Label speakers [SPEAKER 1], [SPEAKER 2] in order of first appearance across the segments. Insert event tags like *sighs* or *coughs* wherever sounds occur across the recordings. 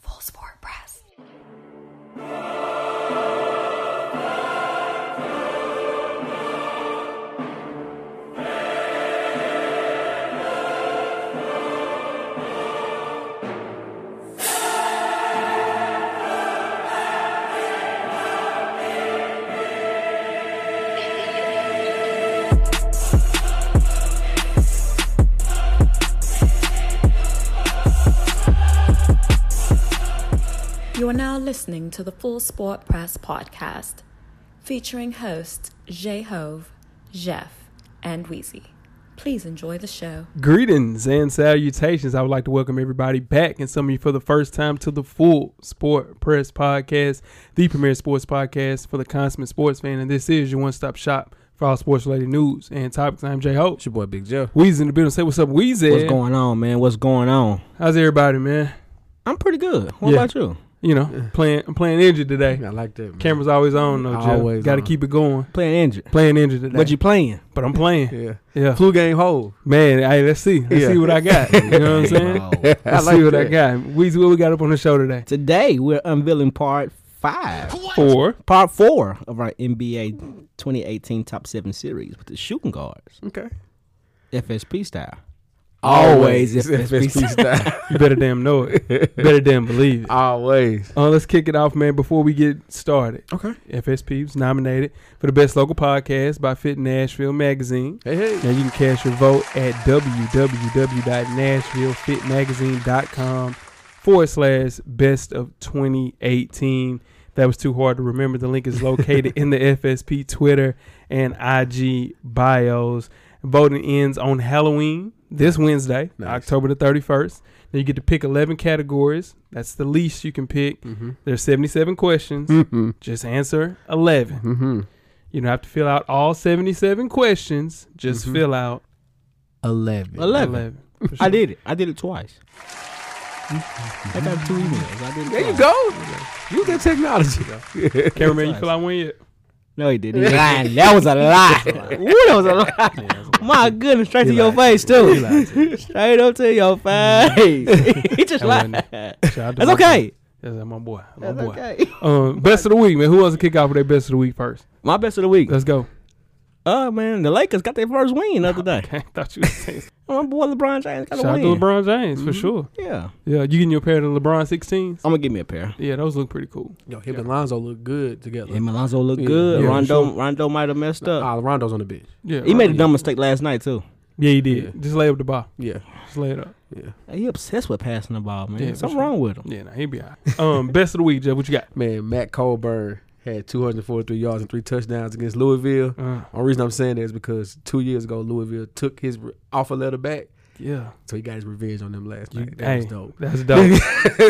[SPEAKER 1] Full Sport Press.
[SPEAKER 2] You are now listening to the Full Sport Press podcast, featuring hosts Jay Hove, Jeff, and Wheezy. Please enjoy the show.
[SPEAKER 3] Greetings and salutations. I would like to welcome everybody back and some of you for the first time to the Full Sport Press Podcast, the premier sports podcast for the consummate sports fan. And this is your one stop shop for all sports related news and topics. I'm Jay Hope.
[SPEAKER 4] It's your boy Big Joe.
[SPEAKER 3] Weezy in the building. Say what's up, Weezy.
[SPEAKER 4] What's going on, man? What's going on?
[SPEAKER 3] How's everybody, man?
[SPEAKER 4] I'm pretty good. What
[SPEAKER 3] Yeah.
[SPEAKER 4] about you?
[SPEAKER 3] You know, playing I'm playing injured today.
[SPEAKER 5] I like that. Man.
[SPEAKER 3] Camera's always on though, Jeff.
[SPEAKER 5] Always
[SPEAKER 3] Gotta
[SPEAKER 5] on.
[SPEAKER 3] keep it going.
[SPEAKER 4] Playing injured.
[SPEAKER 3] Playing injured today.
[SPEAKER 4] What you playing?
[SPEAKER 3] but I'm playing.
[SPEAKER 5] Yeah.
[SPEAKER 3] Yeah.
[SPEAKER 5] Flu game hold.
[SPEAKER 3] Man, hey, let's see. Let's
[SPEAKER 5] Yeah.
[SPEAKER 3] see what I got. You know what I'm saying?
[SPEAKER 5] *laughs*
[SPEAKER 4] *laughs*
[SPEAKER 3] Let's see what I got. Weezy, what we got up on the show today?
[SPEAKER 4] Today we're unveiling part five,
[SPEAKER 3] Four.
[SPEAKER 4] part four of our NBA 2018 Top Seven Series with the shooting guards,
[SPEAKER 5] Okay.
[SPEAKER 4] FSP style.
[SPEAKER 5] Always
[SPEAKER 4] Always
[SPEAKER 5] FSP style.
[SPEAKER 3] You better damn know it. better damn believe it.
[SPEAKER 5] Always.
[SPEAKER 3] Uh, let's kick it off, man. Before we get started,
[SPEAKER 5] Okay.
[SPEAKER 3] FSP was nominated for the best local podcast by Fit Nashville Magazine.
[SPEAKER 5] Hey, hey.
[SPEAKER 3] Now you can cast your vote at www.nashvillefitmagazine.com forward slash best of 2018. That was too hard to remember. The link is located in the
[SPEAKER 5] *laughs*
[SPEAKER 3] FSP Twitter and IG bios. Voting ends on Halloween this Wednesday,
[SPEAKER 5] Nice.
[SPEAKER 3] October the 31st. Now you get to pick 11 categories. That's the least you can pick.
[SPEAKER 5] Mhm.
[SPEAKER 3] There's 77 questions.
[SPEAKER 4] Mm-hmm.
[SPEAKER 5] Mhm.
[SPEAKER 3] Just answer 11.
[SPEAKER 5] Mhm.
[SPEAKER 3] You don't have to fill out all 77 questions. Just
[SPEAKER 5] Mhm.
[SPEAKER 3] fill out
[SPEAKER 5] 11.
[SPEAKER 4] 11.
[SPEAKER 3] 11. for
[SPEAKER 4] Mm-hmm. I
[SPEAKER 3] sure.
[SPEAKER 4] did it. I did it twice. I got two emails. I did it
[SPEAKER 5] There you
[SPEAKER 4] twice.
[SPEAKER 5] go. Use that technology.
[SPEAKER 3] *laughs* Cameraman, you fill out one yet?
[SPEAKER 4] No, he didn't. He lying. That was a lie. Ooh, that was a lie. My goodness, straight to your face too. *laughs* straight up to your face. *laughs* he
[SPEAKER 3] Mm-hmm. That wasn't
[SPEAKER 4] just lied.
[SPEAKER 3] it.
[SPEAKER 4] That's
[SPEAKER 3] Shout out to my boy.
[SPEAKER 4] okay.
[SPEAKER 3] That's my boy. My
[SPEAKER 4] That's
[SPEAKER 3] boy.
[SPEAKER 4] okay.
[SPEAKER 3] Um, best of the week, man. Who wants to kick off with their best of the week first?
[SPEAKER 4] My best of the week.
[SPEAKER 3] Let's go.
[SPEAKER 4] Oh man, the Lakers got their first win the other day.
[SPEAKER 3] *laughs* Okay, thought you were saying Mm-hmm.
[SPEAKER 4] My boy LeBron James got
[SPEAKER 3] shout
[SPEAKER 4] a
[SPEAKER 3] out
[SPEAKER 4] win.
[SPEAKER 3] to LeBron James for sure.
[SPEAKER 4] Yeah, I'm
[SPEAKER 3] Yeah, you getting your pair of the LeBron 16s?
[SPEAKER 4] gonna give me a pair.
[SPEAKER 3] Yeah, those look pretty cool.
[SPEAKER 5] Yo, him and Lonzo look good together.
[SPEAKER 4] And Alonzo looked
[SPEAKER 5] Yeah,
[SPEAKER 4] good.
[SPEAKER 3] yeah, for
[SPEAKER 4] Rondo,
[SPEAKER 3] sure.
[SPEAKER 4] Rondo might have messed up.
[SPEAKER 5] Ah, Rondo's on the bench.
[SPEAKER 3] Yeah,
[SPEAKER 4] he made a
[SPEAKER 3] right.
[SPEAKER 4] dumb mistake last night too.
[SPEAKER 3] Yeah, he did.
[SPEAKER 5] Yeah.
[SPEAKER 3] Just lay up the ball.
[SPEAKER 5] Yeah.
[SPEAKER 3] Just lay it up.
[SPEAKER 5] Yeah.
[SPEAKER 4] He obsessed with passing the ball, man.
[SPEAKER 3] Yeah, for
[SPEAKER 4] Something
[SPEAKER 3] sure.
[SPEAKER 4] wrong with him.
[SPEAKER 3] Yeah, nah, he be all right. Um, best of the week, Jeff. What you got?
[SPEAKER 5] Man, Matt Colburn had 243 yards and three touchdowns against Louisville.
[SPEAKER 3] Uh,
[SPEAKER 5] The reason I'm saying that is because two years ago, Louisville took his re- offer letter back,
[SPEAKER 3] yeah.
[SPEAKER 5] so he got his revenge on them last
[SPEAKER 3] You-
[SPEAKER 5] night. That
[SPEAKER 3] hey,
[SPEAKER 5] was dope.
[SPEAKER 3] That's dope.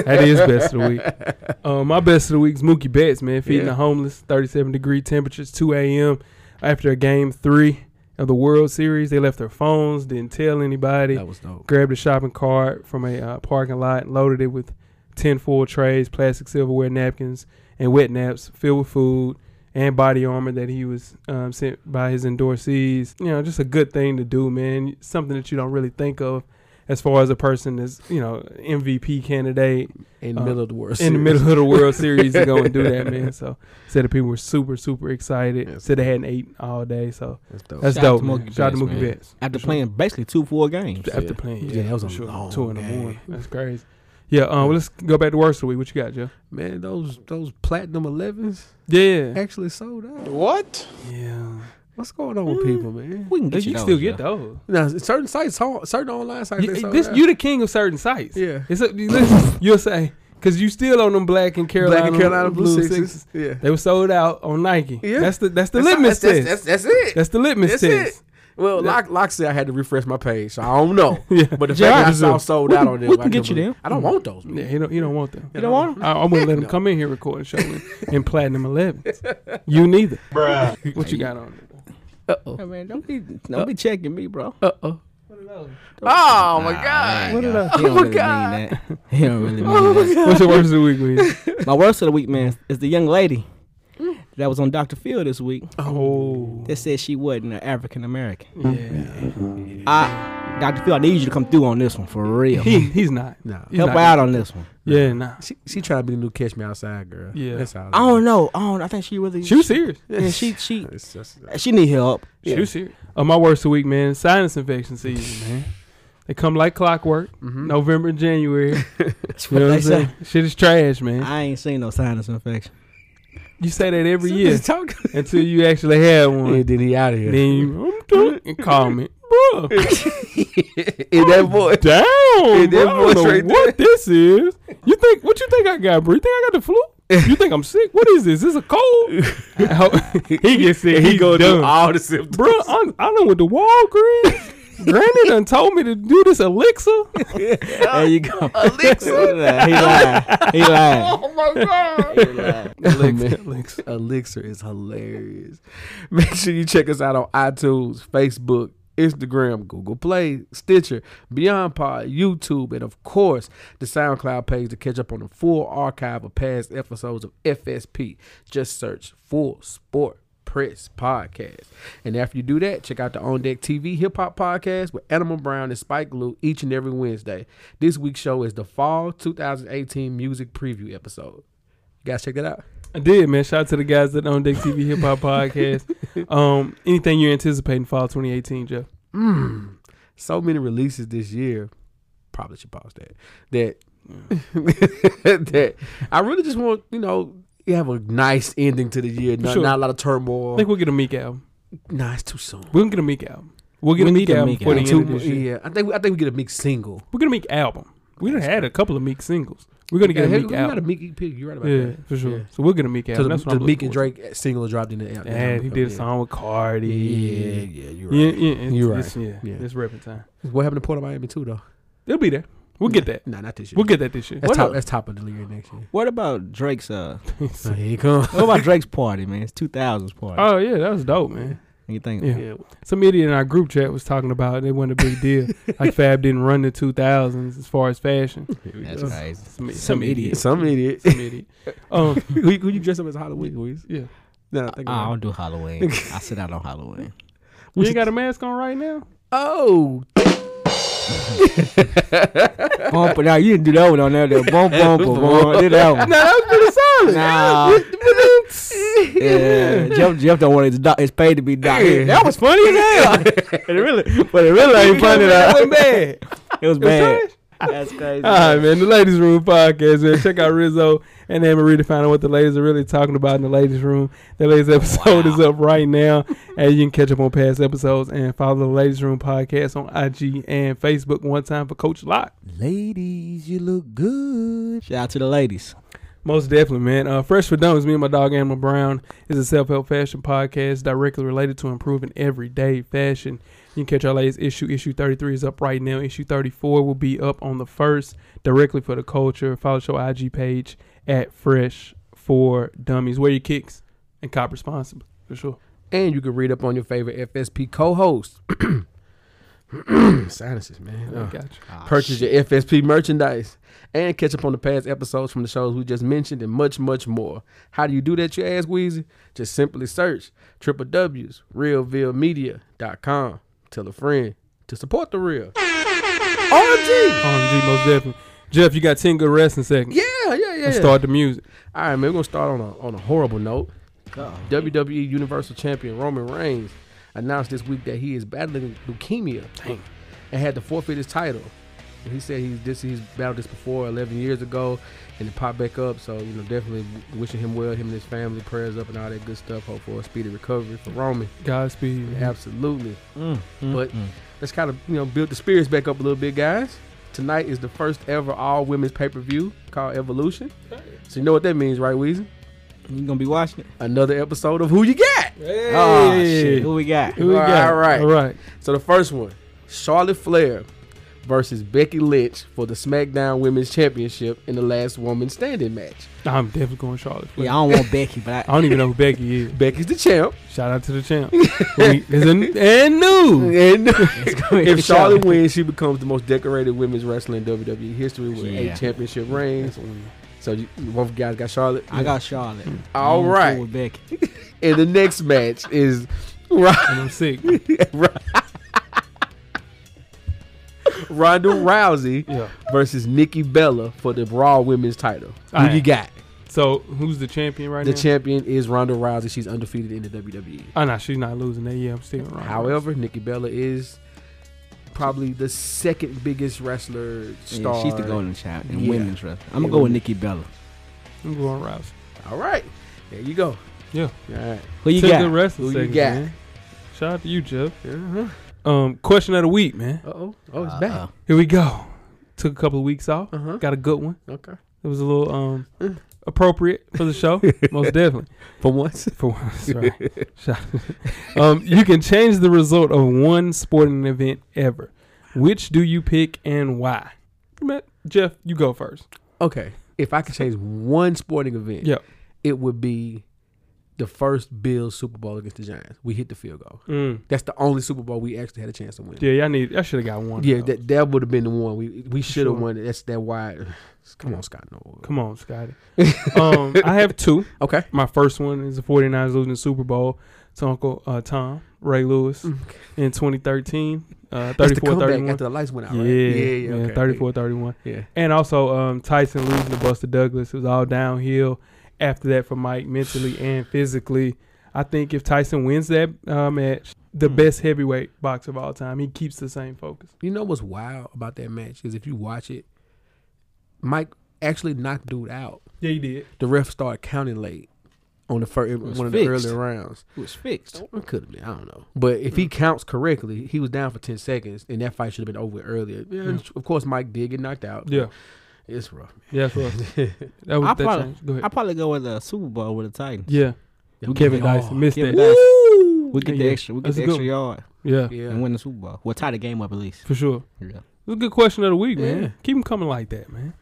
[SPEAKER 3] that is best of the week. Uh, my best of the week's Mookie Betts, man, feeding
[SPEAKER 5] Yeah.
[SPEAKER 3] the homeless. Thirty-seven degree temperatures, two a.m. After a game three of the World Series, they left their phones, didn't tell anybody.
[SPEAKER 5] That was dope.
[SPEAKER 3] Grabbed a shopping cart from a uh, parking lot, loaded it with ten full trays, plastic silverware, napkins, and wet naps filled with food and body armor that he was um, sent by his endorsees. You know, just a good thing to do, man. Something that you don't really think of. As far as a person that's, you know, MVP candidate,
[SPEAKER 5] In the
[SPEAKER 3] Uh,
[SPEAKER 5] middle of the world.
[SPEAKER 3] in the
[SPEAKER 5] Series.
[SPEAKER 3] middle of the World Series to go and do
[SPEAKER 4] *laughs*
[SPEAKER 3] that, man. So said the people were super, super excited.
[SPEAKER 5] Yes.
[SPEAKER 3] Said they hadn't eaten all day. So
[SPEAKER 5] That's dope.
[SPEAKER 3] that's
[SPEAKER 4] Oh, Shout out
[SPEAKER 3] dope.
[SPEAKER 4] to
[SPEAKER 3] man.
[SPEAKER 4] Mookie
[SPEAKER 3] Shout out to
[SPEAKER 4] Betts,
[SPEAKER 3] Mookie
[SPEAKER 4] man.
[SPEAKER 3] Betts.
[SPEAKER 4] After
[SPEAKER 3] For sure.
[SPEAKER 4] playing basically two full games.
[SPEAKER 5] Yeah.
[SPEAKER 3] after playing, yeah,
[SPEAKER 5] Yeah, that was
[SPEAKER 3] for
[SPEAKER 5] a
[SPEAKER 3] sure.
[SPEAKER 5] long
[SPEAKER 3] two in the
[SPEAKER 5] game.
[SPEAKER 3] morning. That's crazy. Yeah, um, well, let's go back to worst of the week. What you got, Joe?
[SPEAKER 5] Man, those those platinum 11s
[SPEAKER 3] Yeah,
[SPEAKER 5] actually sold out.
[SPEAKER 3] yeah. Mm.
[SPEAKER 5] What's going on with people, man?
[SPEAKER 4] We can
[SPEAKER 3] You
[SPEAKER 4] get
[SPEAKER 3] can
[SPEAKER 4] you, those,
[SPEAKER 3] still get
[SPEAKER 4] though.
[SPEAKER 3] those.
[SPEAKER 5] Now, certain sites, sold- certain online sites,
[SPEAKER 3] You- eh,
[SPEAKER 5] they sold
[SPEAKER 3] this
[SPEAKER 5] out.
[SPEAKER 3] you the king of certain sites.
[SPEAKER 5] yeah.
[SPEAKER 3] It's a, you listen, you'll say because you still on them black and Carolina,
[SPEAKER 5] Black and Carolina Blue, Sixes.
[SPEAKER 3] Sixes.
[SPEAKER 5] Yeah.
[SPEAKER 3] They were sold out on Nike.
[SPEAKER 5] Yeah.
[SPEAKER 3] That's the that's the
[SPEAKER 5] That's-
[SPEAKER 3] litmus
[SPEAKER 5] that's,
[SPEAKER 3] test.
[SPEAKER 5] that's, that's, that's it.
[SPEAKER 3] That's the litmus
[SPEAKER 5] That's
[SPEAKER 3] test.
[SPEAKER 5] it. Well, Lock, Lock said I had to refresh my page, so I don't know.
[SPEAKER 3] Yeah. *laughs*
[SPEAKER 5] But the
[SPEAKER 4] Gerard,
[SPEAKER 5] fact that I saw sold out on
[SPEAKER 4] we
[SPEAKER 5] them,
[SPEAKER 4] can
[SPEAKER 5] I couldn't
[SPEAKER 4] get you
[SPEAKER 5] believe-
[SPEAKER 4] them.
[SPEAKER 5] I don't want those. man.
[SPEAKER 3] Yeah, he don't. You don't want them.
[SPEAKER 4] You don't want them?
[SPEAKER 3] I, I wouldn't let him
[SPEAKER 5] No.
[SPEAKER 3] come in here recording show in,
[SPEAKER 5] *laughs*
[SPEAKER 3] in platinum 11. You neither. Bruh. What you got on?
[SPEAKER 5] *laughs*
[SPEAKER 3] there?
[SPEAKER 4] Oh, man, don't be don't be checking me, bro.
[SPEAKER 5] Oh my
[SPEAKER 4] Nah,
[SPEAKER 5] god!
[SPEAKER 4] man, y'all.
[SPEAKER 3] Oh
[SPEAKER 4] He don't really mean that. He don't really mean that.
[SPEAKER 3] What's your worst of the week, Weezy?
[SPEAKER 4] My worst of the week, man, is the young lady that was on Dr. Phil this week
[SPEAKER 3] Oh,
[SPEAKER 4] that said she wasn't an African
[SPEAKER 3] yeah.
[SPEAKER 4] American. I, Dr. Phil, I need you to come through on this one for real.
[SPEAKER 3] He he's not.
[SPEAKER 5] Nah,
[SPEAKER 3] *laughs* He's
[SPEAKER 4] Help
[SPEAKER 3] not.
[SPEAKER 4] her out on this one.
[SPEAKER 3] Yeah, nah.
[SPEAKER 5] she she tried to be the new Catch Me Outside girl.
[SPEAKER 3] Yeah.
[SPEAKER 5] that's all.
[SPEAKER 4] I don't know. I don't. I think she really.
[SPEAKER 3] She was serious.
[SPEAKER 4] Yeah, she she
[SPEAKER 5] It's just- uh,
[SPEAKER 4] she need help.
[SPEAKER 3] She was serious. Oh, my worst of the week, man. Sinus infection season, man. They come like clockwork.
[SPEAKER 5] mm-hmm.
[SPEAKER 3] November and January. *laughs*
[SPEAKER 4] That's
[SPEAKER 3] You
[SPEAKER 4] what
[SPEAKER 3] know what I'm
[SPEAKER 4] they say.
[SPEAKER 3] saying? Shit is trash, man.
[SPEAKER 4] I ain't seen no sinus infection.
[SPEAKER 3] You say that every year
[SPEAKER 5] Talk-
[SPEAKER 3] until you actually had
[SPEAKER 5] and
[SPEAKER 3] one.
[SPEAKER 5] then he out of *laughs* here.
[SPEAKER 3] Then you I'm doing- and call me, bro.
[SPEAKER 5] in that voice.
[SPEAKER 3] Damn,
[SPEAKER 5] And that
[SPEAKER 3] bro, I don't
[SPEAKER 5] voice
[SPEAKER 3] know
[SPEAKER 5] right
[SPEAKER 3] what this is? You think? What you think I got, bro? You think I got the flu? You think I'm sick? What is this? Is this a cold? I hope- he gets sick. He,
[SPEAKER 5] *laughs* He
[SPEAKER 3] goes
[SPEAKER 5] go
[SPEAKER 3] done.
[SPEAKER 5] through all the symptoms.
[SPEAKER 3] bro, I, I done with the
[SPEAKER 5] *laughs*
[SPEAKER 3] Walgreens. Granny done told me to do this elixir.
[SPEAKER 4] There you *laughs* go.
[SPEAKER 5] *laughs*
[SPEAKER 4] Alexa. he lied. He lied.
[SPEAKER 5] Oh my god!
[SPEAKER 4] He lied.
[SPEAKER 5] Elixir. Elixir is hilarious. Make sure you check us out on iTunes, Facebook, Instagram, Google Play, Stitcher, Beyond Pod, YouTube, and of course the SoundCloud page to catch up on the full archive of past episodes of FSP. Just search Full Sport Press Podcast. And after you do that, check out the On Deck TV Hip Hop Podcast with Animal Brown and Spike Lee each and every Wednesday. This week's show is the Fall 2018 Music Preview episode. You guys check that out.
[SPEAKER 3] I did, man. Shout out to the guys that own Dick TV Hip Hop Podcast. Um, anything you're anticipating fall 2018, Jeff?
[SPEAKER 5] mm, so many releases this year. Probably should pause that. That *laughs* that I really just want you know you have a nice ending to the year. Not,
[SPEAKER 3] Sure.
[SPEAKER 5] not a lot of
[SPEAKER 3] I
[SPEAKER 5] turmoil.
[SPEAKER 3] think we'll get a Meek album.
[SPEAKER 5] nah, it's too soon.
[SPEAKER 3] We're gonna get a Meek album. We'll get
[SPEAKER 4] We
[SPEAKER 3] a
[SPEAKER 4] need
[SPEAKER 3] Meek
[SPEAKER 4] a
[SPEAKER 3] album
[SPEAKER 4] Meek
[SPEAKER 3] before the
[SPEAKER 4] album.
[SPEAKER 3] end
[SPEAKER 5] Too
[SPEAKER 3] of
[SPEAKER 5] mu-
[SPEAKER 3] this year.
[SPEAKER 5] yeah, I think we- I think we get a Meek single.
[SPEAKER 3] We're gonna Meek album. We done had a couple of Meek singles. We're gonna
[SPEAKER 5] Yeah,
[SPEAKER 3] get
[SPEAKER 5] hey,
[SPEAKER 3] a Meek
[SPEAKER 5] we got a
[SPEAKER 3] album.
[SPEAKER 5] Meek EP. You're right about
[SPEAKER 3] Yeah,
[SPEAKER 5] that.
[SPEAKER 3] for sure.
[SPEAKER 5] Yeah.
[SPEAKER 3] So we'll get a Meek
[SPEAKER 5] To
[SPEAKER 3] album.
[SPEAKER 5] the,
[SPEAKER 3] That's
[SPEAKER 5] to
[SPEAKER 3] what
[SPEAKER 5] the
[SPEAKER 3] I'm
[SPEAKER 5] Meek and
[SPEAKER 3] looking
[SPEAKER 5] Drake single dropped in the album.
[SPEAKER 3] for. Yeah, he did a song with Cardi.
[SPEAKER 5] Yeah, yeah, yeah, you're right.
[SPEAKER 3] yeah, yeah. It's,
[SPEAKER 5] You're
[SPEAKER 3] It's,
[SPEAKER 5] right.
[SPEAKER 3] yeah,
[SPEAKER 5] Yeah.
[SPEAKER 3] it's repping time.
[SPEAKER 5] What happened to Port of Miami too though?
[SPEAKER 3] They'll be there. We'll get that.
[SPEAKER 5] Nah, not this year.
[SPEAKER 3] We'll get that this year.
[SPEAKER 5] that's
[SPEAKER 4] What
[SPEAKER 5] top.
[SPEAKER 4] up?
[SPEAKER 5] That's top of the year next year.
[SPEAKER 4] What about Drake's uh?
[SPEAKER 3] *laughs*
[SPEAKER 5] *laughs* So here you come.
[SPEAKER 4] What about Drake's party, man? It's two thousands party.
[SPEAKER 3] Oh yeah, that was dope, man.
[SPEAKER 4] you think?
[SPEAKER 3] Yeah. Some idiot in our group chat was talking about it wasn't a big
[SPEAKER 5] *laughs*
[SPEAKER 3] deal. like Fab didn't run the 2000s as far as fashion.
[SPEAKER 4] That's
[SPEAKER 3] Some-
[SPEAKER 4] crazy.
[SPEAKER 3] Some,
[SPEAKER 4] Some idiot.
[SPEAKER 5] Some idiot. *laughs*
[SPEAKER 3] Some idiot. Um,
[SPEAKER 5] who, who you dress up as Halloween, Luis?
[SPEAKER 3] yeah.
[SPEAKER 5] No, I
[SPEAKER 4] I
[SPEAKER 5] think
[SPEAKER 3] Oh,
[SPEAKER 5] about it.
[SPEAKER 4] don't do Halloween. I sit out on Halloween.
[SPEAKER 3] You ain't got a mask on right now?
[SPEAKER 5] Oh,
[SPEAKER 4] *laughs* bump, now you didn't do that one on there. though. Bump, bump, bump, bump. Did that one?
[SPEAKER 3] No, that was pretty solid.
[SPEAKER 4] Nah.
[SPEAKER 5] *laughs*
[SPEAKER 4] yeah, Jeff, Jeff don't want his, doc, his pay to be doc. That was funny as hell. it really, *laughs* but it really ain't funny.
[SPEAKER 3] *laughs* That
[SPEAKER 4] though.
[SPEAKER 3] wasn't bad.
[SPEAKER 4] It was bad. That's crazy.
[SPEAKER 3] All right, man. The Ladies Room podcast, man. Check out Rizzo and Anne Marie to find out what the ladies are really talking about in the Ladies Room. The latest episode is up right now, and you can catch up on past episodes and follow the Ladies Room podcast on IG and Facebook. One time for Coach Locke.
[SPEAKER 4] Ladies, you look good. Shout out to the ladies.
[SPEAKER 3] Most definitely, man. Uh, Fresh for Dummies, me and my dog Animal Brown, is a self help fashion podcast directly related to improving everyday fashion. You can catch our latest issue. Issue 33 is up right now. Issue 34 will be up on the first directly for the culture. Follow the show IG page at Fresh for Dummies. Wear your kicks and cop responsibly, for sure.
[SPEAKER 5] and you can read up on your favorite FSP co-host. *clears throat* Sinuses, man.
[SPEAKER 3] I
[SPEAKER 5] Uh,
[SPEAKER 3] got you.
[SPEAKER 5] purchase your FSP merchandise and catch up on the past episodes from the shows we just mentioned and much, much more. How do you do that, you ask Weezy? Just simply search www.realvillemedia.com. Tell a friend to support the real. RG!
[SPEAKER 3] OMG, most definitely. Jeff, you got 10 good resting seconds.
[SPEAKER 5] Yeah, yeah, yeah.
[SPEAKER 3] Let's start the music.
[SPEAKER 5] All right, man. We're gonna start on a on a horrible note. WWE E Universal Champion Roman Reigns announced this week that he is battling leukemia and had to forfeit his title. And he said he's this he's battled this before 11 years ago, and it popped back up. So you know, definitely wishing him well, him and his family, prayers up and all that good stuff. Hope for a speedy recovery for Roman.
[SPEAKER 3] Godspeed. man.
[SPEAKER 5] Absolutely.
[SPEAKER 4] but
[SPEAKER 5] But
[SPEAKER 4] mm.
[SPEAKER 5] let's kind of you know build the spirits back up a little bit, guys. Tonight is the first ever all women's pay per view called Evolution. So you know what that means, right, Weezy?
[SPEAKER 4] You gonna be watching it?
[SPEAKER 5] Another episode of Who You Got.
[SPEAKER 4] Oh shit! Who we got?
[SPEAKER 3] Who we
[SPEAKER 5] All
[SPEAKER 3] got?
[SPEAKER 5] right.
[SPEAKER 3] All right.
[SPEAKER 5] So the first one, Charlotte Flair versus Becky Lynch for the SmackDown Women's Championship in the last woman standing match.
[SPEAKER 3] Nah, I'm definitely going Charlotte. Flair.
[SPEAKER 4] Yeah, I don't want Becky, but
[SPEAKER 3] I *laughs*
[SPEAKER 4] I,
[SPEAKER 3] don't even know who Becky is.
[SPEAKER 5] Becky's the champ.
[SPEAKER 3] Shout out to the champ. *laughs* We- it's in- and
[SPEAKER 5] *laughs*
[SPEAKER 3] new.
[SPEAKER 5] And
[SPEAKER 4] gonna be
[SPEAKER 5] if Charlotte wins, she becomes the most decorated women's wrestler in WWE history with
[SPEAKER 4] Yeah.
[SPEAKER 5] eight championship reigns. So you, both guys got Charlotte.
[SPEAKER 4] I got Charlotte.
[SPEAKER 5] All
[SPEAKER 4] I'm cool
[SPEAKER 5] right.
[SPEAKER 4] with Becky.
[SPEAKER 5] And the next match is Ron-
[SPEAKER 3] And I'm sick.
[SPEAKER 5] Ronda Rousey
[SPEAKER 3] *laughs* Yeah.
[SPEAKER 5] versus Nikki Bella for the Raw Women's title.
[SPEAKER 3] All
[SPEAKER 5] Who you
[SPEAKER 3] right.
[SPEAKER 5] got?
[SPEAKER 3] So who's the champion right
[SPEAKER 5] The
[SPEAKER 3] now?
[SPEAKER 5] champion is Ronda Rousey. She's undefeated in the E. WWE.
[SPEAKER 3] Oh no, she's not losing that. Yeah, I'm sticking around.
[SPEAKER 5] However, Nikki Bella is probably the second biggest wrestler star.
[SPEAKER 4] Yeah, she's the golden child in
[SPEAKER 5] Yeah.
[SPEAKER 4] women's wrestling. I'm gonna
[SPEAKER 5] Yeah,
[SPEAKER 4] go with
[SPEAKER 5] women.
[SPEAKER 4] Nikki Bella.
[SPEAKER 3] I'm going Rouse.
[SPEAKER 5] All right, there you go.
[SPEAKER 3] Yeah.
[SPEAKER 5] All right.
[SPEAKER 4] Who you
[SPEAKER 3] Took
[SPEAKER 4] got?
[SPEAKER 3] the wrestling
[SPEAKER 5] Who you
[SPEAKER 3] segment,
[SPEAKER 5] got?
[SPEAKER 3] man. Shout out to you, Jeff.
[SPEAKER 5] Uh-huh.
[SPEAKER 3] Um, question of the week, man.
[SPEAKER 5] Uh oh. Oh, it's
[SPEAKER 4] Uh-oh.
[SPEAKER 5] back.
[SPEAKER 3] Here we go. Took a couple of weeks off.
[SPEAKER 5] Uh huh.
[SPEAKER 3] Got a good one.
[SPEAKER 5] Okay.
[SPEAKER 3] It was a little um
[SPEAKER 5] Mm.
[SPEAKER 3] appropriate for the
[SPEAKER 5] *laughs*
[SPEAKER 3] show, most definitely.
[SPEAKER 5] For once.
[SPEAKER 3] For once, right? Shout- um, you can change the result of one sporting event ever. Which do you pick and why? Ma- Jeff, you go first.
[SPEAKER 5] Okay. If I could change one sporting event,
[SPEAKER 3] Yep.
[SPEAKER 5] it would be the first Bills Super Bowl against the Giants. We hit the field goal.
[SPEAKER 3] Mm.
[SPEAKER 5] That's the only Super Bowl we actually had a chance to win.
[SPEAKER 3] Yeah, y'all need. I should have got one. of
[SPEAKER 5] Yeah,
[SPEAKER 3] those.
[SPEAKER 5] that that would have been the one we we should have
[SPEAKER 3] Sure.
[SPEAKER 5] won. it. That's that wide. *sighs* Come on, Scott Norwood.
[SPEAKER 3] Come on,
[SPEAKER 5] *laughs*
[SPEAKER 3] Scotty. um, I have two.
[SPEAKER 5] Okay.
[SPEAKER 3] My first one is the 49ers losing the Super Bowl to Uncle uh, Tom Ray Lewis in 2013, uh,
[SPEAKER 5] Mm. That's the
[SPEAKER 3] 34
[SPEAKER 5] comeback
[SPEAKER 3] 31.
[SPEAKER 5] after the lights went out.
[SPEAKER 3] Yeah,
[SPEAKER 5] right?
[SPEAKER 3] yeah,
[SPEAKER 5] okay.
[SPEAKER 3] 34 31.
[SPEAKER 5] Yeah.
[SPEAKER 3] And also um, Tyson losing to Buster Douglas. It was all downhill after that for Mike mentally and physically. I think if Tyson wins that uh, match, the
[SPEAKER 4] Hmm.
[SPEAKER 3] best heavyweight boxer of all time, he keeps the same focus.
[SPEAKER 5] You know what's wild about that match is if you watch it, Mike actually knocked dude out.
[SPEAKER 3] Yeah, he did.
[SPEAKER 5] The ref started counting late on the first
[SPEAKER 4] was
[SPEAKER 5] one of the
[SPEAKER 4] fixed.
[SPEAKER 5] earlier rounds.
[SPEAKER 4] It was fixed.
[SPEAKER 5] It could have been. I don't know. Mm. But if he counts correctly, he was down for ten seconds, and that fight should have been over earlier. Yeah, and Of course, Mike did get knocked out.
[SPEAKER 3] Yeah,
[SPEAKER 5] It's rough. Man.
[SPEAKER 3] yeah, that's what. That was
[SPEAKER 4] I
[SPEAKER 3] that
[SPEAKER 4] probably-
[SPEAKER 3] change. Go ahead.
[SPEAKER 4] I probably go with the Super Bowl with the Titans.
[SPEAKER 3] yeah,
[SPEAKER 5] That
[SPEAKER 3] Kevin
[SPEAKER 5] was hard.
[SPEAKER 3] Dyson missed
[SPEAKER 4] Kevin
[SPEAKER 3] that.
[SPEAKER 4] Dyson.
[SPEAKER 5] Woo!
[SPEAKER 4] We get the
[SPEAKER 3] Yeah,
[SPEAKER 4] extra. We get
[SPEAKER 3] that's
[SPEAKER 4] the
[SPEAKER 3] a good
[SPEAKER 4] extra yard
[SPEAKER 3] Yeah,
[SPEAKER 4] and
[SPEAKER 5] Yeah.
[SPEAKER 4] win the Super Bowl. Well, tie the game up at least.
[SPEAKER 3] for sure.
[SPEAKER 4] Yeah.
[SPEAKER 3] It was a good question of the week, man.
[SPEAKER 5] Yeah.
[SPEAKER 3] Keep them coming like that, man.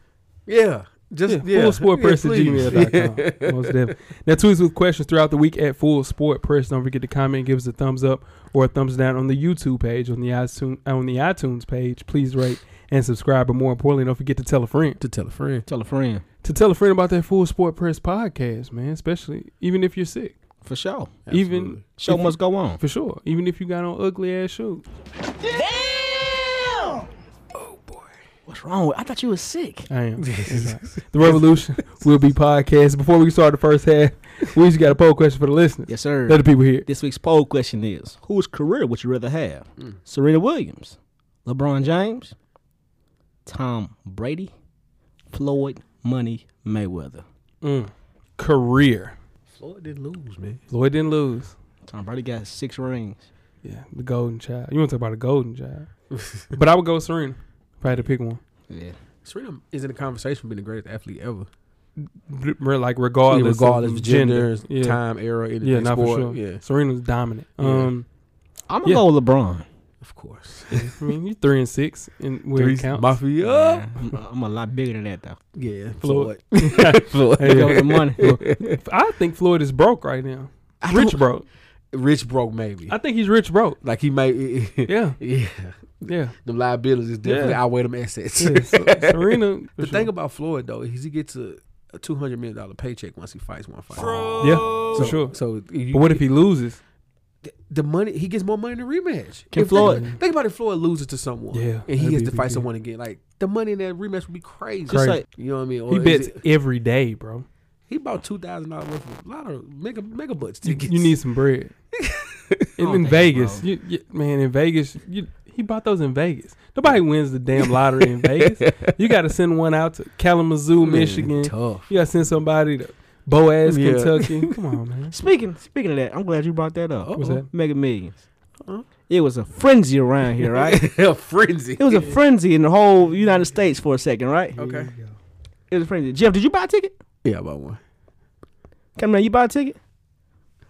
[SPEAKER 5] Yeah. Just
[SPEAKER 3] yeah,
[SPEAKER 5] yeah. yeah.
[SPEAKER 3] Full Sport Press at
[SPEAKER 5] please.
[SPEAKER 3] gmail.com. Most definitely. Now, tweet us with questions throughout the week at Full Sport Press. Don't forget to comment, give us a thumbs up or a thumbs down on the YouTube page, on the iTunes, on the iTunes page. Please rate and subscribe. But more importantly, don't forget to tell a friend.
[SPEAKER 5] *laughs* To tell a friend.
[SPEAKER 4] Tell a friend
[SPEAKER 3] To tell a friend about that Full Sport Press podcast, man, especially even if you're sick.
[SPEAKER 4] for sure.
[SPEAKER 3] Even
[SPEAKER 4] Show
[SPEAKER 3] if-
[SPEAKER 4] must go on.
[SPEAKER 3] For sure. Even if you got on ugly ass shoes.
[SPEAKER 4] What's wrong with? I thought you was sick.
[SPEAKER 3] I am. the Revolution will be podcast. Before we start the first half, we just got a poll question for the listeners.
[SPEAKER 4] Yes, sir.
[SPEAKER 3] Let the people hear. it.
[SPEAKER 4] This week's poll question is: Whose career would you rather have? Serena Williams, LeBron James, Tom Brady, Floyd Money Mayweather.
[SPEAKER 3] Mm. Career.
[SPEAKER 5] Floyd did lose, man.
[SPEAKER 3] Floyd didn't lose.
[SPEAKER 4] Tom Brady got six rings.
[SPEAKER 3] Yeah, the golden child. You want to talk about a golden child? *laughs* but I would go Serena. If I had to pick one,
[SPEAKER 4] Yeah,
[SPEAKER 5] Serena is in the conversation for being the greatest athlete ever.
[SPEAKER 3] B- re- like regardless, of
[SPEAKER 5] regardless of
[SPEAKER 3] gender,
[SPEAKER 5] gender,
[SPEAKER 3] yeah.
[SPEAKER 5] time, era, anything.
[SPEAKER 3] Yeah, not for
[SPEAKER 5] sport.
[SPEAKER 3] sure.
[SPEAKER 5] Yeah,
[SPEAKER 3] Serena's dominant.
[SPEAKER 5] Yeah.
[SPEAKER 3] Um,
[SPEAKER 4] I'm gonna
[SPEAKER 3] Yeah.
[SPEAKER 4] go with LeBron.
[SPEAKER 3] *laughs*
[SPEAKER 5] of course.
[SPEAKER 3] I mean, you three and six,
[SPEAKER 5] *laughs*
[SPEAKER 3] and where
[SPEAKER 5] Three
[SPEAKER 3] it counts. *laughs*
[SPEAKER 5] Mafia.
[SPEAKER 4] I'm, I'm a lot bigger than that though.
[SPEAKER 5] Yeah,
[SPEAKER 3] Floyd.
[SPEAKER 5] Floyd.
[SPEAKER 4] Go with the money.
[SPEAKER 3] I think Floyd is broke right now.
[SPEAKER 5] I
[SPEAKER 3] Rich
[SPEAKER 5] don't- *laughs*
[SPEAKER 3] broke.
[SPEAKER 5] Rich broke maybe.
[SPEAKER 3] I think he's rich broke.
[SPEAKER 5] like he may. *laughs* Yeah.
[SPEAKER 3] Yeah,
[SPEAKER 5] yeah.
[SPEAKER 3] yeah.
[SPEAKER 5] The liabilities definitely
[SPEAKER 3] Yeah.
[SPEAKER 5] outweigh them *laughs* assets.
[SPEAKER 3] yeah. So, Serena.
[SPEAKER 5] the thing about Floyd though is he gets a, a two hundred million dollar paycheck once he fights one fight.
[SPEAKER 3] yeah, for sure.
[SPEAKER 5] So if you-
[SPEAKER 3] But what if he loses?
[SPEAKER 5] th- the money he gets more money in the rematch?
[SPEAKER 4] Can
[SPEAKER 5] If-
[SPEAKER 4] Floyd-
[SPEAKER 5] think about if Floyd loses to someone,
[SPEAKER 3] Yeah,
[SPEAKER 5] and
[SPEAKER 3] that'd
[SPEAKER 5] he has
[SPEAKER 3] be
[SPEAKER 5] to
[SPEAKER 3] a big
[SPEAKER 5] fight
[SPEAKER 3] deal.
[SPEAKER 5] someone again, like the money in that rematch would be crazy.
[SPEAKER 4] Just
[SPEAKER 3] Crazy.
[SPEAKER 4] like
[SPEAKER 5] You know what I mean? Or
[SPEAKER 3] He
[SPEAKER 5] is
[SPEAKER 3] bets
[SPEAKER 5] it-
[SPEAKER 3] every day, bro.
[SPEAKER 5] He bought two thousand dollars worth of a lot of mega mega butts
[SPEAKER 3] You,
[SPEAKER 5] tickets. Oh,
[SPEAKER 3] you need some
[SPEAKER 5] *laughs*
[SPEAKER 3] bread. in,
[SPEAKER 4] don't
[SPEAKER 3] in
[SPEAKER 4] think
[SPEAKER 3] Vegas,
[SPEAKER 4] so.
[SPEAKER 3] you, you, man, in Vegas, you, he bought those in Vegas. Nobody wins the damn lottery in
[SPEAKER 5] *laughs*
[SPEAKER 3] Vegas. You got to send one out to Kalamazoo,
[SPEAKER 5] Man,
[SPEAKER 3] Michigan.
[SPEAKER 5] Tough.
[SPEAKER 3] You got to send somebody to Boaz,
[SPEAKER 5] Yeah.
[SPEAKER 3] Kentucky.
[SPEAKER 5] *laughs*
[SPEAKER 3] Come on, man.
[SPEAKER 4] *laughs* Speaking speaking of that, I'm glad you brought that up.
[SPEAKER 3] What's that?
[SPEAKER 4] Mega Millions.
[SPEAKER 5] Uh-uh.
[SPEAKER 4] It was a frenzy around
[SPEAKER 3] *laughs*
[SPEAKER 4] here,
[SPEAKER 5] *laughs*
[SPEAKER 4] right?
[SPEAKER 5] a frenzy.
[SPEAKER 4] it was a frenzy in the whole United States for a second, right?
[SPEAKER 5] Okay.
[SPEAKER 4] It was a frenzy. Jeff, did you buy a ticket?
[SPEAKER 5] Yeah, I bought one.
[SPEAKER 4] Come man, you buy a ticket?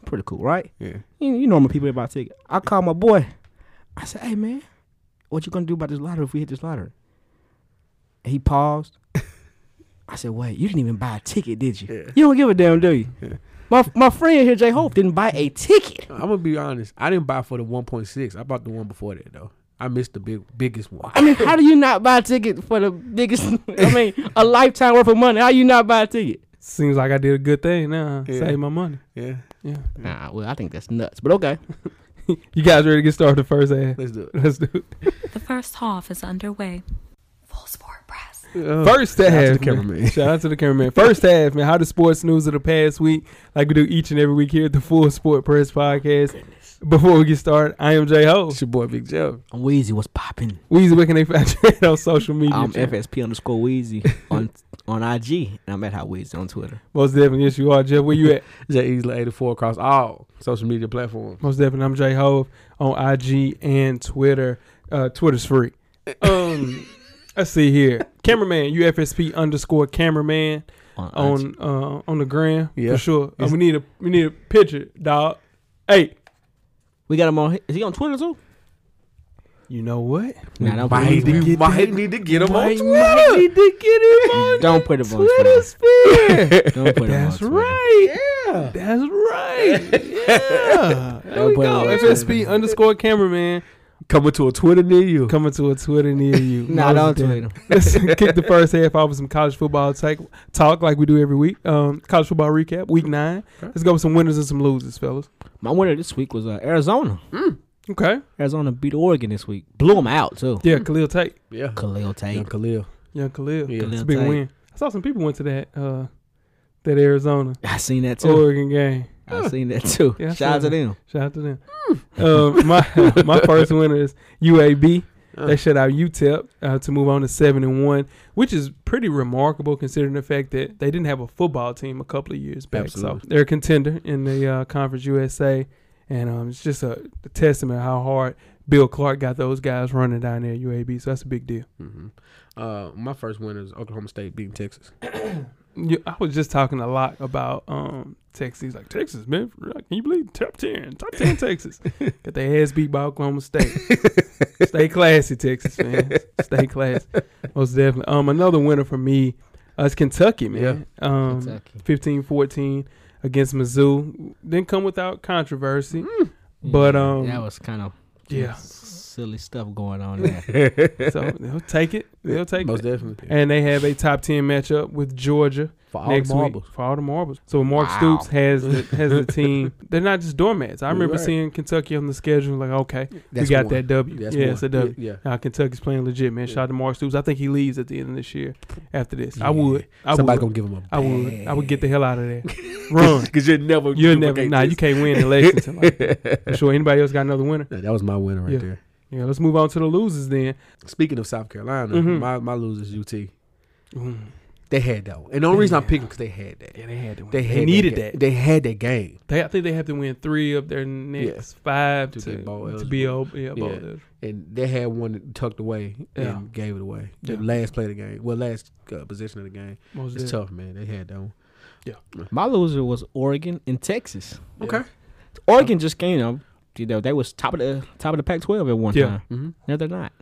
[SPEAKER 4] Pretty cool, right?
[SPEAKER 5] Yeah.
[SPEAKER 4] You, you normal people that buy a ticket. I call my boy. I said, hey man, what you gonna do about this lottery if we hit this lottery? And he paused. I said, wait, you didn't even buy a ticket, did you?
[SPEAKER 5] Yeah.
[SPEAKER 4] You don't give a damn, do you? My my friend here, J Hope, didn't buy a ticket.
[SPEAKER 5] I'm gonna be honest. I didn't buy for the 1.6. I bought the one before that though. I missed the big biggest one.
[SPEAKER 4] I mean, how do you not buy a ticket for the biggest? I mean, *laughs* a lifetime worth of money. How you not buy a ticket?
[SPEAKER 3] Seems like I did a good thing now.
[SPEAKER 5] Yeah.
[SPEAKER 3] Save my money.
[SPEAKER 5] Yeah.
[SPEAKER 3] Yeah.
[SPEAKER 4] Nah, well, I think that's nuts. But okay,
[SPEAKER 3] You guys ready to get started with the first ad?
[SPEAKER 5] Let's do it.
[SPEAKER 3] *laughs* Let's do it.
[SPEAKER 2] The first half is underway.
[SPEAKER 1] Full Sport Press.
[SPEAKER 3] First
[SPEAKER 5] Oh, Shout out
[SPEAKER 3] half, man.
[SPEAKER 5] to the cameraman.
[SPEAKER 3] Shout out to the cameraman. First half, man. How the sports news of the past week, like we do each and every week here at the Full Sport Press Podcast. Before we get started, I am J Ho.
[SPEAKER 5] It's your boy Big Jeff.
[SPEAKER 4] Weezy was popping.
[SPEAKER 3] Weezy, where can they find you *laughs* on social media?
[SPEAKER 4] I'm
[SPEAKER 3] champ?
[SPEAKER 4] FSP underscore *laughs* Weezy on on IG, and I'm at How Weezy on Twitter.
[SPEAKER 3] Most definitely, yes, you are. Jeff, where you at?
[SPEAKER 5] J Easily 84 across all social media platforms.
[SPEAKER 3] Most definitely, I'm J Hove on IG and Twitter. Uh, Twitter's free. Um, *laughs* let's see here. Cameraman, you FSP underscore cameraman
[SPEAKER 4] On, IG.
[SPEAKER 3] on uh, on the gram
[SPEAKER 5] Yeah.
[SPEAKER 3] for sure. Uh,
[SPEAKER 5] It's-
[SPEAKER 3] we need a we need a picture, dog. Hey,
[SPEAKER 4] we got him on. hi- Is he on Twitter too?
[SPEAKER 3] you know what?
[SPEAKER 4] Nah, don't
[SPEAKER 5] Might
[SPEAKER 4] put
[SPEAKER 5] need,
[SPEAKER 4] him
[SPEAKER 5] to
[SPEAKER 4] on.
[SPEAKER 5] get, might need to get 'em on
[SPEAKER 3] Might
[SPEAKER 5] *laughs* Twitter.
[SPEAKER 3] need to get him
[SPEAKER 4] *laughs*
[SPEAKER 3] on
[SPEAKER 4] Don't put him on
[SPEAKER 3] Twitter
[SPEAKER 4] Twitter.
[SPEAKER 3] sphere.
[SPEAKER 4] Don't put him on
[SPEAKER 3] That's
[SPEAKER 4] Twitter.
[SPEAKER 3] right. Yeah. That's *laughs* right. Yeah. There
[SPEAKER 4] Don't
[SPEAKER 3] we
[SPEAKER 4] put him
[SPEAKER 5] Oh,
[SPEAKER 3] go.
[SPEAKER 4] on
[SPEAKER 3] FSP
[SPEAKER 4] Twitter.
[SPEAKER 3] underscore cameraman
[SPEAKER 5] Coming to a Twitter near you.
[SPEAKER 3] coming to a Twitter near you.
[SPEAKER 4] *laughs* Nah,
[SPEAKER 3] Most
[SPEAKER 4] don't
[SPEAKER 3] definitely.
[SPEAKER 4] tweet him.
[SPEAKER 3] *laughs* Let's kick the first half off with some college football take, talk like we do every week. Um, college football recap, week nine. Let's go with some winners and some losers, fellas.
[SPEAKER 4] My winner this week was uh, Arizona.
[SPEAKER 3] Okay.
[SPEAKER 4] Arizona beat Oregon this week. Blew them out too.
[SPEAKER 3] Yeah, Khalil Tate.
[SPEAKER 5] Yeah.
[SPEAKER 4] Khalil
[SPEAKER 5] Young
[SPEAKER 4] Tate.
[SPEAKER 5] Khalil.
[SPEAKER 3] Young Khalil.
[SPEAKER 5] Yeah.
[SPEAKER 3] It's
[SPEAKER 4] Khalil
[SPEAKER 3] a big
[SPEAKER 4] Tate.
[SPEAKER 3] win. I saw some people went to that uh, that Arizona
[SPEAKER 4] I seen that too.
[SPEAKER 3] Oregon game.
[SPEAKER 4] Oh. I seen that too.
[SPEAKER 3] Yeah, I
[SPEAKER 4] Shout out
[SPEAKER 3] saw
[SPEAKER 4] to
[SPEAKER 3] that.
[SPEAKER 4] them.
[SPEAKER 3] Shout out to them. Um, my *laughs* my first winner is UAB. They shut out UTEP uh, to move on to seven and one, which is pretty remarkable considering the fact that they didn't have a football team a couple of years back. So
[SPEAKER 5] Absolutely.
[SPEAKER 3] they're a contender in the uh, Conference USA, and um, it's just a, a testament how hard Bill Clark got those guys running down there at UAB. So that's a big deal.
[SPEAKER 5] hmm Uh, my first winner is Oklahoma State beating Texas.
[SPEAKER 3] You, I was just talking a lot about um, Texas. He's Like Texas, man, can you believe top ten, top ten Texas got their ass beat by Oklahoma State. Stay classy, Texas fans. Stay classy, most definitely. Um, another winner for me uh, is Kentucky, man. Um,
[SPEAKER 4] Kentucky.
[SPEAKER 3] 15-14 against Mizzou. Didn't come without controversy, but
[SPEAKER 4] Yeah,
[SPEAKER 3] um,
[SPEAKER 4] that was kind of
[SPEAKER 3] yeah.
[SPEAKER 4] silly stuff going on there.
[SPEAKER 3] so they'll take it. *laughs* They'll take
[SPEAKER 5] Most
[SPEAKER 3] it.
[SPEAKER 5] definitely.
[SPEAKER 3] And they have a top ten matchup with Georgia.
[SPEAKER 5] For all
[SPEAKER 3] next
[SPEAKER 5] the marbles.
[SPEAKER 3] week for all the marbles. So Mark
[SPEAKER 4] Wow.
[SPEAKER 3] Stoops has the, has *laughs* the team. They're not just doormats. I
[SPEAKER 5] You're
[SPEAKER 3] remember
[SPEAKER 5] right.
[SPEAKER 3] seeing Kentucky on the schedule. Like, okay,
[SPEAKER 4] That's
[SPEAKER 3] we got
[SPEAKER 4] one.
[SPEAKER 3] that W.
[SPEAKER 5] That's
[SPEAKER 3] yeah,
[SPEAKER 5] one.
[SPEAKER 3] it's a W.
[SPEAKER 5] Yeah.
[SPEAKER 3] Now Kentucky's playing legit, man. Shout out to Mark Stoops. I think he leaves at the end of this year. After this, I would. I
[SPEAKER 5] Somebody
[SPEAKER 3] would.
[SPEAKER 5] gonna give him a *laughs*
[SPEAKER 3] I would. I would get the hell out of there. Run.
[SPEAKER 5] because you're never.
[SPEAKER 3] You're never.
[SPEAKER 5] duplicate
[SPEAKER 3] Nah, you
[SPEAKER 5] this.
[SPEAKER 3] can't win in
[SPEAKER 5] *laughs*
[SPEAKER 3] Lexington. Like, that. for sure. Anybody else got another winner?
[SPEAKER 5] Nah, that was my winner right
[SPEAKER 3] Yeah.
[SPEAKER 5] there.
[SPEAKER 3] Yeah. Let's move on to the losers then.
[SPEAKER 5] Speaking of South Carolina,
[SPEAKER 3] Mhm.
[SPEAKER 5] my my losers UT.
[SPEAKER 3] Mm.
[SPEAKER 5] They had that one, and the only reason I'm picking because they had that.
[SPEAKER 3] Yeah, they had to win.
[SPEAKER 5] They,
[SPEAKER 3] They,
[SPEAKER 5] had
[SPEAKER 3] needed
[SPEAKER 5] that.
[SPEAKER 3] that.
[SPEAKER 5] They had that game.
[SPEAKER 3] They, I think they have to win three of their next five
[SPEAKER 5] To
[SPEAKER 3] to,
[SPEAKER 5] get bowl
[SPEAKER 3] to be able.
[SPEAKER 5] eligible.
[SPEAKER 3] Yeah, bowl
[SPEAKER 5] Yeah.
[SPEAKER 3] eligible.
[SPEAKER 5] and they had one tucked away
[SPEAKER 3] Yeah.
[SPEAKER 5] and gave it away.
[SPEAKER 3] Yeah.
[SPEAKER 5] The last play of the game, well, last uh, position of the game.
[SPEAKER 3] Most
[SPEAKER 5] It's
[SPEAKER 3] definitely.
[SPEAKER 5] tough, man. They had that one.
[SPEAKER 4] *laughs* My loser was Oregon and Texas.
[SPEAKER 5] Okay.
[SPEAKER 4] Oregon just came up. You know, they was top of the top of the Pac-12 at one
[SPEAKER 3] Yeah.
[SPEAKER 4] time.
[SPEAKER 5] Mhm.
[SPEAKER 4] No, they're not.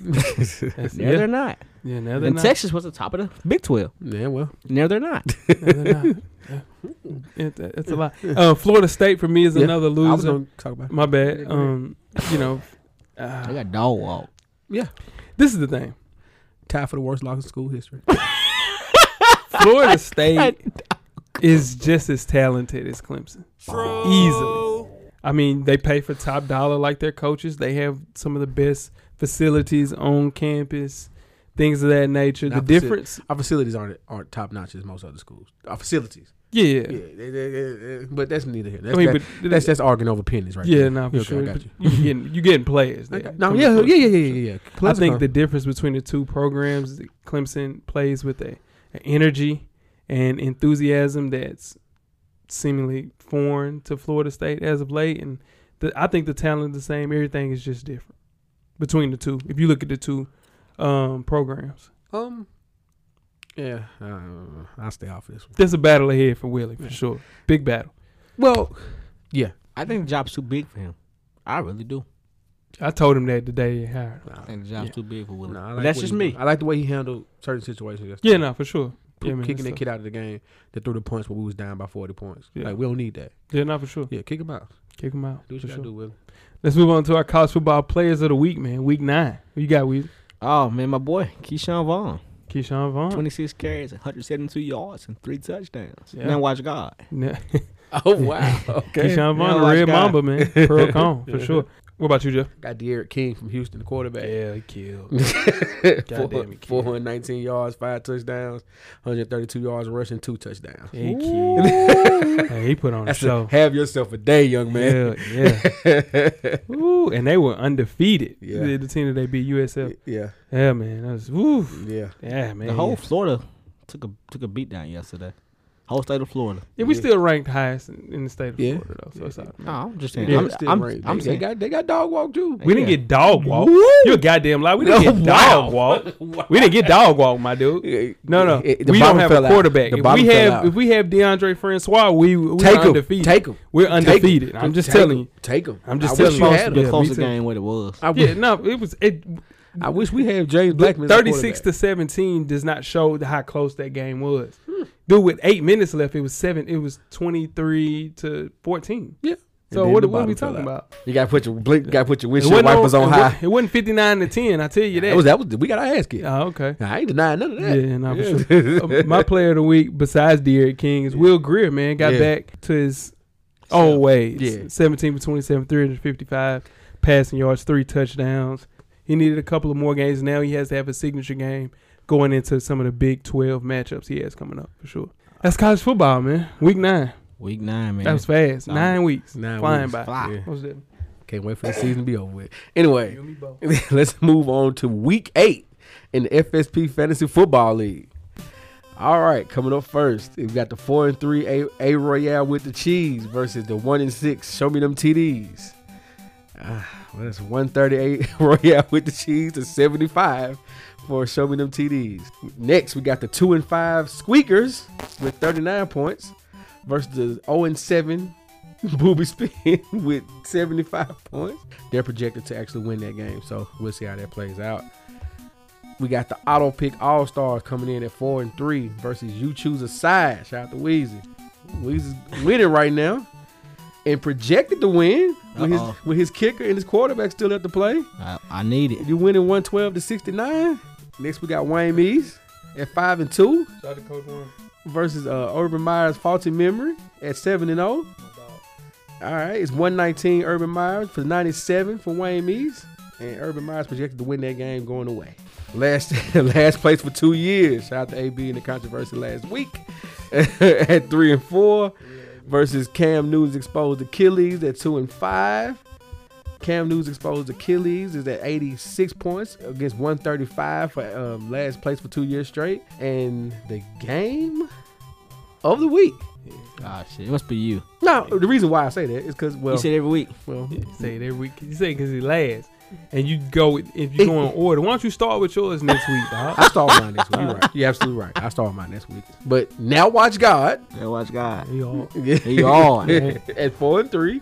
[SPEAKER 3] That's-
[SPEAKER 4] No,
[SPEAKER 3] yeah.
[SPEAKER 4] they're not.
[SPEAKER 3] Yeah, now they're
[SPEAKER 4] And
[SPEAKER 3] not.
[SPEAKER 4] Texas was the top of the Big 12.
[SPEAKER 5] Yeah, well,
[SPEAKER 4] No, they're not.
[SPEAKER 3] Now they're not. Yeah. It- it's a lot. Uh, Florida State for me is
[SPEAKER 5] Yeah.
[SPEAKER 3] another
[SPEAKER 5] I was
[SPEAKER 3] loser.
[SPEAKER 5] gonna talk about.
[SPEAKER 3] My
[SPEAKER 5] Yeah,
[SPEAKER 3] bad.
[SPEAKER 5] go ahead.
[SPEAKER 3] Um, you know,
[SPEAKER 4] I
[SPEAKER 3] uh,
[SPEAKER 4] got dog walk.
[SPEAKER 5] yeah,
[SPEAKER 3] this is the thing.
[SPEAKER 5] tied for the worst loss in school history. *laughs*
[SPEAKER 3] Florida State is just as talented as Clemson.
[SPEAKER 5] Oh.
[SPEAKER 3] Easily. I mean, they pay for top dollar like their coaches. They have some of the best facilities on campus, things of that nature.
[SPEAKER 5] Not
[SPEAKER 3] the
[SPEAKER 5] faci-
[SPEAKER 3] difference,
[SPEAKER 5] Our facilities aren't aren't top notch as most other schools. Our facilities,
[SPEAKER 3] yeah.
[SPEAKER 5] yeah, they- they- they- they- but that's neither here. That's,
[SPEAKER 3] I mean,
[SPEAKER 5] that-
[SPEAKER 3] but
[SPEAKER 5] that's that's arguing over pennies, right?
[SPEAKER 3] yeah,
[SPEAKER 5] there.
[SPEAKER 3] no, for
[SPEAKER 5] Okay,
[SPEAKER 3] sure.
[SPEAKER 5] I got
[SPEAKER 3] But
[SPEAKER 5] you.
[SPEAKER 3] you. are getting you getting players.
[SPEAKER 5] I
[SPEAKER 3] there.
[SPEAKER 5] got- No,
[SPEAKER 3] Coming
[SPEAKER 5] yeah,
[SPEAKER 3] from-
[SPEAKER 5] yeah, yeah, yeah, yeah, uh, yeah.
[SPEAKER 3] I
[SPEAKER 5] Clemson,
[SPEAKER 3] think
[SPEAKER 5] huh?
[SPEAKER 3] the difference between the two programs, is that Clemson plays with a, a energy and enthusiasm that's seemingly foreign to Florida State as of late, and the, I think the talent is the same. Everything is just different between the two. If you look at the two um, programs,
[SPEAKER 5] Um, Yeah, uh, I'll stay off this one.
[SPEAKER 3] There's a battle ahead for Willie for sure. Big battle.
[SPEAKER 5] Well,
[SPEAKER 4] I think the job's too big for him. I really do.
[SPEAKER 3] I told him that the day he hired. him.
[SPEAKER 4] I think the job's
[SPEAKER 3] Yeah.
[SPEAKER 4] too big for Willie.
[SPEAKER 5] nah, I
[SPEAKER 4] But
[SPEAKER 5] like
[SPEAKER 4] that's
[SPEAKER 5] what
[SPEAKER 4] just
[SPEAKER 5] he-
[SPEAKER 4] me.
[SPEAKER 5] I like the way he handled certain situations. yesterday.
[SPEAKER 3] Yeah, no, for sure. Yeah, man,
[SPEAKER 5] kicking
[SPEAKER 3] that's
[SPEAKER 5] that
[SPEAKER 3] tough.
[SPEAKER 5] kid out of the game that threw the points when we was down by 40 points.
[SPEAKER 3] Yeah.
[SPEAKER 5] Like, we don't need that.
[SPEAKER 3] Yeah, no, for sure.
[SPEAKER 5] Yeah, kick him out.
[SPEAKER 3] Kick him out.
[SPEAKER 5] Do what
[SPEAKER 3] for
[SPEAKER 5] you gotta
[SPEAKER 3] sure.
[SPEAKER 5] do, Willie.
[SPEAKER 3] Let's move on to our college football players of the week, man. Week nine. Who you got, Weezy?
[SPEAKER 4] Oh man, my boy Keyshawn Vaughn,
[SPEAKER 3] Keyshawn Vaughn.
[SPEAKER 4] twenty six carries, one hundred seventy two yards, and three touchdowns.
[SPEAKER 3] Yeah.
[SPEAKER 4] Now watch God.
[SPEAKER 3] Yeah.
[SPEAKER 5] Oh, *laughs* wow. okay.
[SPEAKER 3] Keyshawn
[SPEAKER 4] Yeah,
[SPEAKER 3] Vaughn, the
[SPEAKER 4] like
[SPEAKER 3] Red
[SPEAKER 4] that.
[SPEAKER 3] Mamba, man. *laughs* Pearl Cone, for sure. What about you, Jeff?
[SPEAKER 5] Got Derek King from Houston, the quarterback.
[SPEAKER 3] Yeah, killed.
[SPEAKER 5] Four-
[SPEAKER 3] Goddamn it, kid.
[SPEAKER 5] 419 yards, five touchdowns, 132 yards rushing, two touchdowns.
[SPEAKER 3] He killed. Hey, he put on a
[SPEAKER 5] That's
[SPEAKER 3] show.
[SPEAKER 5] a, have yourself a day, young man.
[SPEAKER 3] Yeah, yeah. Ooh, and they were undefeated.
[SPEAKER 5] Yeah.
[SPEAKER 3] The, the team that they beat USF.
[SPEAKER 5] *laughs* Yeah,
[SPEAKER 3] Yeah, man. That was woo.
[SPEAKER 5] yeah.
[SPEAKER 3] Yeah, man.
[SPEAKER 4] The whole Florida took a took a beat down yesterday. Whole state of Florida.
[SPEAKER 3] yeah, we
[SPEAKER 5] yeah.
[SPEAKER 3] still ranked highest in, in the state of
[SPEAKER 5] Yeah.
[SPEAKER 3] Florida, though. So it's all right, man.
[SPEAKER 4] No, I'm just saying.
[SPEAKER 3] Yeah,
[SPEAKER 4] I'm,
[SPEAKER 5] They still
[SPEAKER 4] I'm,
[SPEAKER 5] ranked.
[SPEAKER 4] I'm
[SPEAKER 5] they, they
[SPEAKER 4] saying.
[SPEAKER 5] got they got dog walk too.
[SPEAKER 3] We didn't
[SPEAKER 4] Yeah.
[SPEAKER 3] get dog walk. You're a goddamn lie. We didn't
[SPEAKER 5] No,
[SPEAKER 3] get
[SPEAKER 5] wow.
[SPEAKER 3] dog walk. We didn't get dog walk, my dude.
[SPEAKER 5] Yeah,
[SPEAKER 3] No, no.
[SPEAKER 5] *laughs* it- the
[SPEAKER 3] we don't
[SPEAKER 5] bottom
[SPEAKER 3] have
[SPEAKER 5] fell
[SPEAKER 3] a
[SPEAKER 5] out.
[SPEAKER 3] quarterback.
[SPEAKER 5] The
[SPEAKER 3] If
[SPEAKER 5] bottom
[SPEAKER 3] we
[SPEAKER 5] fell
[SPEAKER 3] have
[SPEAKER 5] out.
[SPEAKER 3] if we have DeAndre Francois, we we're
[SPEAKER 5] Take 'em.
[SPEAKER 3] undefeated.
[SPEAKER 5] Take 'em.
[SPEAKER 3] We're
[SPEAKER 5] Take 'em.
[SPEAKER 3] undefeated. I'm just
[SPEAKER 5] Take 'em.
[SPEAKER 3] telling you.
[SPEAKER 5] Take him.
[SPEAKER 3] I'm just
[SPEAKER 5] I
[SPEAKER 3] telling
[SPEAKER 5] wish
[SPEAKER 3] you.
[SPEAKER 5] had
[SPEAKER 3] Yeah,
[SPEAKER 4] The
[SPEAKER 3] me
[SPEAKER 5] him.
[SPEAKER 4] closer
[SPEAKER 3] too.
[SPEAKER 4] game what it was.
[SPEAKER 5] I wish,
[SPEAKER 3] Yeah, no, it was it,
[SPEAKER 5] I wish we had James Blackman. as a
[SPEAKER 3] 36
[SPEAKER 5] quarterback.
[SPEAKER 3] to 17 does not show how close that game was. Dude, with 8 minutes left, it was 7 it was 23 to 14.
[SPEAKER 5] Yeah.
[SPEAKER 3] So
[SPEAKER 5] And then
[SPEAKER 3] what,
[SPEAKER 5] the
[SPEAKER 3] what are we
[SPEAKER 5] bottom fell
[SPEAKER 3] talking
[SPEAKER 5] out.
[SPEAKER 3] about?
[SPEAKER 5] You got to put your blink. Got to put your
[SPEAKER 3] It
[SPEAKER 5] windshield
[SPEAKER 3] wasn't
[SPEAKER 5] wipers on,
[SPEAKER 3] it wa-
[SPEAKER 5] high.
[SPEAKER 3] It wasn't 59 to 10, I tell you that.
[SPEAKER 5] That was that was we got our ass kicked.
[SPEAKER 3] oh, okay.
[SPEAKER 5] I ain't denying none of that.
[SPEAKER 3] Yeah, no, for sure. Uh, My player of the week, besides Derek King, is Will Greer, man. Got
[SPEAKER 5] Yeah.
[SPEAKER 3] back to his old ways.
[SPEAKER 5] Yeah.
[SPEAKER 3] 17 for 27, 355 passing yards, three touchdowns. He needed a couple of more games. Now he has to have a signature game going into some of the Big 12 matchups he has coming up, for sure. That's college football, man. Week nine.
[SPEAKER 4] Week nine, man.
[SPEAKER 3] That was fast.
[SPEAKER 4] Nah.
[SPEAKER 3] Nine weeks.
[SPEAKER 5] Nine
[SPEAKER 3] Flying
[SPEAKER 5] weeks.
[SPEAKER 3] by.
[SPEAKER 4] Fly.
[SPEAKER 5] Yeah.
[SPEAKER 3] What's that?
[SPEAKER 5] Can't wait for the season to be over with. Anyway,
[SPEAKER 3] You and me both.
[SPEAKER 5] *laughs* let's move on to week eight in the FSP Fantasy Football League. All right, coming up first, we've got the four and three A, A Royale with the cheese versus the one and six. Show me them TDs. Ah, well, that's one thirty eight *laughs* Royale with the cheese to seventy five for show me them TDs. Next, we got the two and five Squeakers with thirty nine points versus the zero and seven *laughs* Booby Spin *laughs* with 75 points. They're projected to actually win that game, so we'll see how that plays out. We got the auto pick all stars coming in at four and three versus you choose a side. Shout out to Weezy. Weezy's winning right now and projected to win with his,
[SPEAKER 4] Uh-oh.
[SPEAKER 5] with his kicker and his quarterback still at the play.
[SPEAKER 4] I, I need it.
[SPEAKER 5] You're winning 112 to 69. Next, we got Wayne Mees at five and two
[SPEAKER 3] Shout out to Coach Warren.
[SPEAKER 5] versus uh, Urban Meyer's faulty memory at seven and zero. All right, it's 119 Urban Myers for 97 for Wayne Mees. And Urban Myers projected to win that game going away. Last *laughs* last place for two years. Shout out to AB in the controversy last week *laughs* at three and four versus Cam News exposed Achilles at two and five. Cam News exposed Achilles is at 86 points against 135 for um, last place for two years straight. And the game of the week.
[SPEAKER 4] Ah shit, it must be you.
[SPEAKER 5] Now, the reason why I say that is because, well,
[SPEAKER 4] you said every week.
[SPEAKER 5] well,
[SPEAKER 3] You say it every week. You say because he last, and you go with- if you go in order. Why don't you start with yours next week, dog?
[SPEAKER 5] I start mine next week. You're right. You're absolutely right. I start mine next week. But now watch God
[SPEAKER 4] Yeah, watch God.
[SPEAKER 3] You all-
[SPEAKER 4] He on.
[SPEAKER 3] *laughs*
[SPEAKER 5] *laughs* at four and three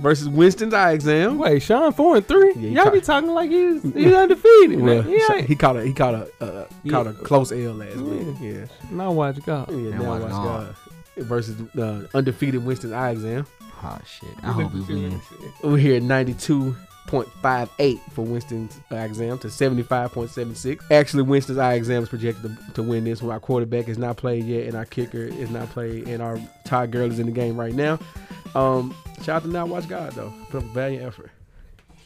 [SPEAKER 5] versus Winston's eye exam.
[SPEAKER 3] Wait, Sean four and three.
[SPEAKER 5] Yeah, he
[SPEAKER 3] Y'all
[SPEAKER 5] ca-
[SPEAKER 3] be talking like he's he's undefeated.
[SPEAKER 5] Well,
[SPEAKER 3] man. Yeah,
[SPEAKER 5] so he caught a he caught a uh, caught a close L last week. Yeah,
[SPEAKER 3] now watch God.
[SPEAKER 5] yeah. Now
[SPEAKER 4] why
[SPEAKER 5] watch
[SPEAKER 4] not?
[SPEAKER 5] God versus uh, undefeated Winston's eye exam.
[SPEAKER 4] Ah shit. I hope he wins.
[SPEAKER 5] We're here at ninety two point five eight for Winston's eye exam to seventy five point seven six. Actually, Winston's eye exam is projected to, to win this one. Our quarterback is not played yet, and our kicker is not played, and our Todd Girl is in the game right now. Um, shout out to Now Watch God though, put up a valiant effort.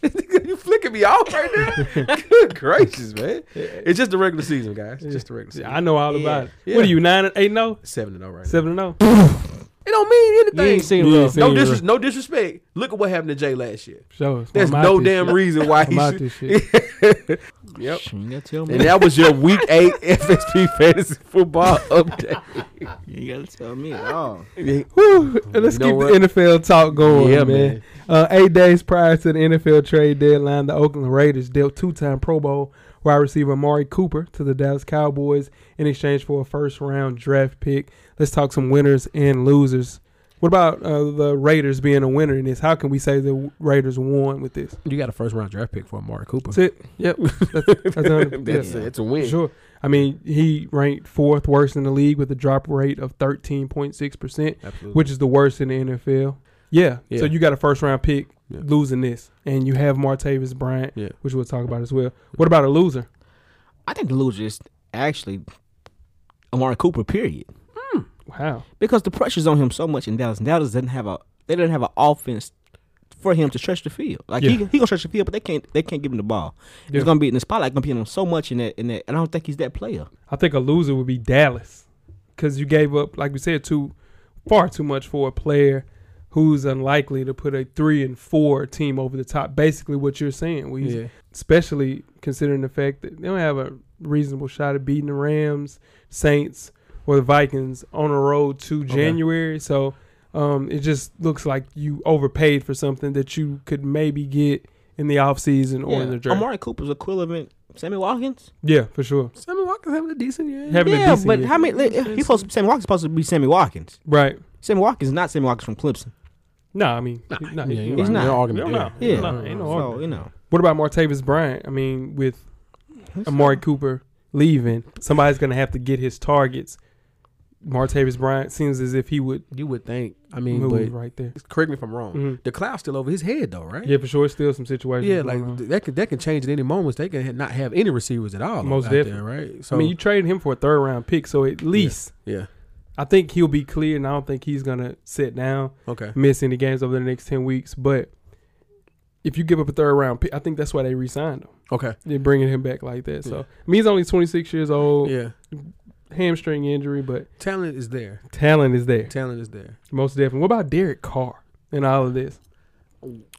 [SPEAKER 5] *laughs* you flicking me off right
[SPEAKER 3] *laughs*
[SPEAKER 5] now? Good gracious, man! It's just the regular season, guys. It's just the regular season.
[SPEAKER 3] I know all about it.
[SPEAKER 5] Yeah.
[SPEAKER 3] What are you nine and eight? No,
[SPEAKER 5] Seven and zero right
[SPEAKER 3] seven and oh? zero.
[SPEAKER 5] now. It don't mean anything.
[SPEAKER 4] You ain't seen
[SPEAKER 3] You
[SPEAKER 4] him.
[SPEAKER 3] ain't
[SPEAKER 4] though.
[SPEAKER 3] seen-
[SPEAKER 5] no,
[SPEAKER 3] it,
[SPEAKER 5] disres-
[SPEAKER 3] bro.
[SPEAKER 5] no disrespect. Look at what happened to Jay last year.
[SPEAKER 3] Show us.
[SPEAKER 5] There's
[SPEAKER 3] I'm out
[SPEAKER 5] no
[SPEAKER 3] this
[SPEAKER 5] damn
[SPEAKER 3] shit.
[SPEAKER 5] reason why
[SPEAKER 3] *laughs*
[SPEAKER 5] he
[SPEAKER 3] I'm out
[SPEAKER 5] should-
[SPEAKER 3] this shit.
[SPEAKER 5] Yep.
[SPEAKER 4] Shit, You gotta tell
[SPEAKER 5] And
[SPEAKER 4] me.
[SPEAKER 5] that was your week eight *laughs* FSP fantasy football *laughs* update.
[SPEAKER 4] You gotta tell me. Oh.
[SPEAKER 3] Whew. Let's
[SPEAKER 5] know
[SPEAKER 3] keep
[SPEAKER 5] what?
[SPEAKER 3] the NFL talk going,
[SPEAKER 5] Yeah,
[SPEAKER 3] man.
[SPEAKER 5] man.
[SPEAKER 3] Uh, eight days prior to the NFL trade deadline, the Oakland Raiders dealt two-time Pro Bowl wide receiver Amari Cooper to the Dallas Cowboys in exchange for a first round draft pick. Let's talk some winners and losers. What about uh, the Raiders being a winner in this? How can we say the Raiders won with this?
[SPEAKER 5] You got a first round draft pick for Amari Cooper.
[SPEAKER 3] That's it. Yep. That's, that's a
[SPEAKER 5] *laughs*
[SPEAKER 3] hundred-
[SPEAKER 5] That's
[SPEAKER 3] yeah.
[SPEAKER 5] it. It's a win.
[SPEAKER 3] Sure. I mean, he ranked fourth worst in the league with a drop rate of 13.6%,
[SPEAKER 5] Absolutely.
[SPEAKER 3] which is the worst in the NFL. Yeah.
[SPEAKER 5] Yeah.
[SPEAKER 3] So you got a first round pick
[SPEAKER 5] Yeah.
[SPEAKER 3] losing this, and you have Martavis Bryant,
[SPEAKER 5] Yeah.
[SPEAKER 3] which we'll talk about as well. What about a loser?
[SPEAKER 4] I think the loser is actually Amari Cooper. Period.
[SPEAKER 3] Wow.
[SPEAKER 4] because the pressure's on him so much in Dallas. And Dallas doesn't have a they don't have an offense for him to stretch the field. Like he
[SPEAKER 3] Yeah.
[SPEAKER 4] he gonna stretch the field, but they can't they can't give him the ball.
[SPEAKER 3] Yeah.
[SPEAKER 4] He's gonna be in the spotlight, gonna be on him so much in that in that. And I don't think he's that player.
[SPEAKER 3] I think a loser would be Dallas because you gave up, like we said, too far too much for a player who's unlikely to put a three and four team over the top. Basically, what you're saying, we
[SPEAKER 5] Yeah.
[SPEAKER 3] especially considering the fact that they don't have a reasonable shot at beating the Rams, Saints, or the Vikings on the road to January. So um, it just looks like you overpaid for something that you could maybe get in the offseason or in the draft.
[SPEAKER 4] Amari Cooper's equivalent Sammy Watkins.
[SPEAKER 3] yeah, for sure.
[SPEAKER 5] Sammy Watkins having a decent year.
[SPEAKER 3] Having a
[SPEAKER 4] yeah,
[SPEAKER 3] decent
[SPEAKER 4] but
[SPEAKER 3] year.
[SPEAKER 4] how many? Like, he supposed to- Sammy Watkins supposed to be Sammy Watkins.
[SPEAKER 3] Right.
[SPEAKER 4] Sammy Watkins is not Sammy Watkins from Clemson.
[SPEAKER 3] No, I mean, no,
[SPEAKER 5] yeah,
[SPEAKER 3] you
[SPEAKER 5] you're
[SPEAKER 4] He's
[SPEAKER 5] right.
[SPEAKER 4] not.
[SPEAKER 5] No
[SPEAKER 3] No,
[SPEAKER 5] argument.
[SPEAKER 3] no,
[SPEAKER 5] yeah.
[SPEAKER 4] Yeah.
[SPEAKER 3] no, ain't no
[SPEAKER 4] So
[SPEAKER 3] argument.
[SPEAKER 4] you know,
[SPEAKER 3] What about Martavis Bryant? I mean, with Amari Cooper leaving, somebody's going to have to get his targets. Martavis Bryant seems as if he would
[SPEAKER 5] You would think. I mean,
[SPEAKER 3] move
[SPEAKER 5] but
[SPEAKER 3] right there.
[SPEAKER 5] correct me if I'm wrong.
[SPEAKER 3] Mhm.
[SPEAKER 5] The cloud's still over his head, though, right?
[SPEAKER 3] Yeah, for sure. Still some situations.
[SPEAKER 5] Yeah,
[SPEAKER 3] going
[SPEAKER 5] like
[SPEAKER 3] on.
[SPEAKER 5] th- that can that can change at any moment. They can ha- not have any receivers at all.
[SPEAKER 3] Most
[SPEAKER 5] out there,
[SPEAKER 3] definitely.
[SPEAKER 5] right? So
[SPEAKER 3] I mean, you traded him for a third round pick, so at least
[SPEAKER 5] yeah,
[SPEAKER 3] I think he'll be clear, and I don't think he's gonna sit down,
[SPEAKER 5] okay,
[SPEAKER 3] miss any games over the next ten weeks. But if you give up a third round pick, I think that's why they re-signed him.
[SPEAKER 5] okay,
[SPEAKER 3] They're bringing him back like that. So
[SPEAKER 5] Yeah.
[SPEAKER 3] I mean, he's only 26 years old,
[SPEAKER 5] yeah.
[SPEAKER 3] hamstring injury, but
[SPEAKER 5] Talent is there.
[SPEAKER 3] talent is there,
[SPEAKER 5] Talent is there.
[SPEAKER 3] most definitely. What about Derek Carr and all of this,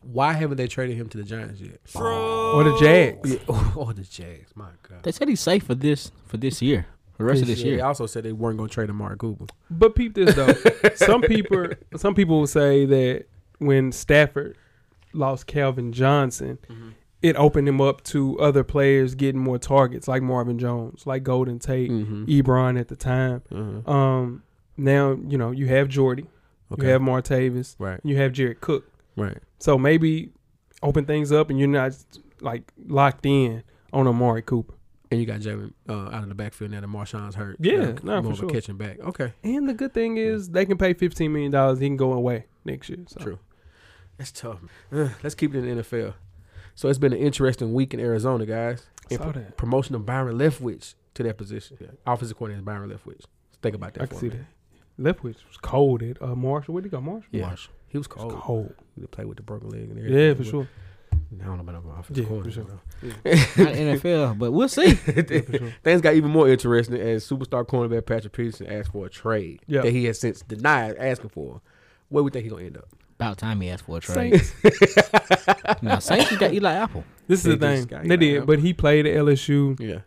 [SPEAKER 5] Why haven't they traded him to the Giants yet?
[SPEAKER 3] or the Jags?
[SPEAKER 5] Yeah. *laughs* Oh, the Jags. My God.
[SPEAKER 4] they said he's safe for this for this year, the rest of this
[SPEAKER 5] They
[SPEAKER 4] year.
[SPEAKER 5] also said they weren't going to trade Amari Cooper.
[SPEAKER 3] But peep this
[SPEAKER 5] *laughs*
[SPEAKER 3] though. some people some people will say that when Stafford lost Calvin Johnson,
[SPEAKER 5] Mm-hmm.
[SPEAKER 3] it opened him up to other players getting more targets, like Marvin Jones, like Golden
[SPEAKER 5] Mm-hmm.
[SPEAKER 3] Tate, Ebron at the time.
[SPEAKER 5] Uh,
[SPEAKER 3] Um, now you know you have Jordy,
[SPEAKER 5] Okay.
[SPEAKER 3] you have Martavis,
[SPEAKER 5] Right.
[SPEAKER 3] you have Jared Cook.
[SPEAKER 5] Right.
[SPEAKER 3] So maybe open things up, and you're not like locked in on Amari Cooper.
[SPEAKER 5] And you got Jalen uh, out of the backfield now that Marshawn's hurt.
[SPEAKER 3] Yeah,
[SPEAKER 5] Now,
[SPEAKER 3] nah,
[SPEAKER 5] more
[SPEAKER 3] for
[SPEAKER 5] of a
[SPEAKER 3] sure.
[SPEAKER 5] catching back. Okay.
[SPEAKER 3] And the good thing is they can pay fifteen million dollars. He can go away next year. So.
[SPEAKER 5] True. That's tough. Ugh, let's keep it in the NFL. So it's been an interesting week in Arizona, guys. And
[SPEAKER 3] Saw
[SPEAKER 5] pr-
[SPEAKER 3] that.
[SPEAKER 5] Promotion of Byron Leftwich to that position. Offensive coordinator Byron Leftwich. Think about that.
[SPEAKER 3] I can
[SPEAKER 5] for a
[SPEAKER 3] see
[SPEAKER 5] minute.
[SPEAKER 3] that. Leftwich was cold at uh, Marshall. Where'd he go, Marshall?
[SPEAKER 5] Yeah.
[SPEAKER 4] Marshall.
[SPEAKER 5] He was
[SPEAKER 3] It was
[SPEAKER 5] cold.
[SPEAKER 3] cold.
[SPEAKER 5] He played with the broken leg and everything.
[SPEAKER 3] Yeah, for
[SPEAKER 5] But *laughs*
[SPEAKER 3] sure.
[SPEAKER 5] I don't know about no offensive
[SPEAKER 3] Yeah, for
[SPEAKER 5] coordinator.
[SPEAKER 3] sure.
[SPEAKER 5] though.
[SPEAKER 4] not
[SPEAKER 3] *laughs*
[SPEAKER 4] NFL, but we'll see.
[SPEAKER 5] Things got even more interesting as superstar cornerback Patrick Peterson asked for a trade
[SPEAKER 3] Yeah.
[SPEAKER 5] that he has since denied asking for. Where we think he's gonna end up?
[SPEAKER 4] About time he asked for a trade.
[SPEAKER 3] Saints.
[SPEAKER 4] *laughs* now Saints just got
[SPEAKER 3] *laughs*
[SPEAKER 4] Eli Apple.
[SPEAKER 3] This
[SPEAKER 5] They
[SPEAKER 3] is the
[SPEAKER 5] just
[SPEAKER 3] thing.
[SPEAKER 5] got
[SPEAKER 3] They
[SPEAKER 5] him
[SPEAKER 3] did,
[SPEAKER 5] out.
[SPEAKER 3] but he played at LSU.
[SPEAKER 5] Yeah,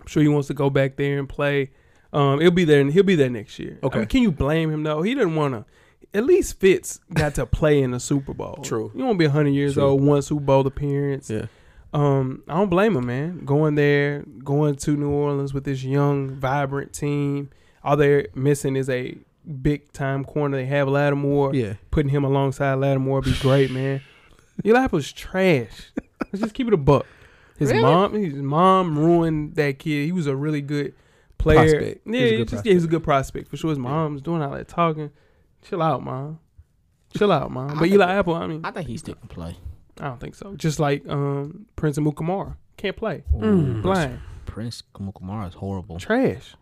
[SPEAKER 3] I'm sure he wants to go back there and play. Um, he'll be there. He'll be there next year. I
[SPEAKER 5] Okay.
[SPEAKER 3] mean, can you blame him though? He didn't want to. At least Fitz got to play in the Super Bowl.
[SPEAKER 5] *laughs* True.
[SPEAKER 3] You won't be 100 years
[SPEAKER 5] True.
[SPEAKER 3] old, one Super Bowl appearance.
[SPEAKER 5] yeah.
[SPEAKER 3] Um, I don't blame him, man. Going there, going to New Orleans with this young, vibrant team. All they're missing is a big time corner. They have Lattimore.
[SPEAKER 5] Yeah.
[SPEAKER 3] Putting him alongside Lattimore would be great, man. Eli Apple's trash. Let's just keep it a buck. His mom, his mom ruined that kid. He was a really good player.
[SPEAKER 5] Prospect. He
[SPEAKER 3] Yeah,
[SPEAKER 5] was a
[SPEAKER 3] he
[SPEAKER 5] good
[SPEAKER 3] just yeah, he's a good prospect for sure. His mom's doing all that talking. Chill out, mom. Chill out, mom. But Eli Apple, I mean,
[SPEAKER 4] I think he's still can play.
[SPEAKER 3] I don't think so. Just like um, Prince and Mukamara can't play. Blind.
[SPEAKER 4] Prince Kamukamara is horrible.
[SPEAKER 3] Trash.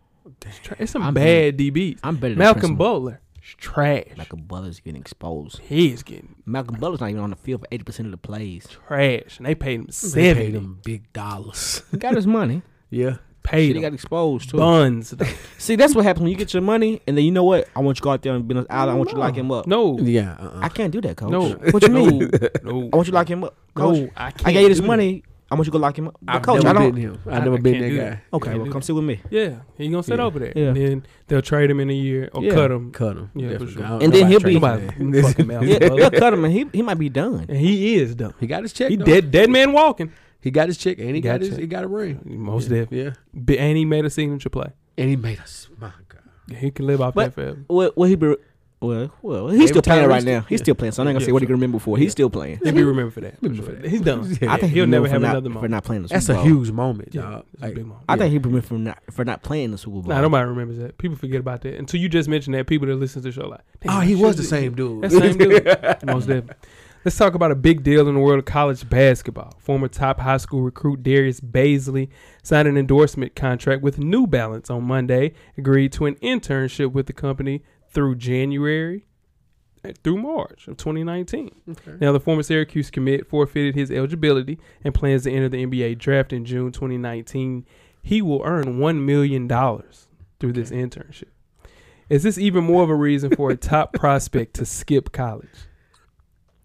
[SPEAKER 3] It's, tra- it's some
[SPEAKER 4] I'm
[SPEAKER 3] bad DBs.
[SPEAKER 4] I'm better.
[SPEAKER 3] Malcolm
[SPEAKER 4] than Prince
[SPEAKER 3] Butler. It's trash.
[SPEAKER 4] Muk- Malcolm Butler's getting exposed.
[SPEAKER 3] He is getting
[SPEAKER 4] Malcolm Butler's not even on the field for eighty percent of the plays.
[SPEAKER 3] trash. And they paid him
[SPEAKER 5] They
[SPEAKER 3] seven.
[SPEAKER 5] paid him big dollars.
[SPEAKER 3] *laughs*
[SPEAKER 4] He got his money.
[SPEAKER 5] yeah,
[SPEAKER 4] Shit,
[SPEAKER 3] Paid
[SPEAKER 4] he
[SPEAKER 3] him
[SPEAKER 4] got exposed too.
[SPEAKER 3] buns. though.
[SPEAKER 4] See, that's what happens when you get your money, and then you know what? I want you to go out there and be on the island. I want you to lock him up.
[SPEAKER 3] no.
[SPEAKER 5] *laughs* yeah. Uh-uh.
[SPEAKER 4] I can't do that, coach.
[SPEAKER 3] No.
[SPEAKER 4] *laughs* What
[SPEAKER 3] *laughs*
[SPEAKER 4] you mean?
[SPEAKER 3] No.
[SPEAKER 4] *laughs* I want you to lock him up, coach.
[SPEAKER 3] No, I can't.
[SPEAKER 4] I gave you this
[SPEAKER 3] do that.
[SPEAKER 4] money. I want you to go lock him up, But
[SPEAKER 5] I've
[SPEAKER 4] coach. I
[SPEAKER 5] never
[SPEAKER 4] don't.
[SPEAKER 5] been him.
[SPEAKER 3] I-
[SPEAKER 5] I've never
[SPEAKER 3] I
[SPEAKER 5] been
[SPEAKER 3] can't
[SPEAKER 5] that
[SPEAKER 3] do
[SPEAKER 5] guy.
[SPEAKER 3] that.
[SPEAKER 4] Okay,
[SPEAKER 3] Can't
[SPEAKER 4] well,
[SPEAKER 3] do
[SPEAKER 4] come
[SPEAKER 3] that.
[SPEAKER 4] sit with me.
[SPEAKER 3] Yeah, he gonna sit
[SPEAKER 5] Yeah.
[SPEAKER 3] over there.
[SPEAKER 4] Yeah.
[SPEAKER 3] And then they'll trade him in a year or
[SPEAKER 4] Yeah.
[SPEAKER 3] cut him.
[SPEAKER 5] Cut him.
[SPEAKER 3] Yeah, for
[SPEAKER 5] Definitely.
[SPEAKER 3] sure.
[SPEAKER 5] I don't-
[SPEAKER 4] And then
[SPEAKER 5] nobody
[SPEAKER 4] he'll be-
[SPEAKER 5] trades him. *laughs*
[SPEAKER 3] Nobody- fucking Malcolm
[SPEAKER 4] Yeah,
[SPEAKER 3] Butler.
[SPEAKER 4] they'll cut him, and he he might be done.
[SPEAKER 3] And he is though.
[SPEAKER 5] He got his check.
[SPEAKER 3] He
[SPEAKER 5] though.
[SPEAKER 3] dead dead man walking.
[SPEAKER 5] He got his check and he got,
[SPEAKER 3] Got
[SPEAKER 5] his
[SPEAKER 3] check.
[SPEAKER 5] he got a ring.
[SPEAKER 3] Most
[SPEAKER 5] yeah.
[SPEAKER 3] definitely.
[SPEAKER 5] Yeah.
[SPEAKER 3] But- And he made a signature play.
[SPEAKER 5] And he made us my God.
[SPEAKER 3] He can live off
[SPEAKER 4] But-
[SPEAKER 3] that forever.
[SPEAKER 4] Well, well, he be well, well. He's still
[SPEAKER 3] Every time
[SPEAKER 4] playing
[SPEAKER 3] he
[SPEAKER 4] right
[SPEAKER 3] still-
[SPEAKER 4] now. He's
[SPEAKER 3] yeah.
[SPEAKER 4] still playing. So I'm not gonna
[SPEAKER 3] Yeah,
[SPEAKER 4] say what he
[SPEAKER 3] sure.
[SPEAKER 4] can remember for. He's still playing.
[SPEAKER 3] He'll be remembered for that.
[SPEAKER 5] Remembered for that.
[SPEAKER 3] He's done.
[SPEAKER 5] Yeah.
[SPEAKER 4] I think
[SPEAKER 3] He'll
[SPEAKER 4] he
[SPEAKER 3] never
[SPEAKER 4] remembered
[SPEAKER 3] have
[SPEAKER 4] for not-
[SPEAKER 3] another moment.
[SPEAKER 4] for not playing the
[SPEAKER 5] That's
[SPEAKER 4] Super
[SPEAKER 5] a
[SPEAKER 4] Bowl.
[SPEAKER 5] huge moment,
[SPEAKER 3] Yeah,
[SPEAKER 5] dog.
[SPEAKER 3] it's a
[SPEAKER 5] Like,
[SPEAKER 3] big moment.
[SPEAKER 4] I think he remembered for not for not playing the Super Bowl.
[SPEAKER 3] Nah, nobody remembers that. People forget about that until you just mentioned that. People that listen to the show like,
[SPEAKER 5] oh,
[SPEAKER 3] "Damn,
[SPEAKER 5] he was the
[SPEAKER 3] shit,
[SPEAKER 5] same dude.
[SPEAKER 3] That
[SPEAKER 5] *laughs*
[SPEAKER 3] same *laughs* dude. Most definitely. Let's talk about a big deal in the world of college basketball. Former top high school recruit Darius Baisley signed an endorsement contract with New Balance on Monday, agreed to an internship with the company through January eh, through March of 2019. Now, the former Syracuse commit forfeited his eligibility and plans to enter the NBA draft in June 2019. He will earn $1 million through this internship. Is this even more of a reason for a *laughs* top prospect to skip college?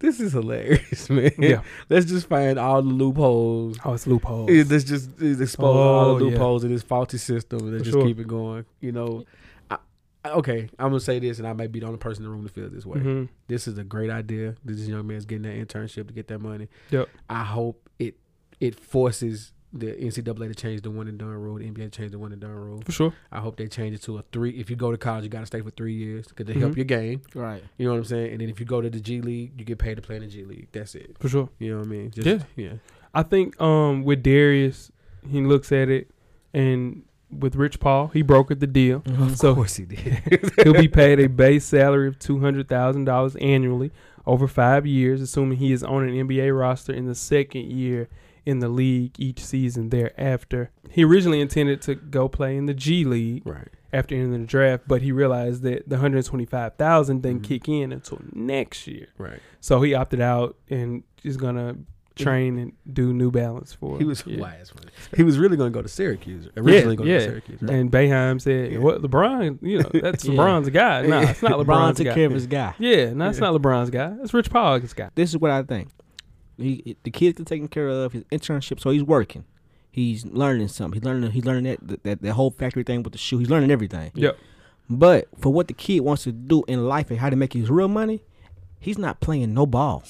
[SPEAKER 5] This is hilarious, man.
[SPEAKER 3] Yeah.
[SPEAKER 5] Let's just find all the loopholes.
[SPEAKER 3] Oh, it's loophole.
[SPEAKER 5] Yeah, Let's just let's expose all the
[SPEAKER 3] Oh, yeah.
[SPEAKER 5] loopholes in this faulty system and let's
[SPEAKER 3] For
[SPEAKER 5] just
[SPEAKER 3] sure.
[SPEAKER 5] keep it going. You know, I, I- okay, I'm gonna say this, and I might be the only person in the room to feel this way.
[SPEAKER 3] Mhm.
[SPEAKER 5] This is a great idea. This young man's getting that internship to get that money.
[SPEAKER 3] Yep.
[SPEAKER 5] I hope it it forces the NCAA to change the one and done rule, the NBA to change the one and done rule.
[SPEAKER 3] For sure.
[SPEAKER 5] I hope they change it to a three. If you go to college, you got to stay for three years because they help
[SPEAKER 3] Mhm.
[SPEAKER 5] your game.
[SPEAKER 4] Right.
[SPEAKER 5] You know what I'm saying? And then if you go to the G League, you get paid to play in the G League. That's it.
[SPEAKER 3] For sure.
[SPEAKER 5] You know what I mean? Just,
[SPEAKER 3] Yeah.
[SPEAKER 5] yeah.
[SPEAKER 3] I think um, with Darius, he looks at it, and with Rich Paul, he brokered the deal. *laughs*
[SPEAKER 4] *laughs*
[SPEAKER 3] So-
[SPEAKER 5] course he did. *laughs*
[SPEAKER 3] He'll be paid a base salary of two hundred thousand dollars annually over five years, assuming he is on an NBA roster in the second year in the league each season thereafter. He originally intended to go play in the G League
[SPEAKER 5] Right.
[SPEAKER 3] after entering the draft, but he realized that the hundred twenty-five thousand didn't
[SPEAKER 5] Mhm.
[SPEAKER 3] kick in until next year.
[SPEAKER 5] Right.
[SPEAKER 3] So he opted out and is gonna train and do New Balance for.
[SPEAKER 5] He was
[SPEAKER 3] yeah.
[SPEAKER 5] why that's funny. He was really going to go to Syracuse. Originally going
[SPEAKER 3] yeah.
[SPEAKER 5] to Syracuse. Right?
[SPEAKER 3] And Bayheim said,
[SPEAKER 5] Yeah.
[SPEAKER 3] "What LeBron? You know
[SPEAKER 5] *laughs*
[SPEAKER 3] that's
[SPEAKER 4] Yeah.
[SPEAKER 3] LeBron's guy. Nah, it's not
[SPEAKER 4] LeBron
[SPEAKER 3] LeBron's
[SPEAKER 4] took
[SPEAKER 3] guy.
[SPEAKER 4] care of his guy.
[SPEAKER 3] Yeah, no, it's
[SPEAKER 5] Yeah.
[SPEAKER 3] not LeBron's guy. It's Rich Paul's guy.
[SPEAKER 4] This is what I think. He, the kids are taken care of. His internship, so he's working. He's learning something. He's learning. He's learning that that, that whole factory thing with the shoe. He's learning everything.
[SPEAKER 3] Yep.
[SPEAKER 4] But for what the kid wants to do in life and how to make his real money, he's not playing no ball.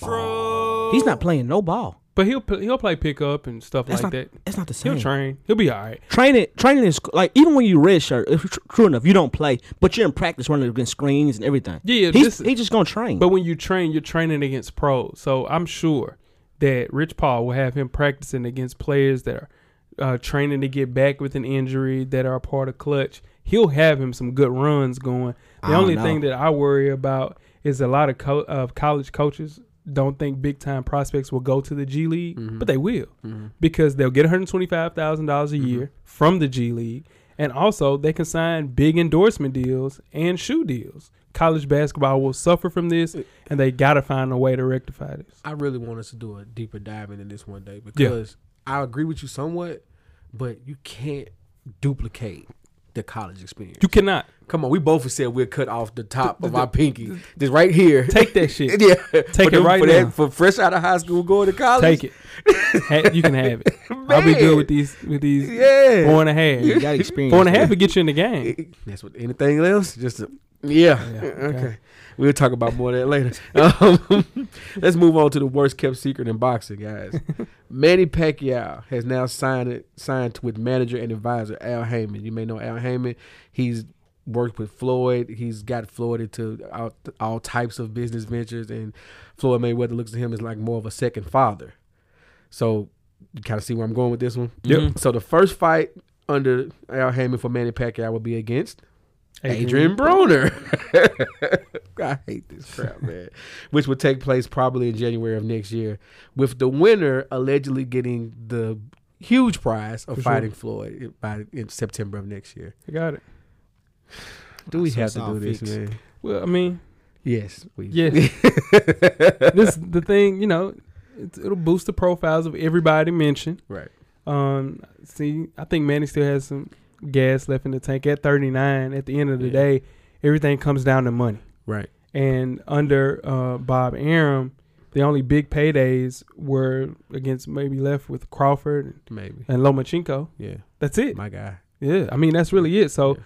[SPEAKER 4] He's not playing no ball.
[SPEAKER 3] But he'll pl- he'll play pickup and stuff
[SPEAKER 4] That's
[SPEAKER 3] like
[SPEAKER 4] not
[SPEAKER 3] that.
[SPEAKER 4] That's not the
[SPEAKER 3] He'll
[SPEAKER 4] same.
[SPEAKER 3] train. He'll be all right.
[SPEAKER 4] training, training is like even when you red shirt. If, tr- true enough, you don't play, but you're in practice running against screens and everything.
[SPEAKER 3] Yeah,
[SPEAKER 4] he's,
[SPEAKER 3] this-
[SPEAKER 4] he's just gonna train.
[SPEAKER 3] But when you train, you're training against pros. So I'm sure that Rich Paul will have him practicing against players that are uh, training to get back with an injury that are a part of clutch. He'll have him some good runs going.
[SPEAKER 4] I
[SPEAKER 3] The
[SPEAKER 4] don't
[SPEAKER 3] only
[SPEAKER 4] know.
[SPEAKER 3] thing that I worry about is a lot of co- of college coaches don't think big time prospects will go to the G League,
[SPEAKER 4] Mm-hmm.
[SPEAKER 3] but they will because they'll get one hundred twenty five thousand dollars
[SPEAKER 4] Mm-hmm.
[SPEAKER 3] a year from the G League, and also they can sign big endorsement deals and shoe deals. College basketball will suffer from this,
[SPEAKER 4] Uh,
[SPEAKER 3] and they gotta find a way to rectify this.
[SPEAKER 5] I really want us to do a deeper dive into this one day because I agree with you somewhat, but you can't duplicate the college experience.
[SPEAKER 3] You cannot
[SPEAKER 5] Come on, we both said we'll cut off the top of our pinky, just right here.
[SPEAKER 3] take that shit.
[SPEAKER 5] *laughs* yeah,
[SPEAKER 3] Take
[SPEAKER 5] for
[SPEAKER 3] it right
[SPEAKER 5] for
[SPEAKER 3] now.
[SPEAKER 5] for fresh out of high school going to college.
[SPEAKER 3] Take it. Ha- you can have
[SPEAKER 5] *laughs*
[SPEAKER 3] it. I'll be good with these with these
[SPEAKER 5] Yeah.
[SPEAKER 3] four and a half.
[SPEAKER 5] *laughs*
[SPEAKER 4] you got
[SPEAKER 3] *laughs*
[SPEAKER 4] experience.
[SPEAKER 3] Four and a
[SPEAKER 4] man.
[SPEAKER 3] half will get you in the game.
[SPEAKER 5] It- That's what anything else. Just a, yeah.
[SPEAKER 3] Yeah,
[SPEAKER 5] okay.
[SPEAKER 3] okay.
[SPEAKER 5] We'll talk about more of that later. *laughs* Um, *laughs* let's move on to the worst kept secret in boxing, guys. Manny Pacquiao has now signed it, signed with manager and advisor Al Heyman. You may know Al Heyman. He's worked with Floyd. He's got Floyd into all, all types of business ventures, and Floyd Mayweather looks at him as like more of a second father. So you kind of see where I'm going with this one.
[SPEAKER 3] Yep.
[SPEAKER 5] So the first fight under Al Heyman for Manny Pacquiao will be against Adrian Broner. *laughs* I hate this crap, man. Which would take place probably in January of next year, with the winner allegedly getting the huge prize of
[SPEAKER 3] For sure.
[SPEAKER 5] fighting Floyd by in September of next year.
[SPEAKER 3] I got it.
[SPEAKER 5] Do we
[SPEAKER 4] So
[SPEAKER 5] have
[SPEAKER 4] it's
[SPEAKER 5] to
[SPEAKER 4] all
[SPEAKER 5] do this,
[SPEAKER 4] fixed.
[SPEAKER 5] man?
[SPEAKER 3] Well, I mean,
[SPEAKER 5] Yes, we. *laughs*
[SPEAKER 3] yes. this the thing, you know. It's, it'll boost the profiles of everybody mentioned.
[SPEAKER 5] Right.
[SPEAKER 3] Um, see, I think Manny still has some gas left in the tank. At 39, at the end of the
[SPEAKER 5] Yeah.
[SPEAKER 3] day, everything comes down to money.
[SPEAKER 5] Right.
[SPEAKER 3] And under uh, Bob Arum, the only big paydays were against maybe left with Crawford and,
[SPEAKER 5] Maybe.
[SPEAKER 3] and Lomachenko.
[SPEAKER 5] Yeah.
[SPEAKER 3] That's it.
[SPEAKER 5] My guy.
[SPEAKER 3] Yeah, I mean that's really it. So,
[SPEAKER 5] and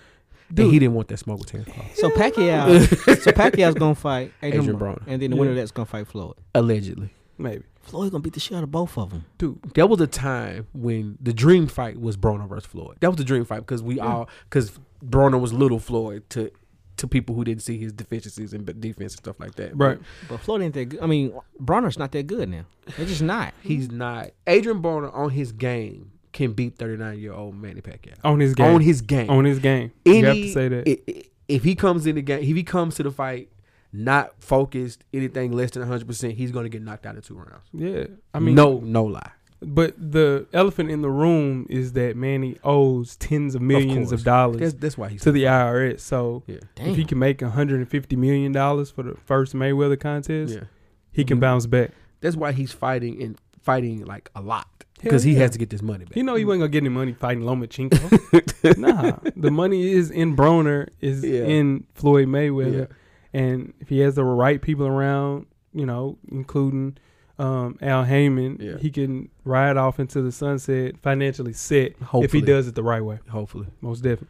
[SPEAKER 3] dude,
[SPEAKER 5] he didn't want that smoke with Terrence Crawford.
[SPEAKER 4] So Pacquiao, so Pacquiao's gonna fight Adrian, *laughs*
[SPEAKER 5] Adrian
[SPEAKER 4] Broner,
[SPEAKER 5] Broner.
[SPEAKER 4] and then the winner
[SPEAKER 3] Yeah.
[SPEAKER 4] of that's gonna fight Floyd.
[SPEAKER 5] Allegedly.
[SPEAKER 3] Maybe.
[SPEAKER 4] Floyd gonna beat the shit out of both of them.
[SPEAKER 5] Dude, that was a time when the dream fight was Broner versus Floyd. That was the dream fight because we all because Broner was little Floyd to to people who didn't see his deficiencies in defense and stuff like that.
[SPEAKER 3] Right.
[SPEAKER 4] But Floyd ain't that good. I mean, Bronner's not that good now. They're just not.
[SPEAKER 5] He's
[SPEAKER 3] Mm-hmm.
[SPEAKER 5] not. Adrian Broner on his game can beat 39 year old Manny Pacquiao.
[SPEAKER 3] On his game.
[SPEAKER 5] On his game.
[SPEAKER 3] On his game.
[SPEAKER 5] Any,
[SPEAKER 3] you have to say that.
[SPEAKER 5] i- i- if he comes in the game, if he comes to the fight not focused, anything less than 100%, he's going to get knocked out in two rounds.
[SPEAKER 3] yeah. I mean,
[SPEAKER 5] no, no lie.
[SPEAKER 3] But the elephant in the room is that Manny owes tens of millions of,
[SPEAKER 5] course.
[SPEAKER 3] dollars
[SPEAKER 5] That's, that's why he's.
[SPEAKER 3] to the IRS. So
[SPEAKER 5] yeah.
[SPEAKER 4] Damn.
[SPEAKER 3] if he can make 150 million dollars for the first Mayweather contest,
[SPEAKER 5] Yeah. Mm-hmm.
[SPEAKER 3] he can bounce back.
[SPEAKER 5] That's why he's fighting and fighting like a lot
[SPEAKER 3] Hell
[SPEAKER 5] because he
[SPEAKER 3] yeah.
[SPEAKER 5] has to get this
[SPEAKER 3] *laughs*
[SPEAKER 5] money back.
[SPEAKER 3] You know he wasn't gonna get any money fighting
[SPEAKER 5] *laughs*
[SPEAKER 3] Lomachenko. nah, the money is in Broner, is
[SPEAKER 5] Yeah.
[SPEAKER 3] in Floyd Mayweather, and if he has the right people around, you know, including um, Al Heyman,
[SPEAKER 5] Yeah.
[SPEAKER 3] he can ride off into the sunset financially set if he
[SPEAKER 5] Hopefully.
[SPEAKER 3] does it the right way.
[SPEAKER 5] Hopefully.
[SPEAKER 3] Most definitely.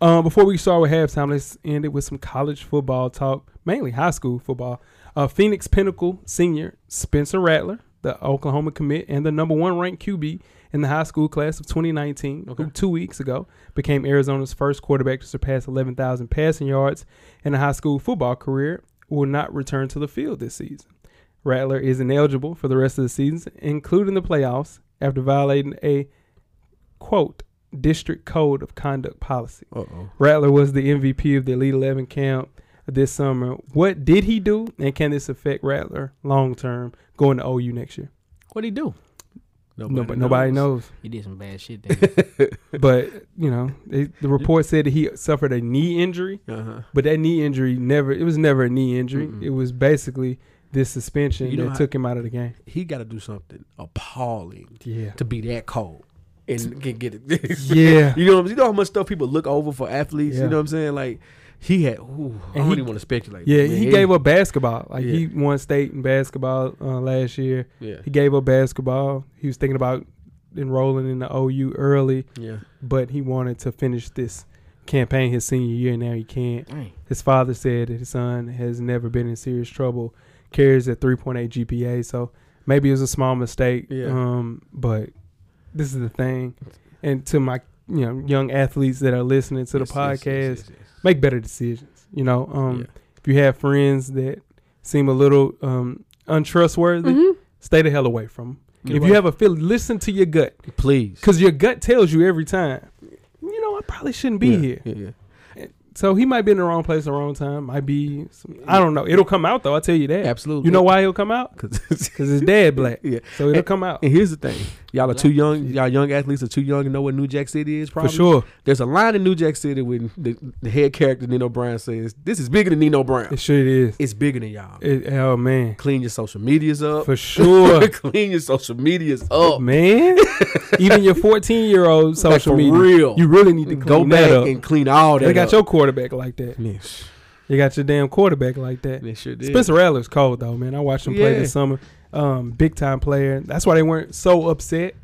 [SPEAKER 3] Um, before we start with halftime, let's end it with some college football talk, mainly high school football. Uh, Phoenix Pinnacle senior Spencer Rattler, the Oklahoma commit and the number one ranked QB in the high school class of 2019, who two weeks ago became Arizona's first quarterback to surpass 11,000 passing yards in a high school football career, will not return to the field this season. Rattler is ineligible for the rest of the season, including the playoffs, after violating a quote district code of conduct policy.
[SPEAKER 5] Uh oh.
[SPEAKER 3] Rattler was the MVP of the Elite Eleven camp this summer. What did he do, and can this affect Rattler long term going to OU next year?
[SPEAKER 4] What'd he do?
[SPEAKER 3] Nobody, nobody knows.
[SPEAKER 4] He did some bad shit *laughs* there.
[SPEAKER 3] but you know, they, the report said that he suffered a knee injury,
[SPEAKER 5] Uh-huh.
[SPEAKER 3] but that knee injury never. It was never a knee injury.
[SPEAKER 5] Mm-mm.
[SPEAKER 3] It was basically this suspension
[SPEAKER 5] You know
[SPEAKER 3] that
[SPEAKER 5] how-
[SPEAKER 3] took him out of the game.
[SPEAKER 5] He got to do something appalling
[SPEAKER 3] Yeah.
[SPEAKER 5] to be that cold and get, get it. *laughs*
[SPEAKER 3] Yeah.
[SPEAKER 5] You know, what I'm- you know how much stuff people look over for athletes.
[SPEAKER 3] Yeah.
[SPEAKER 5] You know what I'm saying? Like he had. Ooh, I
[SPEAKER 3] And
[SPEAKER 5] don't
[SPEAKER 3] he-
[SPEAKER 5] even want to speculate.
[SPEAKER 3] Yeah,
[SPEAKER 5] Man,
[SPEAKER 3] he gave up basketball. Like
[SPEAKER 5] Yeah.
[SPEAKER 3] he won state in basketball uh, last year.
[SPEAKER 5] Yeah,
[SPEAKER 3] He gave up basketball. He was thinking about enrolling in the OU early,
[SPEAKER 5] yeah.
[SPEAKER 3] but he wanted to finish this campaign his senior year. and Now he can't.
[SPEAKER 4] Dang.
[SPEAKER 3] His father said that his son has never been in serious trouble. Carries a 3.8 GPA, so maybe it was a small mistake.
[SPEAKER 5] Yeah.
[SPEAKER 3] Um, but this is the thing, and to my you know young athletes that are listening to the
[SPEAKER 5] Yes,
[SPEAKER 3] podcast,
[SPEAKER 5] yes, yes, yes, yes.
[SPEAKER 3] make better decisions. You know, um,
[SPEAKER 5] Yeah.
[SPEAKER 3] if you have friends that seem a little um, untrustworthy, stay the hell away from them.
[SPEAKER 5] Get
[SPEAKER 3] If
[SPEAKER 5] away.
[SPEAKER 3] you have a feeling, listen to your gut
[SPEAKER 5] Please.
[SPEAKER 3] because your gut tells you every time. You know, I probably shouldn't be
[SPEAKER 5] Yeah,
[SPEAKER 3] here.
[SPEAKER 5] Yeah, yeah.
[SPEAKER 3] So he might be in the wrong place, at the wrong time. Might be, some, I don't know. It'll come out though. I tell you that.
[SPEAKER 5] Absolutely.
[SPEAKER 3] You know why he'll come out?
[SPEAKER 5] *laughs* 'Cause-
[SPEAKER 3] Because his dad black.
[SPEAKER 5] yeah.
[SPEAKER 3] So it'll come out
[SPEAKER 5] And here's the thing, y'all are too young. Y'all young athletes are too young to know what New Jack City is.
[SPEAKER 3] for
[SPEAKER 5] Probably.
[SPEAKER 3] sure.
[SPEAKER 5] There's a line in New Jack City when the, the head character Nino Brown says, "This is bigger than Nino Brown.
[SPEAKER 3] It sure is.
[SPEAKER 5] It's bigger than y'all.
[SPEAKER 3] It, oh man,
[SPEAKER 5] Clean your social medias up. *laughs*
[SPEAKER 3] for sure.
[SPEAKER 5] Clean your social medias up.
[SPEAKER 3] man. Even your 14 year
[SPEAKER 5] *laughs*
[SPEAKER 3] old social
[SPEAKER 5] Oh. for
[SPEAKER 3] media,
[SPEAKER 5] real.
[SPEAKER 3] you really need to
[SPEAKER 5] Go back and clean all that.
[SPEAKER 3] they got
[SPEAKER 5] up.
[SPEAKER 3] your quarterback like that.
[SPEAKER 5] Man,
[SPEAKER 3] You got your damn quarterback like that.
[SPEAKER 5] *laughs* They sure did.
[SPEAKER 3] Spencer Rattler's cold though, man. I watched him play
[SPEAKER 5] Yeah.
[SPEAKER 3] this summer. Um, big time player. That's why they weren't so upset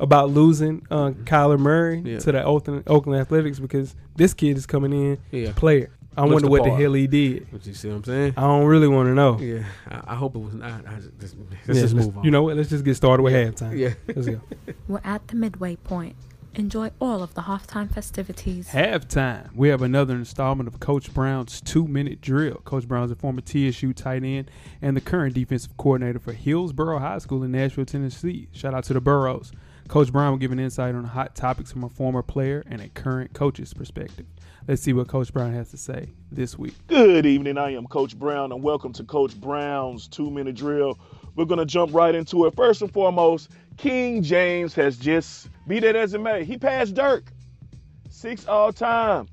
[SPEAKER 3] about losing uh, Kyler Murray
[SPEAKER 5] Mm-hmm. Yeah.
[SPEAKER 3] to the Oakland, Oakland Athletics because this kid is coming in
[SPEAKER 5] Yeah.
[SPEAKER 3] player. I
[SPEAKER 5] Looks
[SPEAKER 3] wonder
[SPEAKER 5] the
[SPEAKER 3] what the
[SPEAKER 5] part.
[SPEAKER 3] hell he did.
[SPEAKER 5] But you see what I'm saying?
[SPEAKER 3] I don't really want to know.
[SPEAKER 5] Yeah. I, I hope it was not. I just, let's
[SPEAKER 3] Yeah,
[SPEAKER 5] just
[SPEAKER 3] let's-
[SPEAKER 5] move on.
[SPEAKER 3] You know what? Let's just get started with halftime.
[SPEAKER 5] Yeah.
[SPEAKER 3] Let's go.
[SPEAKER 2] We're at the midway point. Enjoy all of the halftime festivities.
[SPEAKER 3] Halftime. We have another installment of Coach Brown's two minute drill. Coach Brown's a former TSU tight end and the current defensive coordinator for Hillsboro High School in Nashville, Tennessee. Shout out to the Burrows. Coach Brown will give an insight on hot topics from a former player and a current coach's perspective. Let's see what Coach Brown has to say this week.
[SPEAKER 6] Good evening. I am Coach Brown, and welcome to Coach Brown's two minute drill. We're going to jump right into it. First and foremost, King James has just, be that as it may, he passed Dirk six all time.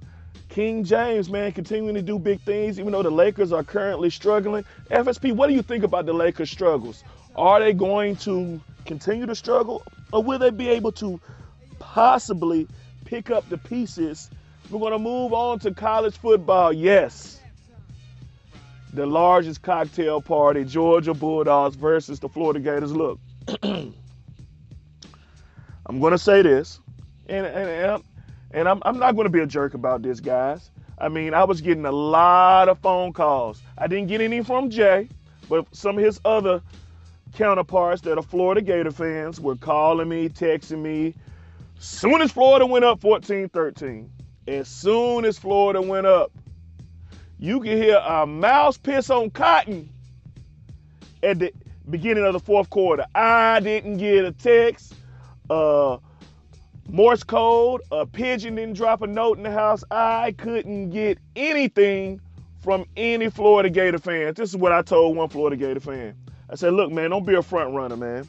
[SPEAKER 6] King James, man, continuing to do big things, even though the Lakers are currently struggling. FSP, what do you think about the Lakers' struggles? Are they going to continue to struggle, or will they be able to possibly pick up the pieces? We're going to move on to college football. Yes, the largest cocktail party, Georgia Bulldogs versus the Florida Gators. Look, *clears throat* I'm going to say this, and and, and I'm, and I'm, I'm not going to be a jerk about this, guys. I mean, I was getting a lot of phone calls. I didn't get any from Jay, but some of his other counterparts that are Florida Gator fans were calling me, texting me. Soon as Florida went up 14 13, as soon as Florida went up, you could hear a mouse piss on cotton at the beginning of the fourth quarter. I didn't get a text, uh, Morse code, a pigeon didn't drop a note in the house. I couldn't get anything from any Florida Gator fans. This is what I told one Florida Gator fan. I said, look, man, don't be a front runner, man.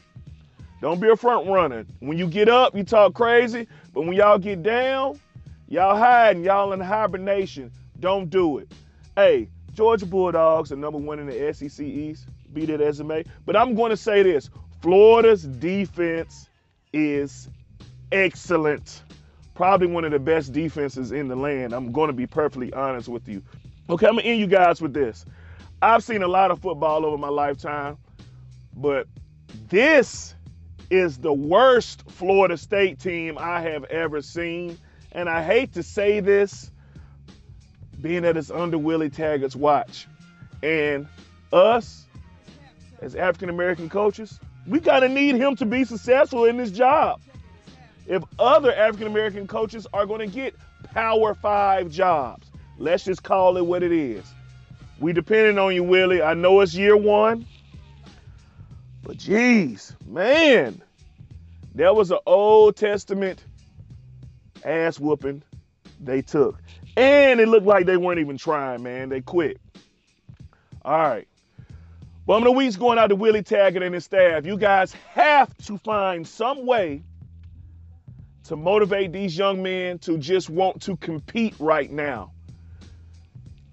[SPEAKER 6] Don't be a front runner. When you get up, you talk crazy, but when y'all get down, y'all hiding, y'all in hibernation. Don't do it. Hey, Georgia Bulldogs are number one in the SEC East, beat it as it may. But I'm going to say this Florida's defense is excellent. Probably one of the best defenses in the land. I'm going to be perfectly honest with you. Okay, I'm going to end you guys with this. I've seen a lot of football over my lifetime, but this is the worst Florida State team I have ever seen. And I hate to say this, being that it's under Willie Taggart's watch. And us, as African American coaches, we got to need him to be successful in this job. If other African American coaches are going to get Power Five jobs, let's just call it what it is. We depending on you, Willie. I know it's year one, but geez, man, that was an Old Testament ass whooping they took. And it looked like they weren't even trying, man. They quit. All right. Bum of the Week's going out to Willie Taggart and his staff. You guys have to find some way to motivate these young men to just want to compete right now.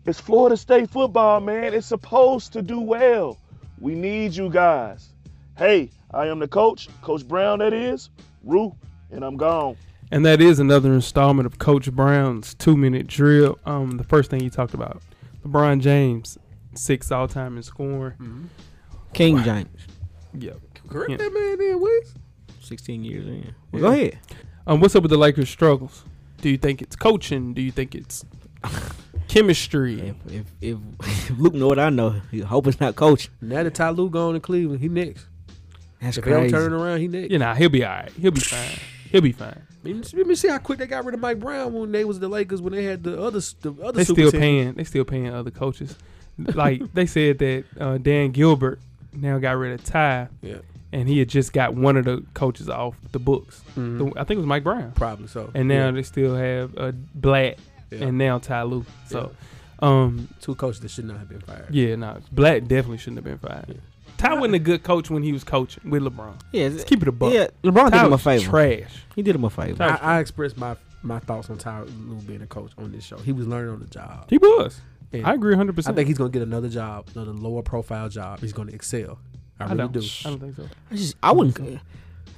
[SPEAKER 6] It's Florida State football, man. It's supposed to do well. We need you guys. Hey, I am the coach, Coach Brown, that is, Rue, and I'm gone.
[SPEAKER 3] And that is another installment of Coach Brown's two minute drill. Um, the first thing he talked about, LeBron James, six all time in scoring.
[SPEAKER 4] King James,
[SPEAKER 3] Yep.
[SPEAKER 5] Correct
[SPEAKER 3] Yeah.
[SPEAKER 5] that man then, Wiz.
[SPEAKER 4] 16 years in. Well, go ahead.
[SPEAKER 3] Um, what's up with the Lakers' struggles? Do you think it's coaching? Do you think it's chemistry?
[SPEAKER 4] If if, if, if *laughs* Luke know what I know, he hope it's not coach.
[SPEAKER 5] Now that Ty Lue gone to Cleveland, he next.
[SPEAKER 4] That's
[SPEAKER 5] If they don't
[SPEAKER 4] crazy.
[SPEAKER 5] turn around, he next.
[SPEAKER 3] You know, he'll be all right. He'll be fine. He'll be fine.
[SPEAKER 5] Let me see how quick they got rid of Mike Brown when they was the Lakers when they had the other s- the other
[SPEAKER 3] They
[SPEAKER 5] super
[SPEAKER 3] still
[SPEAKER 5] team.
[SPEAKER 3] paying. They still paying other coaches. Like they said that uh, Dan Gilbert now got rid of Ty,
[SPEAKER 5] Yeah,
[SPEAKER 3] and he had just got one of the coaches off the books.
[SPEAKER 5] Mhm.
[SPEAKER 3] The- I think it was Mike Brown.
[SPEAKER 5] probably so.
[SPEAKER 3] And now
[SPEAKER 5] Yeah.
[SPEAKER 3] they still have uh, Black,
[SPEAKER 5] Yeah.
[SPEAKER 3] and now Ty Lue. So, um,
[SPEAKER 5] two coaches that should not have been fired.
[SPEAKER 3] yeah, no, Black definitely shouldn't have been fired. Ty wasn't a good coach when he was coaching with LeBron.
[SPEAKER 4] Yeah,
[SPEAKER 3] Let's keep it a buck.
[SPEAKER 4] yeah. LeBron did
[SPEAKER 3] Ty
[SPEAKER 4] him a
[SPEAKER 3] was
[SPEAKER 4] favor.
[SPEAKER 3] trash.
[SPEAKER 4] he did him a favor.
[SPEAKER 3] Ty-
[SPEAKER 5] I, I expressed my my thoughts on Ty Lue being a coach on this show. He was learning on the job.
[SPEAKER 3] He was.
[SPEAKER 5] And
[SPEAKER 3] I agree 100.
[SPEAKER 5] I
[SPEAKER 3] percent
[SPEAKER 5] think he's gonna get another job, another lower profile job. He's gonna excel. I, really
[SPEAKER 3] don't.
[SPEAKER 5] do.
[SPEAKER 3] I don't think so.
[SPEAKER 4] I just I wouldn't.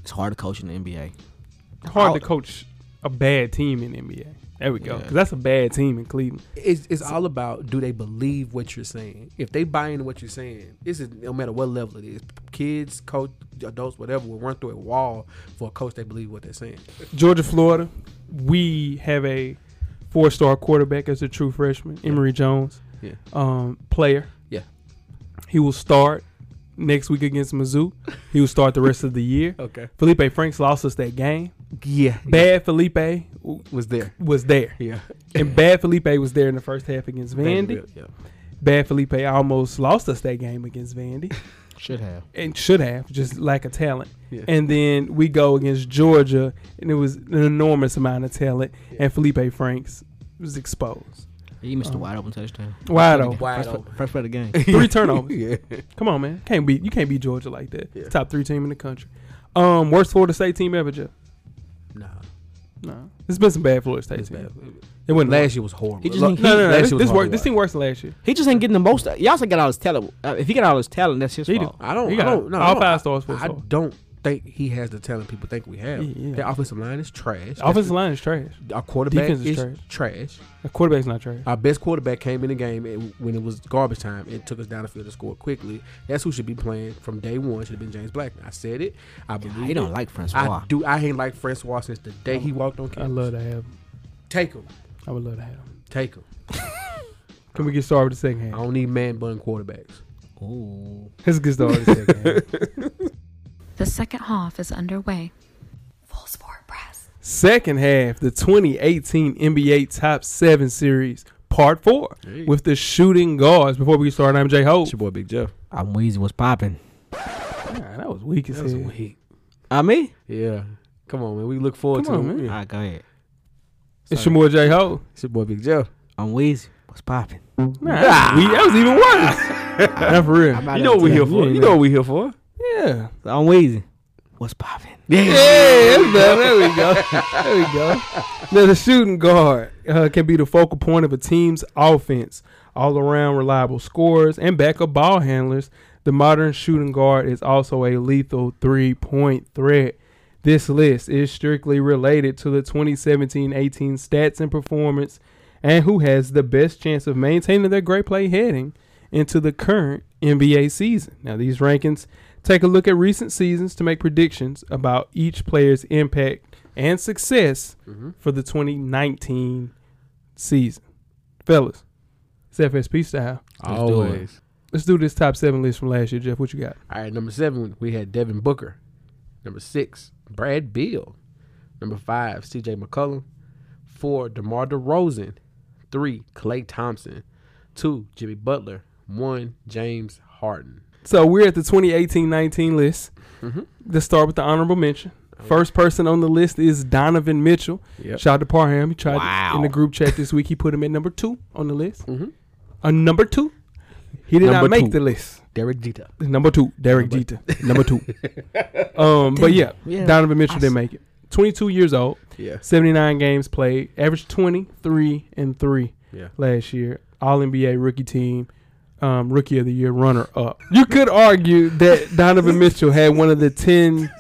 [SPEAKER 4] It's hard to coach in the NBA.
[SPEAKER 3] Hard
[SPEAKER 4] I'll-
[SPEAKER 3] to coach a bad team in the NBA. There we go.
[SPEAKER 4] Yeah.
[SPEAKER 3] Because that's a bad team in Cleveland.
[SPEAKER 5] It's, it's all about do they believe what you're saying? If they buy into what you're saying, this is no matter what level it is. Kids, coach, adults, whatever will run through a wall for a coach they believe what they're saying.
[SPEAKER 3] Georgia, Florida. We have a four-star quarterback as a true freshman, Emory Jones.
[SPEAKER 5] Yeah.
[SPEAKER 3] Um, player.
[SPEAKER 5] Yeah.
[SPEAKER 3] He will start next week against Mizzou. He will start the rest of the year.
[SPEAKER 5] Okay.
[SPEAKER 3] Felipe Franks lost us that game.
[SPEAKER 5] Yeah.
[SPEAKER 3] Bad Felipe w-
[SPEAKER 5] was there.
[SPEAKER 3] was there,
[SPEAKER 5] Yeah.
[SPEAKER 3] and Bad Felipe was there in the first half against Vandy.
[SPEAKER 5] Yeah.
[SPEAKER 3] Bad Felipe almost lost us that game against Vandy.
[SPEAKER 4] Should have.
[SPEAKER 3] and should have just lack of talent.
[SPEAKER 5] Yeah.
[SPEAKER 3] And then we go against Georgia, and it was an enormous amount of talent, and Felipe Franks was exposed.
[SPEAKER 4] He missed
[SPEAKER 3] Oh.
[SPEAKER 4] a wide open touchdown.
[SPEAKER 3] Wide
[SPEAKER 5] *laughs*
[SPEAKER 3] open,
[SPEAKER 5] Wide
[SPEAKER 4] First,
[SPEAKER 5] open.
[SPEAKER 4] first play of the game.
[SPEAKER 3] three turnovers.
[SPEAKER 5] Yeah.
[SPEAKER 3] Come on, man, can't beat you can't beat Georgia like that.
[SPEAKER 5] Yeah.
[SPEAKER 3] Top three team in the country. Um, worst Florida State team ever, Jeff.
[SPEAKER 5] Nah.
[SPEAKER 3] No, there's been some bad Florida State
[SPEAKER 5] It's
[SPEAKER 3] teams.
[SPEAKER 5] bad.
[SPEAKER 3] It wasn't
[SPEAKER 5] Last year was horrible.
[SPEAKER 4] He just
[SPEAKER 5] Lo-
[SPEAKER 4] need-
[SPEAKER 3] No, no, no.
[SPEAKER 5] last
[SPEAKER 3] This,
[SPEAKER 5] year was
[SPEAKER 3] this,
[SPEAKER 5] hard
[SPEAKER 3] wor-
[SPEAKER 5] to
[SPEAKER 3] this
[SPEAKER 5] watch.
[SPEAKER 3] team worse than last year.
[SPEAKER 4] He just ain't getting the most. Y'all got all his talent. Uh, if he got all his talent, that's his
[SPEAKER 3] He
[SPEAKER 4] fault.
[SPEAKER 5] I don't.
[SPEAKER 3] He
[SPEAKER 5] I
[SPEAKER 3] got
[SPEAKER 5] don't. No,
[SPEAKER 3] all
[SPEAKER 5] I don't-
[SPEAKER 3] five stars, four
[SPEAKER 5] I, I
[SPEAKER 3] stars.
[SPEAKER 5] don't think he has the talent people think we have.
[SPEAKER 3] Yeah, yeah.
[SPEAKER 5] Their offensive line is trash.
[SPEAKER 3] Offensive line is trash.
[SPEAKER 5] Our quarterback
[SPEAKER 3] Defense
[SPEAKER 5] is,
[SPEAKER 3] is
[SPEAKER 5] trash.
[SPEAKER 3] The quarterback's not trash.
[SPEAKER 5] Our best quarterback came in the game and when it was garbage time and took us down the field and scored quickly. That's who should be playing from day one. Should have been James Blackman. I said it. I believe.
[SPEAKER 4] He don't
[SPEAKER 5] it.
[SPEAKER 4] like
[SPEAKER 5] I
[SPEAKER 4] Francois.
[SPEAKER 5] do. I ain't like Francois since the day he walked on
[SPEAKER 3] I
[SPEAKER 5] campus.
[SPEAKER 3] love to have him.
[SPEAKER 5] Take him.
[SPEAKER 3] I would love to have him.
[SPEAKER 5] Take him.
[SPEAKER 3] Can we get started with the second
[SPEAKER 5] I
[SPEAKER 3] half?
[SPEAKER 5] *laughs* don't need man bun quarterbacks.
[SPEAKER 4] Ooh.
[SPEAKER 3] Let's get started.
[SPEAKER 2] The second half is underway.
[SPEAKER 1] Full Sport Press.
[SPEAKER 3] Second half, the 2018 NBA Top 7 Series, Part 4, with the shooting guards. Before we start, I'm Jay Hope.
[SPEAKER 5] It's your boy Big Jeff.
[SPEAKER 4] I'm Weezy was popping.
[SPEAKER 3] Nah, that was weak as hell.
[SPEAKER 5] weak.
[SPEAKER 4] I me?
[SPEAKER 5] Yeah. Come on, man. We look forward
[SPEAKER 3] Come on,
[SPEAKER 5] to it.
[SPEAKER 3] man.
[SPEAKER 5] Yeah.
[SPEAKER 4] Alright, go ahead.
[SPEAKER 3] It's your boy J Ho.
[SPEAKER 5] It's your boy Big Jeff.
[SPEAKER 4] I'm Weezy. What's popping?
[SPEAKER 3] Nah, that, was weak. That was even worse. Not for real.
[SPEAKER 5] You know what we're here for. You know what we're here for.
[SPEAKER 3] Yeah.
[SPEAKER 4] I'm Weezy. What's popping?
[SPEAKER 3] Yeah, that's better. There we go. There we go. Now, the shooting guard uh, can be the focal point of a team's offense. All around reliable scorers and backup ball handlers, the modern shooting guard is also a lethal three point threat. This list is strictly related to the 2017 18 stats and performance and who has the best chance of maintaining their great play heading into the current NBA season. Now, these rankings take a look at recent seasons to make predictions about each player's impact and success
[SPEAKER 5] Mm-hmm.
[SPEAKER 3] for the 2019 season. Fellas, it's FSP style.
[SPEAKER 5] Always.
[SPEAKER 3] Let's do this top seven list from last year, Jeff. What you got?
[SPEAKER 5] All right, number seven, we had Devin Booker. Number six, Brad Beal. Number five, CJ McCollum. Four, DeMar DeRozan. Three, Clay Thompson. Two, Jimmy Butler. One, James Harden.
[SPEAKER 3] So we're at the 2018-19 list.
[SPEAKER 5] Mm-hmm.
[SPEAKER 3] Let's start with the honorable mention. First person on the list is Donovan Mitchell.
[SPEAKER 5] Yep.
[SPEAKER 3] Shout out to Parham. He tried
[SPEAKER 4] Wow.
[SPEAKER 3] in the group chat this week. He put him at number two on the list. A number two. He did
[SPEAKER 5] Mm-hmm. Number
[SPEAKER 3] not make
[SPEAKER 5] two.
[SPEAKER 3] the list.
[SPEAKER 5] Derek Jeter.
[SPEAKER 3] Number two, Derek Jeter. Number
[SPEAKER 5] *laughs*
[SPEAKER 3] two. um, but yeah,
[SPEAKER 4] Yeah.
[SPEAKER 3] Donovan Mitchell didn't make it. 22 years old.
[SPEAKER 5] Yeah.
[SPEAKER 3] 79 games played, averaged 23 and 3
[SPEAKER 5] Yeah.
[SPEAKER 3] last year. All NBA rookie team, um, rookie of the year runner up. You could argue that Donovan Mitchell had one of the 10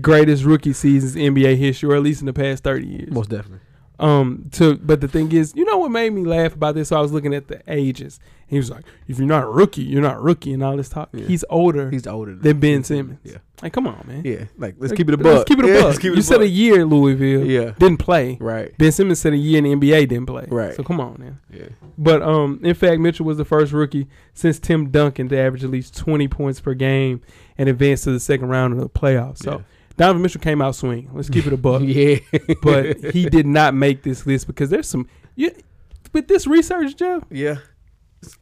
[SPEAKER 3] greatest rookie seasons in NBA history, or at least in the past 30 years.
[SPEAKER 5] Most definitely.
[SPEAKER 3] Um, to but the thing is, you know what made me laugh about this? So I was looking at the ages. He was like, "If you're not a rookie, you're not a rookie," and all this talk.
[SPEAKER 5] Yeah.
[SPEAKER 3] He's older
[SPEAKER 5] He's older
[SPEAKER 3] than Ben Simmons.
[SPEAKER 5] Yeah.
[SPEAKER 3] Like, come on, man.
[SPEAKER 5] Yeah. Like, let's
[SPEAKER 3] Like,
[SPEAKER 5] keep it a buck.
[SPEAKER 3] Let's keep it a
[SPEAKER 5] Yeah,
[SPEAKER 3] buck.
[SPEAKER 5] let's keep it
[SPEAKER 3] you said a
[SPEAKER 5] buck.
[SPEAKER 3] year at Louisville.
[SPEAKER 5] Yeah.
[SPEAKER 3] Didn't play.
[SPEAKER 5] Right.
[SPEAKER 3] Ben Simmons said a year in the NBA didn't play.
[SPEAKER 5] Right.
[SPEAKER 3] So come on now.
[SPEAKER 5] Yeah.
[SPEAKER 3] But um, in fact, Mitchell was the first rookie since Tim Duncan to average at least 20 points per game and advance to the second round of the playoffs. So
[SPEAKER 5] Yeah.
[SPEAKER 3] Donovan Mitchell came out swinging. Let's keep it a buck.
[SPEAKER 5] *laughs* Yeah.
[SPEAKER 3] But he did not make this list because there's some. You, with this research, Jeff,
[SPEAKER 5] yeah.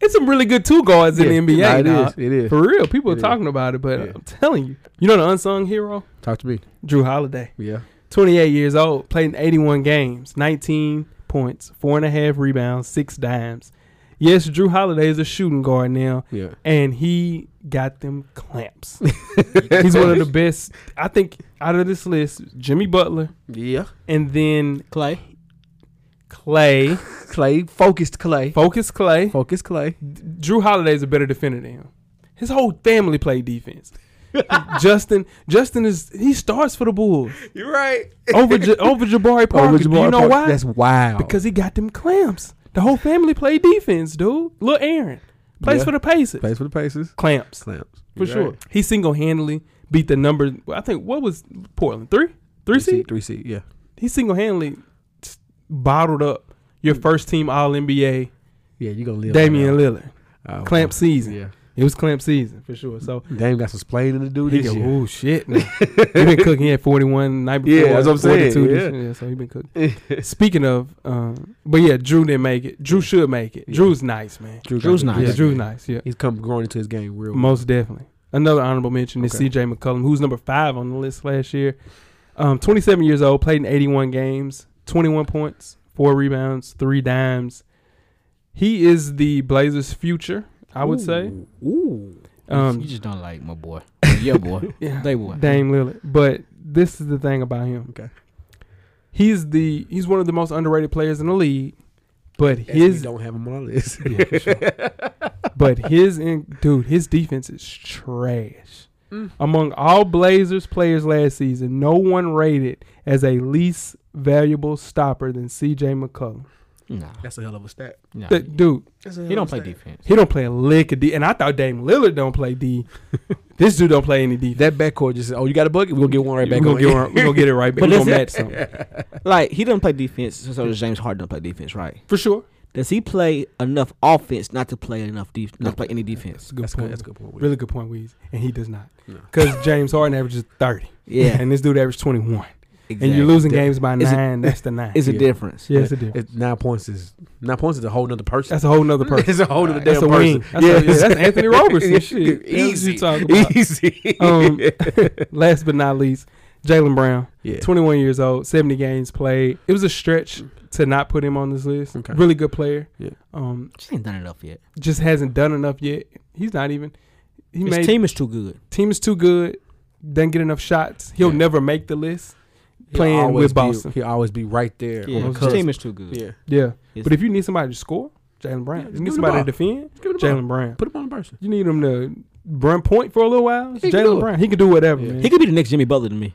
[SPEAKER 3] it's some really good two guards
[SPEAKER 5] Yeah.
[SPEAKER 3] in the NBA.
[SPEAKER 5] Nah, it
[SPEAKER 3] dog.
[SPEAKER 5] is. It is.
[SPEAKER 3] For real. People
[SPEAKER 5] It
[SPEAKER 3] are
[SPEAKER 5] is.
[SPEAKER 3] talking about it, but
[SPEAKER 5] Yeah.
[SPEAKER 3] I'm telling you. You know the unsung hero?
[SPEAKER 5] Talk to me.
[SPEAKER 3] Drew Holiday.
[SPEAKER 5] Yeah.
[SPEAKER 3] 28 years old, played in 81 games, 19 points, four and a half rebounds, six dimes. Yes, Drew Holiday is a shooting guard now,
[SPEAKER 5] Yeah.
[SPEAKER 3] and he got them clamps. He's one of *laughs* the best, I think, out of this list. Jimmy Butler,
[SPEAKER 5] *laughs* Yeah.
[SPEAKER 3] and then
[SPEAKER 4] Clay.
[SPEAKER 3] Clay,
[SPEAKER 5] Clay. Focused Clay.
[SPEAKER 3] Focus Clay.
[SPEAKER 5] Focused Clay.
[SPEAKER 3] Drew Holiday is a better defender than him. His whole family played *laughs* defense. Justin, Justin is he starts for the Bulls
[SPEAKER 5] You're right.
[SPEAKER 3] over Ja- over Jabari Parker. Do you know why?
[SPEAKER 5] That's wild.
[SPEAKER 3] Because he got them clamps. The whole family played defense, dude. Lil Aaron plays
[SPEAKER 5] Yeah.
[SPEAKER 3] for the Pacers.
[SPEAKER 5] Pace for the paces.
[SPEAKER 3] Clamps
[SPEAKER 5] Clamps.
[SPEAKER 3] for sure. He single handedly beat the number. I think what was Portland three, three seed.
[SPEAKER 5] Three seat. Yeah.
[SPEAKER 3] He single handedly bottled up
[SPEAKER 5] Mm.
[SPEAKER 3] your first team All NBA,
[SPEAKER 5] Yeah. You gonna live.
[SPEAKER 3] Damian Lillard.
[SPEAKER 5] Oh,
[SPEAKER 3] Clamp season.
[SPEAKER 5] Yeah.
[SPEAKER 3] It was clamp season for sure. So
[SPEAKER 5] Dame got some splaining to do
[SPEAKER 3] he
[SPEAKER 5] this
[SPEAKER 3] go,
[SPEAKER 5] year.
[SPEAKER 3] oh shit,
[SPEAKER 5] *laughs*
[SPEAKER 3] man. he been cooking. He had forty one night before.
[SPEAKER 5] Yeah, that's what I'm saying,
[SPEAKER 3] 42 this-
[SPEAKER 5] yeah.
[SPEAKER 3] so he been cooking.
[SPEAKER 5] *laughs*
[SPEAKER 3] Speaking of, um, but yeah, Drew didn't make it. Drew should make it. Drew's nice, man.
[SPEAKER 4] Drew's
[SPEAKER 5] got-
[SPEAKER 4] nice.
[SPEAKER 3] Yeah, Drew's nice. Yeah,
[SPEAKER 5] He's come growing into his game real.
[SPEAKER 3] most definitely. Another honorable mention is
[SPEAKER 5] Okay.
[SPEAKER 3] C.J. McCollum, who's number five on the list last year. Um, 27 years old, played in 81 games, 21 points, four rebounds, three dimes. He is the Blazers' future, I would say.
[SPEAKER 5] Ooh.
[SPEAKER 3] Um,
[SPEAKER 4] you just don't like my boy. Your *laughs* boy.
[SPEAKER 3] Yeah.
[SPEAKER 4] They boy.
[SPEAKER 3] Dame Lillard. But this is the thing about him.
[SPEAKER 5] Okay.
[SPEAKER 3] He's the he's one of the most underrated players in the league. But
[SPEAKER 5] His
[SPEAKER 3] his
[SPEAKER 5] don't have him on the list. *laughs*
[SPEAKER 3] Yeah, for sure. *laughs* but his in, dude, his defense is trash. Among all Blazers players last season, no one rated as a least valuable stopper than C.J. McCollum.
[SPEAKER 4] Nah.
[SPEAKER 5] That's a hell of a stat.
[SPEAKER 4] nah.
[SPEAKER 3] Th- dude,
[SPEAKER 4] He don't play defense.
[SPEAKER 3] he don't play a lick of D, and I thought Dame Lillard don't play D. this dude don't play any defense.
[SPEAKER 5] That backcourt just said, "Oh, you got a bucket? We'll get one right
[SPEAKER 3] We're
[SPEAKER 5] back
[SPEAKER 3] gonna,
[SPEAKER 5] on
[SPEAKER 3] get,
[SPEAKER 5] you."
[SPEAKER 3] our- we gonna get it right back.
[SPEAKER 4] But
[SPEAKER 3] We're gonna match
[SPEAKER 4] that's
[SPEAKER 3] something.
[SPEAKER 4] Like he doesn't play defense, so does James Harden don't play defense, right?
[SPEAKER 3] For sure.
[SPEAKER 4] Does he play enough offense not to play enough def- not to play any defense?
[SPEAKER 3] That's a good
[SPEAKER 5] That's *laughs*
[SPEAKER 3] point.
[SPEAKER 5] good. That's a good point. Weezy.
[SPEAKER 3] Really good point, Weezy. And he does not.
[SPEAKER 5] No.
[SPEAKER 3] Because James Harden averages 30.
[SPEAKER 4] Yeah, *laughs*
[SPEAKER 3] And this dude averaged 21.
[SPEAKER 4] exactly.
[SPEAKER 3] And you're losing games by
[SPEAKER 4] Is it-
[SPEAKER 3] nine. that's the nine.
[SPEAKER 4] It's a
[SPEAKER 5] Yeah.
[SPEAKER 4] difference.
[SPEAKER 3] yeah, it's a difference.
[SPEAKER 5] It, nine points is nine points is a whole nother person.
[SPEAKER 3] That's a whole nother person.
[SPEAKER 5] *laughs* it's a whole nother
[SPEAKER 3] That's
[SPEAKER 5] damn
[SPEAKER 3] a wing.
[SPEAKER 5] person.
[SPEAKER 3] That's a- yeah, that's Anthony Robertson.
[SPEAKER 5] *laughs*
[SPEAKER 3] Shit. That's what you
[SPEAKER 5] Easy.
[SPEAKER 3] talking about.
[SPEAKER 5] Easy.
[SPEAKER 3] *laughs*
[SPEAKER 5] *laughs*
[SPEAKER 3] Um, last but not least, Jalen Brown,
[SPEAKER 5] yeah.
[SPEAKER 3] 21 years old, 70 games played. It was a stretch to not put him on this list.
[SPEAKER 5] Okay.
[SPEAKER 3] Really good player.
[SPEAKER 5] Yeah.
[SPEAKER 3] Um,
[SPEAKER 4] Just ain't done enough yet.
[SPEAKER 3] just hasn't done enough yet. He's not even. He
[SPEAKER 4] His
[SPEAKER 3] made team.
[SPEAKER 4] team is too good.
[SPEAKER 3] is too good. Doesn't get enough shots. He'll
[SPEAKER 5] Yeah.
[SPEAKER 3] never make the list.
[SPEAKER 5] He'll
[SPEAKER 3] playing with
[SPEAKER 5] always be-
[SPEAKER 3] Boston.
[SPEAKER 5] He'll always be right there.
[SPEAKER 4] Yeah,
[SPEAKER 5] on the
[SPEAKER 4] his
[SPEAKER 5] cusp.
[SPEAKER 4] team is too good.
[SPEAKER 5] Yeah.
[SPEAKER 3] Yeah,
[SPEAKER 4] Yes.
[SPEAKER 3] but if you need somebody to score, Jalen Brown.
[SPEAKER 5] Yeah,
[SPEAKER 3] you
[SPEAKER 5] give him
[SPEAKER 3] need
[SPEAKER 5] the
[SPEAKER 3] somebody to
[SPEAKER 5] ball.
[SPEAKER 3] defend,
[SPEAKER 5] Give him the ball.
[SPEAKER 3] Jalen Brown.
[SPEAKER 5] Put him on the person.
[SPEAKER 3] You need him to run point for a little while.
[SPEAKER 5] He can do
[SPEAKER 3] Jalen
[SPEAKER 5] it.
[SPEAKER 3] Brown, he could do whatever.
[SPEAKER 5] Yeah.
[SPEAKER 3] man.
[SPEAKER 4] He could be the next Jimmy Butler to me.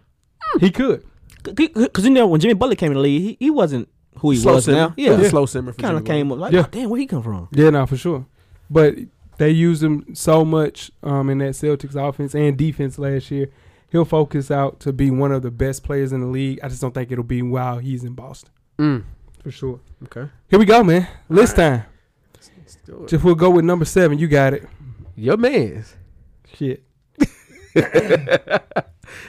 [SPEAKER 3] He could.
[SPEAKER 4] Because you know when Jimmy Butler came in the league, he, he wasn't who he
[SPEAKER 5] slow
[SPEAKER 4] was
[SPEAKER 5] simmer.
[SPEAKER 4] now. Yeah,
[SPEAKER 5] slow simmer. for
[SPEAKER 4] kind of
[SPEAKER 5] Jimmy Butler.
[SPEAKER 4] came up like,
[SPEAKER 3] Yeah.
[SPEAKER 4] oh, damn, where he come from?
[SPEAKER 3] Yeah, no, for sure. But they used him so much um, in that Celtics offense and defense last year. He'll focus out to be one of the best players in the league. I just don't think it'll be while he's in Boston
[SPEAKER 5] Mm.
[SPEAKER 3] for sure.
[SPEAKER 5] Okay.
[SPEAKER 3] Here we go, man. List time.
[SPEAKER 5] Let's do it.
[SPEAKER 3] If we'll go with number seven, you got it.
[SPEAKER 5] Your man's.
[SPEAKER 3] Shit.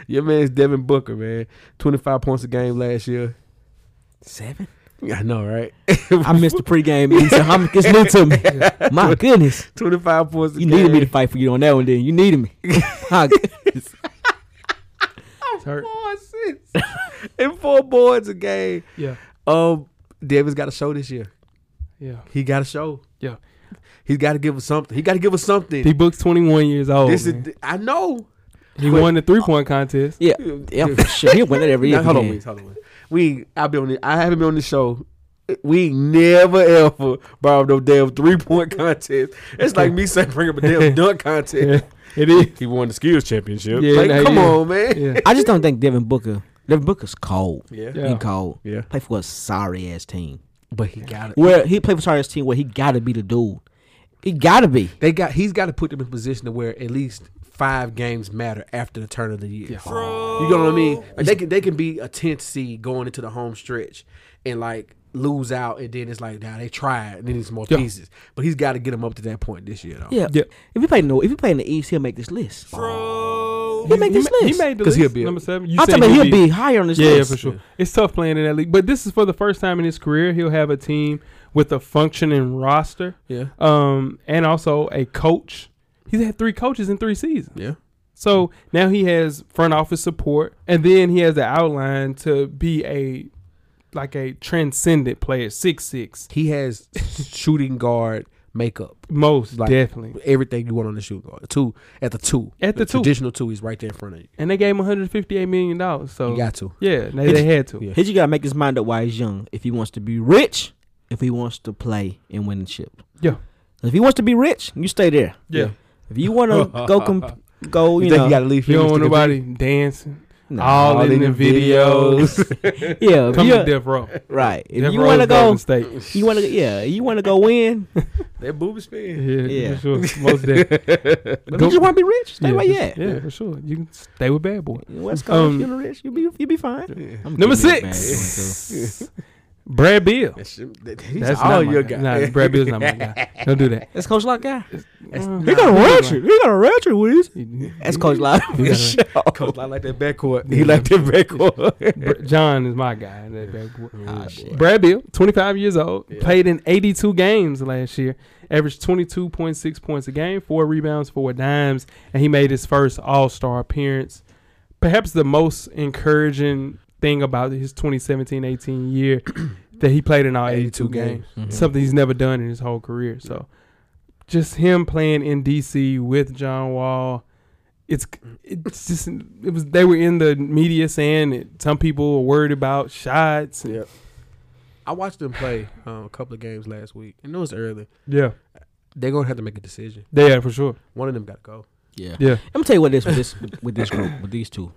[SPEAKER 5] Your man's Devin Booker, man. 25 points a game last year. *laughs*
[SPEAKER 4] Seven.
[SPEAKER 5] I know, right?
[SPEAKER 4] I missed the pregame. meeting, so I'm, it's new to *laughs* me. My goodness.
[SPEAKER 5] 25 points a
[SPEAKER 4] You
[SPEAKER 5] game.
[SPEAKER 4] needed me to fight for you on that one, then. You needed *laughs* me. My goodness.
[SPEAKER 3] It's hurt.
[SPEAKER 5] Four assists. *laughs* and four boards a game.
[SPEAKER 3] Yeah.
[SPEAKER 5] Um, Devin's got a show this year.
[SPEAKER 3] Yeah.
[SPEAKER 5] He got a show.
[SPEAKER 3] Yeah.
[SPEAKER 5] He's got to give us something. He got to give us something.
[SPEAKER 3] D Book's 21 years old.
[SPEAKER 5] this
[SPEAKER 3] man.
[SPEAKER 5] is. I know.
[SPEAKER 3] he won the three point contest.
[SPEAKER 4] yeah, yeah, for sure. He'll win it every year.
[SPEAKER 5] Now, hold on, Wiz, hold on. Wiz. We, I'll be on. The, I haven't been on the show. We ain't never ever borrowed no damn three point contest. It's like me saying bring up
[SPEAKER 3] *laughs*
[SPEAKER 5] a damn dunk
[SPEAKER 3] Yeah,
[SPEAKER 5] contest.
[SPEAKER 3] it is.
[SPEAKER 5] He won the skills championship.
[SPEAKER 3] Yeah,
[SPEAKER 5] like,
[SPEAKER 3] nah,
[SPEAKER 5] come
[SPEAKER 3] yeah.
[SPEAKER 5] on, man.
[SPEAKER 3] Yeah.
[SPEAKER 4] I just don't think Devin Booker. Devin Booker's cold.
[SPEAKER 5] Yeah.
[SPEAKER 3] Yeah.
[SPEAKER 4] He cold.
[SPEAKER 5] Yeah.
[SPEAKER 4] Play for a sorry ass team.
[SPEAKER 5] but he got it.
[SPEAKER 4] Where he played for a sorry ass team where he gotta be the dude. He gotta be.
[SPEAKER 5] They got. He's got to put them in position to where at least five games matter after the turn of the year. You know what I mean? Like, they can they can be a tenth seed going into the home stretch and like lose out, and then it's like now they tried and they need some more
[SPEAKER 3] Yeah.
[SPEAKER 5] pieces. But he's got to get them up to that point this year though.
[SPEAKER 4] Yeah.
[SPEAKER 3] Yeah.
[SPEAKER 4] If he play in the if he play in the East, he'll make this list. He'll make this
[SPEAKER 3] ma-
[SPEAKER 4] list.
[SPEAKER 3] He made the
[SPEAKER 5] 'Cause
[SPEAKER 3] list.
[SPEAKER 5] he'll be-
[SPEAKER 3] number seven. You
[SPEAKER 4] I'm
[SPEAKER 3] said
[SPEAKER 4] talking about he'll be higher on this
[SPEAKER 3] yeah, yeah,
[SPEAKER 4] list.
[SPEAKER 3] for sure. It's tough playing in that league, but this is for the first time in his career he'll have a team with a functioning roster,
[SPEAKER 5] Yeah.
[SPEAKER 3] um, and also a coach. He's had three coaches in three seasons,
[SPEAKER 5] Yeah.
[SPEAKER 3] so now he has front office support, and then he has the outline to be a like a transcendent player, six six *laughs*
[SPEAKER 5] He has shooting guard makeup.
[SPEAKER 3] most
[SPEAKER 5] Like-
[SPEAKER 3] definitely.
[SPEAKER 5] Everything you want on the shooting guard. Two at the two.
[SPEAKER 3] At the two.
[SPEAKER 5] traditional two, he's right there in front of you.
[SPEAKER 3] And they gave him 158 million dollars, so
[SPEAKER 5] You got to.
[SPEAKER 3] yeah, they, they had to.
[SPEAKER 5] Yeah.
[SPEAKER 4] He just gotta make his mind up while he's young. If he wants to be rich, if he wants to play and win the chip.
[SPEAKER 3] Yeah.
[SPEAKER 4] If he wants to be rich, you stay there.
[SPEAKER 3] Yeah.
[SPEAKER 4] If you want to
[SPEAKER 3] *laughs*
[SPEAKER 4] go comp- go,
[SPEAKER 5] You,
[SPEAKER 4] you,
[SPEAKER 5] think
[SPEAKER 4] know,
[SPEAKER 5] you got to leave
[SPEAKER 3] You
[SPEAKER 5] him
[SPEAKER 3] don't
[SPEAKER 5] to
[SPEAKER 3] want
[SPEAKER 5] compete?
[SPEAKER 3] nobody dancing.
[SPEAKER 4] Nah.
[SPEAKER 3] all in, the
[SPEAKER 5] in the
[SPEAKER 3] videos. *laughs*
[SPEAKER 4] yeah, if
[SPEAKER 3] Come
[SPEAKER 4] you're-
[SPEAKER 3] to Death Row.
[SPEAKER 4] right. If
[SPEAKER 3] Death
[SPEAKER 4] you
[SPEAKER 3] Row
[SPEAKER 4] want to
[SPEAKER 3] is
[SPEAKER 4] go,
[SPEAKER 3] Golden State.
[SPEAKER 4] you want to, yeah, you want to go win.
[SPEAKER 5] That boob is spin.
[SPEAKER 3] Yeah,
[SPEAKER 4] Yeah.
[SPEAKER 3] for sure. Most definitely.
[SPEAKER 4] But if you want to be rich, stay
[SPEAKER 3] yeah,
[SPEAKER 4] where
[SPEAKER 3] for
[SPEAKER 4] you
[SPEAKER 3] sure.
[SPEAKER 4] at.
[SPEAKER 3] Yeah, for sure. You can stay with Bad Boy.
[SPEAKER 4] In West Coast,
[SPEAKER 3] Um,
[SPEAKER 4] you're rich, you'll be, you'll be fine. I'm
[SPEAKER 3] Number
[SPEAKER 4] getting it, man.
[SPEAKER 3] er six, Brad Bill.
[SPEAKER 5] That shit- that- he's
[SPEAKER 3] That's
[SPEAKER 5] all
[SPEAKER 3] not my
[SPEAKER 5] your
[SPEAKER 3] guy.
[SPEAKER 5] guy.
[SPEAKER 3] Nah, Brad Bill's not my guy. Don't do that.
[SPEAKER 4] That's Coach Lock guy.
[SPEAKER 5] That's-
[SPEAKER 4] He got a ratchet. He got a ratchet, Wiz. That's Coach Lock. *laughs* Mm-hmm.
[SPEAKER 5] Coach, I like that backcourt. He like that *laughs* backcourt.
[SPEAKER 3] Br- John is my guy. in that Bad Boy.
[SPEAKER 4] Ah, shit.
[SPEAKER 3] Brad Bill, 25 years old, played in 82 games last year, averaged 22.6 points a game, four rebounds, four dimes, and he made his first All Star appearance. Perhaps the most encouraging thing about his 2017 18 year *clears throat* that he played in all 82,
[SPEAKER 5] 82
[SPEAKER 3] games,
[SPEAKER 5] games.
[SPEAKER 3] something he's never done in his whole career. So just him playing in DC with John Wall. It's it's just it was they were in the media saying that some people were worried about shots. and-
[SPEAKER 5] Yeah. I watched them play um, a couple of games last week. And it was early.
[SPEAKER 3] yeah.
[SPEAKER 5] They're gonna have to make a decision.
[SPEAKER 3] They are for sure.
[SPEAKER 5] One of them gotta go.
[SPEAKER 4] Yeah.
[SPEAKER 3] Yeah.
[SPEAKER 4] Let me tell you what this with this with this group with these two.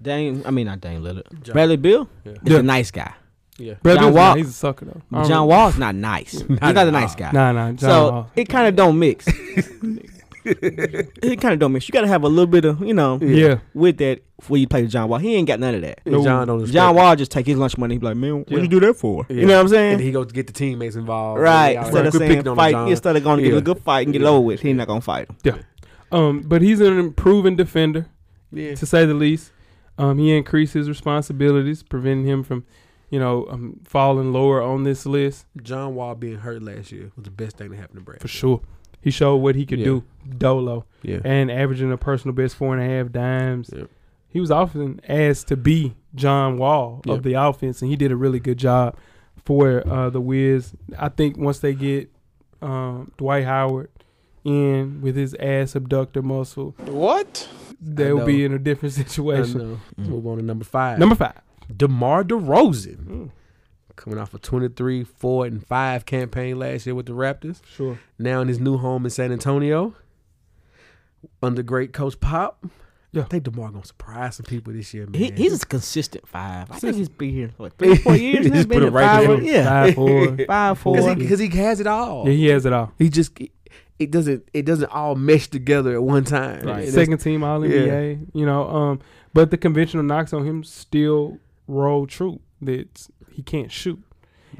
[SPEAKER 4] Dane, I mean not Dane Lillard. Bradley Bill
[SPEAKER 5] Yeah.
[SPEAKER 4] is
[SPEAKER 3] Yeah.
[SPEAKER 4] a nice guy.
[SPEAKER 5] Yeah.
[SPEAKER 3] Brad
[SPEAKER 4] John
[SPEAKER 3] John
[SPEAKER 4] Wall-
[SPEAKER 3] he's a sucker though. I don't
[SPEAKER 4] John
[SPEAKER 3] know.
[SPEAKER 4] *laughs* Wall's not nice. He's not a nice guy.
[SPEAKER 3] Nah, nah. John
[SPEAKER 4] so
[SPEAKER 3] Wall.
[SPEAKER 4] it kind of don't mix. it kind of don't mix. You got to have a little bit of you know
[SPEAKER 3] Yeah.
[SPEAKER 4] with that before you play John Wall. He ain't got none of that.
[SPEAKER 3] No.
[SPEAKER 5] John don't respect
[SPEAKER 4] John
[SPEAKER 5] it.
[SPEAKER 4] Wall just take his lunch money. He be like, man,
[SPEAKER 3] Yeah.
[SPEAKER 4] what you do that for?
[SPEAKER 5] Yeah.
[SPEAKER 4] You know what I'm
[SPEAKER 5] And
[SPEAKER 4] saying?
[SPEAKER 5] he go to get the teammates involved.
[SPEAKER 4] Right.
[SPEAKER 5] Yeah, all
[SPEAKER 4] Instead of
[SPEAKER 5] Quit
[SPEAKER 4] saying
[SPEAKER 5] picking on
[SPEAKER 4] fight,
[SPEAKER 5] John.
[SPEAKER 4] instead of going to
[SPEAKER 5] Yeah.
[SPEAKER 4] get a good fight and get it
[SPEAKER 5] Yeah.
[SPEAKER 4] over with, he not gonna fight him.
[SPEAKER 3] Um, but he's an improving defender,
[SPEAKER 5] Yeah.
[SPEAKER 3] to say the least. Um, he increased his responsibilities, preventing him from, you know, um, falling lower on this list
[SPEAKER 5] John Wall being hurt last year was the best thing that happened to Brad.
[SPEAKER 3] for sure. He showed what he could
[SPEAKER 5] Yeah.
[SPEAKER 3] do, dolo,
[SPEAKER 5] Yeah.
[SPEAKER 3] and averaging a personal best four and a half dimes.
[SPEAKER 5] Yep.
[SPEAKER 3] He was often asked to be John Wall
[SPEAKER 5] Yep.
[SPEAKER 3] of the offense, and he did a really good job for uh, the Wiz. I think once they get um, Dwight Howard in with his ass abductor muscle,
[SPEAKER 6] What?
[SPEAKER 3] they'll be
[SPEAKER 5] know.
[SPEAKER 3] in a different *laughs*
[SPEAKER 5] I
[SPEAKER 3] situation.
[SPEAKER 5] know. uh, Move on to number five.
[SPEAKER 3] Number five.
[SPEAKER 5] DeMar DeRozan.
[SPEAKER 4] Mm,
[SPEAKER 5] Coming off a 23, 4, and 5 campaign last year with the Raptors.
[SPEAKER 3] Sure.
[SPEAKER 5] Now in his new home in San Antonio. Under great coach Pop.
[SPEAKER 3] Yeah.
[SPEAKER 5] I think DeMar gonna surprise some people this year, man.
[SPEAKER 4] He, he's a consistent five. I think he's been here what three, *laughs* four years now.
[SPEAKER 5] Just
[SPEAKER 4] Been
[SPEAKER 5] put it
[SPEAKER 4] a
[SPEAKER 5] right
[SPEAKER 4] five,
[SPEAKER 5] there.
[SPEAKER 4] yeah,
[SPEAKER 3] Five, four.
[SPEAKER 4] *laughs* five, four.
[SPEAKER 5] because he, 'cause he has it all.
[SPEAKER 3] Yeah, he has it all.
[SPEAKER 5] He just it doesn't it doesn't all mesh together at one time.
[SPEAKER 4] Right.
[SPEAKER 5] And
[SPEAKER 3] Second team All NBA. You know, um, but the conventional knocks on him still roll true that he can't shoot,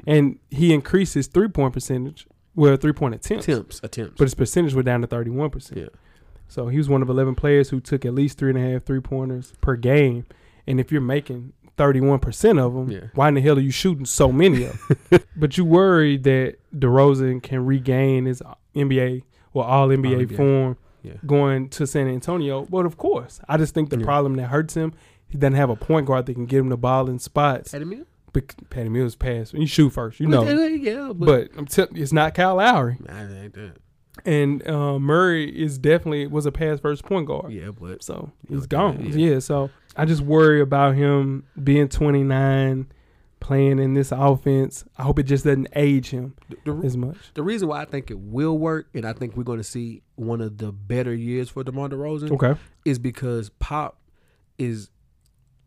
[SPEAKER 3] and he increased his three point percentage. Well, three point
[SPEAKER 5] that's
[SPEAKER 3] attempts,
[SPEAKER 5] attempts, attempts.
[SPEAKER 3] but his percentage went down to thirty one percent.
[SPEAKER 5] Yeah.
[SPEAKER 3] So he was one of eleven players who took at least three and a half three pointers per game, and if you're making thirty one percent of them,
[SPEAKER 5] Yeah.
[SPEAKER 3] why in the hell are you shooting so many of
[SPEAKER 5] *laughs*
[SPEAKER 3] them? but you worry that DeRozan can regain his NBA or All NBA
[SPEAKER 5] All-NBA.
[SPEAKER 3] form
[SPEAKER 5] Yeah.
[SPEAKER 3] going to San Antonio. But of course, I just think the
[SPEAKER 5] Yeah.
[SPEAKER 3] problem that hurts him, he doesn't have a point guard that can get him the ball in spots.
[SPEAKER 5] Patty Mills?
[SPEAKER 3] Bec- Patty Mills pass. You shoot first, you know.
[SPEAKER 5] yeah, but,
[SPEAKER 3] But I'm telling you, it's not Kyle Lowry,
[SPEAKER 5] I ain't that.
[SPEAKER 3] and uh, Murray is definitely was a pass first point guard.
[SPEAKER 5] Yeah, but
[SPEAKER 3] So
[SPEAKER 5] Yeah,
[SPEAKER 3] he's
[SPEAKER 5] okay,
[SPEAKER 3] gone.
[SPEAKER 5] yeah.
[SPEAKER 3] Yeah. So I just worry about him being 29, playing in this offense. I hope it just doesn't age him
[SPEAKER 5] the,
[SPEAKER 3] as much.
[SPEAKER 5] The reason why I think it will work, and I think we're going to see one of the better years for DeMar DeRozan,
[SPEAKER 3] Okay.
[SPEAKER 5] is because Pop is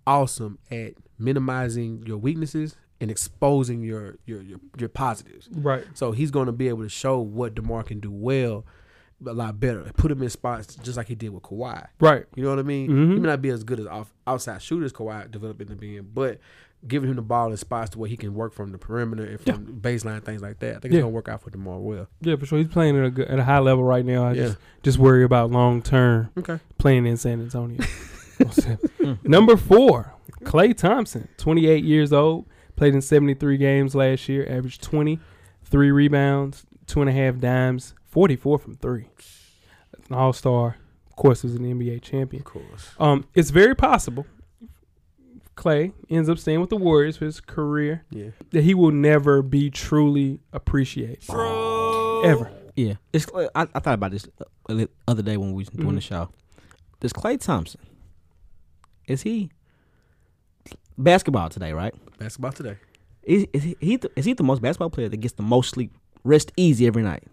[SPEAKER 5] awesome at minimizing your weaknesses and exposing your your your, your positives.
[SPEAKER 3] Right.
[SPEAKER 5] So he's going to be able to show what DeMar can do well, a lot better. Put him in spots just like he did with Kawhi.
[SPEAKER 3] Right.
[SPEAKER 5] You know what I mean?
[SPEAKER 3] Mm-hmm.
[SPEAKER 5] He may not be as good as off, outside shooters Kawhi developed into being, but giving him the ball in spots to where he can work from the perimeter and from baseline things like that. I think it's
[SPEAKER 3] Yeah.
[SPEAKER 5] gonna work out for Demar well.
[SPEAKER 3] Yeah, for sure. He's playing at a, good, at a high level right now. I
[SPEAKER 5] Yeah.
[SPEAKER 3] just just worry about long term
[SPEAKER 5] Okay.
[SPEAKER 3] playing in San
[SPEAKER 4] *laughs*
[SPEAKER 3] Antonio. Number four, Clay Thompson, 28 years old, played in 73 games last year, averaged 20, three rebounds, two and a half dimes, 44 from three. An all star, of course, was an NBA champion.
[SPEAKER 5] Of course.
[SPEAKER 3] Um, it's very possible Clay ends up staying with the Warriors for his career
[SPEAKER 5] Yeah.
[SPEAKER 3] that he will never be truly appreciated. Ever.
[SPEAKER 4] Yeah, it's. I, I thought about this uh, the other day when we was
[SPEAKER 5] Mm-hmm.
[SPEAKER 4] doing the
[SPEAKER 3] Mhm.
[SPEAKER 4] show. This Clay Thompson, is he basketball today? Right?
[SPEAKER 5] Basketball today.
[SPEAKER 4] Is, is he- he the, is he the most basketball player that gets the most sleep, rest easy every night?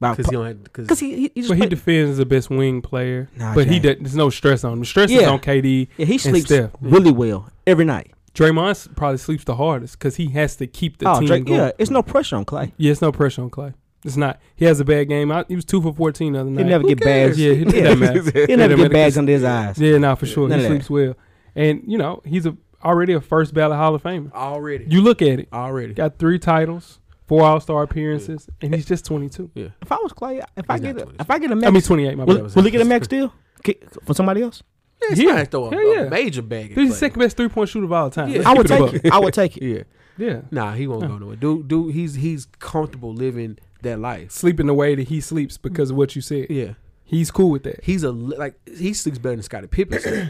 [SPEAKER 5] Because he don't have
[SPEAKER 4] because
[SPEAKER 5] because
[SPEAKER 4] he, he, he just
[SPEAKER 3] But he
[SPEAKER 4] play-
[SPEAKER 3] defends as the best wing player.
[SPEAKER 4] Nah,
[SPEAKER 3] but he
[SPEAKER 4] Jay.
[SPEAKER 3] does, there's no stress on him. The stress is
[SPEAKER 4] Yeah.
[SPEAKER 3] on KD.
[SPEAKER 4] yeah, he sleeps
[SPEAKER 3] Steph.
[SPEAKER 4] really well every night.
[SPEAKER 3] Draymond s- probably sleeps the hardest because he has to keep the
[SPEAKER 4] oh,
[SPEAKER 3] team
[SPEAKER 4] Drake,
[SPEAKER 3] going.
[SPEAKER 4] yeah,
[SPEAKER 3] Yeah.
[SPEAKER 4] it's no pressure on Clay.
[SPEAKER 3] it's no pressure on Clay. It's not. He has a bad game. I, he was two for fourteen the other
[SPEAKER 4] He
[SPEAKER 3] night.
[SPEAKER 4] never get bags.
[SPEAKER 3] Yeah, he
[SPEAKER 4] *laughs* Yeah.
[SPEAKER 3] doesn't matter.
[SPEAKER 4] He never
[SPEAKER 3] doesn't
[SPEAKER 4] get
[SPEAKER 3] matter.
[SPEAKER 4] bags under his eyes.
[SPEAKER 3] Yeah, nah, for sure.
[SPEAKER 4] None
[SPEAKER 3] he
[SPEAKER 4] of that.
[SPEAKER 3] sleeps well, and you know he's a already a first ballot Hall of Famer.
[SPEAKER 5] already.
[SPEAKER 3] You look at it.
[SPEAKER 5] already.
[SPEAKER 3] Got three titles, four All Star appearances, and he's just twenty two.
[SPEAKER 4] If I was Clay, if I
[SPEAKER 5] He's not
[SPEAKER 4] get a,
[SPEAKER 5] 20.
[SPEAKER 4] if I get a
[SPEAKER 3] I mean
[SPEAKER 4] max,
[SPEAKER 3] twenty eight. My
[SPEAKER 4] will,
[SPEAKER 3] bad.
[SPEAKER 4] will he get a max deal Ki- for somebody else?
[SPEAKER 5] It's
[SPEAKER 3] Yeah.
[SPEAKER 5] nice though. A,
[SPEAKER 3] Hell
[SPEAKER 5] a
[SPEAKER 3] yeah.
[SPEAKER 5] major bag.
[SPEAKER 3] He's the second best three point shooter of all time.
[SPEAKER 5] Yeah.
[SPEAKER 3] Let's
[SPEAKER 4] I
[SPEAKER 3] keep
[SPEAKER 4] would
[SPEAKER 3] it a
[SPEAKER 4] take
[SPEAKER 3] buck.
[SPEAKER 4] it. I
[SPEAKER 3] *laughs*
[SPEAKER 4] would take it.
[SPEAKER 5] Yeah.
[SPEAKER 3] Yeah,
[SPEAKER 5] Nah, he won't go nowhere. Dude, dude, he's he's comfortable living that life.
[SPEAKER 3] sleeping the way that he sleeps because of what you said.
[SPEAKER 5] Yeah.
[SPEAKER 3] He's cool with that.
[SPEAKER 5] He's a li- like he sleeps better than Scottie Pippen.
[SPEAKER 3] *clears throat*
[SPEAKER 5] slept.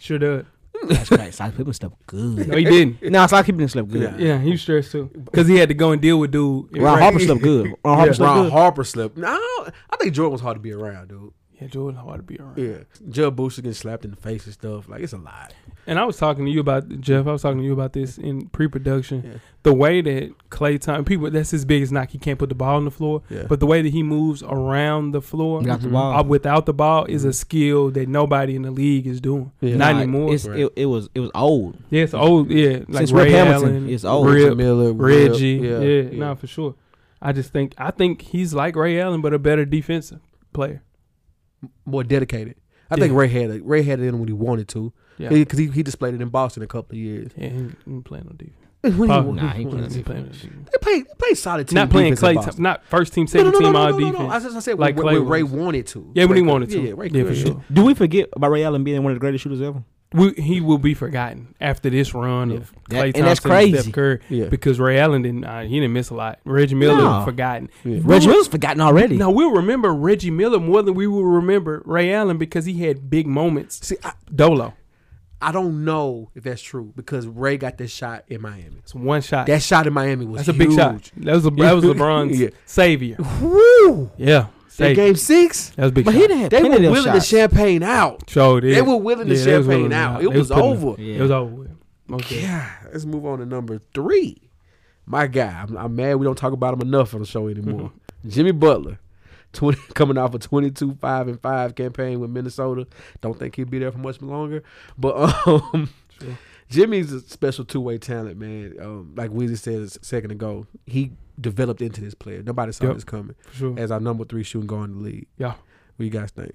[SPEAKER 3] Sure does.
[SPEAKER 4] That's crazy. Side Pippen slept good.
[SPEAKER 3] No, he didn't.
[SPEAKER 4] No, Side Pippen slept good.
[SPEAKER 5] Yeah.
[SPEAKER 3] Yeah, he was stressed *laughs* too because he had to go and deal with dude.
[SPEAKER 4] Ron Harper slept good. Ron Harper slept
[SPEAKER 5] Ron
[SPEAKER 4] good.
[SPEAKER 5] Harper slept. No, I think Jordan was hard to be around, dude.
[SPEAKER 3] Yeah, Jordan hard to be around.
[SPEAKER 5] Yeah. Jeb Bush getting slapped in the face and stuff. Like it's a lot.
[SPEAKER 3] And I was talking to you about Jeff. I was talking to you about this in pre-production.
[SPEAKER 5] Yeah.
[SPEAKER 3] The way that Clay Thompson, people, that's his biggest knock. He can't put the ball on the floor,
[SPEAKER 5] Yeah.
[SPEAKER 3] but the way that he moves around the floor
[SPEAKER 4] Got the
[SPEAKER 3] uh,
[SPEAKER 4] ball.
[SPEAKER 3] without the ball is a skill that nobody in the league is doing.
[SPEAKER 5] Yeah.
[SPEAKER 3] Not
[SPEAKER 4] Nah,
[SPEAKER 3] anymore.
[SPEAKER 4] It's, it, it was it was old.
[SPEAKER 3] yeah, it's old. Yeah, like
[SPEAKER 4] Since Rip
[SPEAKER 3] Ray
[SPEAKER 4] Hamilton,
[SPEAKER 3] Allen,
[SPEAKER 4] it's old.
[SPEAKER 3] Rip,
[SPEAKER 5] Miller,
[SPEAKER 3] Reggie.
[SPEAKER 5] Rip,
[SPEAKER 3] Yeah, no, for sure. I just think I think he's like Ray Allen, but a better defensive player.
[SPEAKER 5] more dedicated. I
[SPEAKER 3] Yeah.
[SPEAKER 5] think Ray had it. Ray had it in when he wanted to,
[SPEAKER 3] Yeah.
[SPEAKER 5] because he, he displayed it in Boston a couple of years.
[SPEAKER 3] Yeah, he ain't playing no defense.
[SPEAKER 5] When he
[SPEAKER 3] Pop-
[SPEAKER 5] won-
[SPEAKER 4] Nah, he
[SPEAKER 3] He
[SPEAKER 4] playing
[SPEAKER 3] ain't playing no
[SPEAKER 4] defense.
[SPEAKER 3] defense.
[SPEAKER 5] they play they play solid team.
[SPEAKER 3] Not playing
[SPEAKER 5] defense in
[SPEAKER 3] Clay,
[SPEAKER 5] Boston.
[SPEAKER 3] top, not first team,
[SPEAKER 5] No,
[SPEAKER 3] second
[SPEAKER 5] no, no,
[SPEAKER 3] team
[SPEAKER 5] no,
[SPEAKER 3] all
[SPEAKER 5] no, no,
[SPEAKER 3] defense.
[SPEAKER 5] no. I just I said
[SPEAKER 3] like
[SPEAKER 5] when,
[SPEAKER 3] Clay
[SPEAKER 5] when Ray
[SPEAKER 3] was.
[SPEAKER 5] wanted to.
[SPEAKER 3] Yeah, when he
[SPEAKER 5] Like,
[SPEAKER 3] wanted to.
[SPEAKER 5] Yeah, Ray
[SPEAKER 3] Yeah, for
[SPEAKER 5] could.
[SPEAKER 3] sure.
[SPEAKER 4] Do we forget about Ray Allen being one of the greatest shooters ever?
[SPEAKER 3] We, he will be forgotten after this run of
[SPEAKER 4] That-
[SPEAKER 3] Clay
[SPEAKER 4] and
[SPEAKER 3] Thompson
[SPEAKER 4] that's
[SPEAKER 3] and
[SPEAKER 4] crazy.
[SPEAKER 3] Steph Curry
[SPEAKER 5] Yeah.
[SPEAKER 3] because Ray Allen didn't uh, he didn't miss a lot. Reggie Miller
[SPEAKER 4] No.
[SPEAKER 3] forgotten.
[SPEAKER 5] Yeah.
[SPEAKER 4] Reggie Miller's forgotten already.
[SPEAKER 3] Now we'll remember Reggie Miller more than we will remember Ray Allen because he had big moments.
[SPEAKER 5] See, I,
[SPEAKER 3] Dolo,
[SPEAKER 5] I don't know if that's true because Ray got that shot in Miami.
[SPEAKER 3] it's one shot.
[SPEAKER 5] That shot in Miami was
[SPEAKER 3] That's a big shot.
[SPEAKER 5] huge.
[SPEAKER 3] That was a, that
[SPEAKER 5] *laughs*
[SPEAKER 3] was LeBron's
[SPEAKER 5] Yeah.
[SPEAKER 3] savior.
[SPEAKER 5] Woo!
[SPEAKER 3] Yeah,
[SPEAKER 5] That
[SPEAKER 3] savior.
[SPEAKER 5] game six,
[SPEAKER 3] That was a big.
[SPEAKER 4] but he
[SPEAKER 3] shot.
[SPEAKER 4] done had
[SPEAKER 5] they
[SPEAKER 4] plenty
[SPEAKER 5] were
[SPEAKER 4] of them
[SPEAKER 5] willing to
[SPEAKER 4] shots.
[SPEAKER 5] champagne out.
[SPEAKER 3] Showed it.
[SPEAKER 5] They were willing to
[SPEAKER 3] Yeah, they was
[SPEAKER 5] champaign
[SPEAKER 3] willing to
[SPEAKER 5] out.
[SPEAKER 3] out.
[SPEAKER 5] It
[SPEAKER 3] They
[SPEAKER 5] was
[SPEAKER 3] putting it-
[SPEAKER 5] over.
[SPEAKER 3] It was over. with. Okay.
[SPEAKER 5] Yeah, let's move on to number three. My guy, I'm, I'm mad we don't talk about him enough on the
[SPEAKER 3] *laughs*
[SPEAKER 5] show anymore. Jimmy Butler, 20, *laughs* coming off a 22 5 and 5 campaign with Minnesota. Don't think he'll be there for much longer. But *laughs* um, Jimmy's a special two way talent, man. Um, like Weezy said a second ago, he developed into this player. Nobody saw
[SPEAKER 3] Yep.
[SPEAKER 5] this coming
[SPEAKER 3] for sure.
[SPEAKER 5] as our number three shooting guard in the league.
[SPEAKER 3] Yeah.
[SPEAKER 5] What you guys think?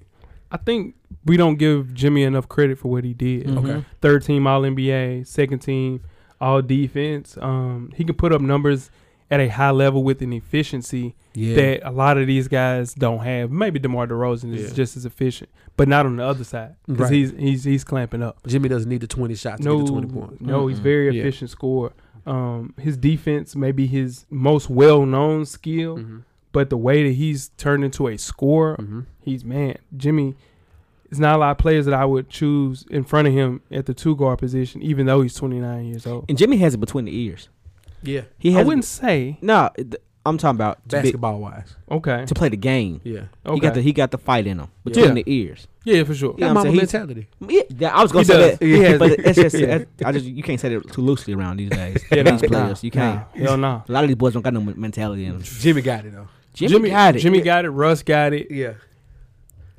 [SPEAKER 3] I think we don't give Jimmy enough credit for what he did.
[SPEAKER 5] Mm-hmm.
[SPEAKER 4] Mhm.
[SPEAKER 3] Third team All NBA, second team All Defense. Um, he can put up numbers at a high level with an efficiency
[SPEAKER 5] Yeah.
[SPEAKER 3] that a lot of these guys don't have. Maybe DeMar DeRozan is
[SPEAKER 5] Yeah.
[SPEAKER 3] just as efficient, but not on the other side because
[SPEAKER 5] Right.
[SPEAKER 3] he's he's he's clamping up.
[SPEAKER 5] Jimmy doesn't need the 20 shots to
[SPEAKER 3] No,
[SPEAKER 5] get the 20 points.
[SPEAKER 3] no, he's
[SPEAKER 4] Mm-mm.
[SPEAKER 3] very
[SPEAKER 5] Yeah.
[SPEAKER 3] efficient scorer. Um, his defense may be his most well known skill,
[SPEAKER 5] Mhm.
[SPEAKER 3] but the way that he's turned into a scorer,
[SPEAKER 5] Mhm.
[SPEAKER 3] he's man, Jimmy. It's not a lot of players that I would choose in front of him at the two guard position, even though he's 29 years old.
[SPEAKER 4] And Jimmy has it between the ears.
[SPEAKER 5] Yeah.
[SPEAKER 4] He
[SPEAKER 3] I
[SPEAKER 4] has.
[SPEAKER 3] wouldn't say
[SPEAKER 4] No, it- I'm talking about to, be-
[SPEAKER 5] Basketball wise.
[SPEAKER 3] okay.
[SPEAKER 4] to play the game.
[SPEAKER 5] Yeah.
[SPEAKER 3] okay.
[SPEAKER 4] He got the he got the fight in him between
[SPEAKER 3] Yeah.
[SPEAKER 4] the ears.
[SPEAKER 3] yeah, for sure.
[SPEAKER 4] Yeah,
[SPEAKER 5] That
[SPEAKER 4] I'm
[SPEAKER 5] mama
[SPEAKER 4] saying he-
[SPEAKER 5] mentality.
[SPEAKER 4] Yeah, that- I was gonna
[SPEAKER 3] He
[SPEAKER 4] say
[SPEAKER 3] does.
[SPEAKER 4] that.
[SPEAKER 3] He has *laughs*
[SPEAKER 4] but
[SPEAKER 3] it.
[SPEAKER 4] that's just
[SPEAKER 3] Yeah.
[SPEAKER 4] that- I just you can't say that too loosely around these days.
[SPEAKER 3] Yeah,
[SPEAKER 4] these
[SPEAKER 3] nah,
[SPEAKER 4] players, you
[SPEAKER 3] nah,
[SPEAKER 4] can't.
[SPEAKER 3] hell no.
[SPEAKER 4] A lot of these boys don't got no men- mentality in them.
[SPEAKER 5] Jimmy got it though.
[SPEAKER 4] Jimmy, got it.
[SPEAKER 3] Jimmy got it. Russ got it.
[SPEAKER 5] Yeah.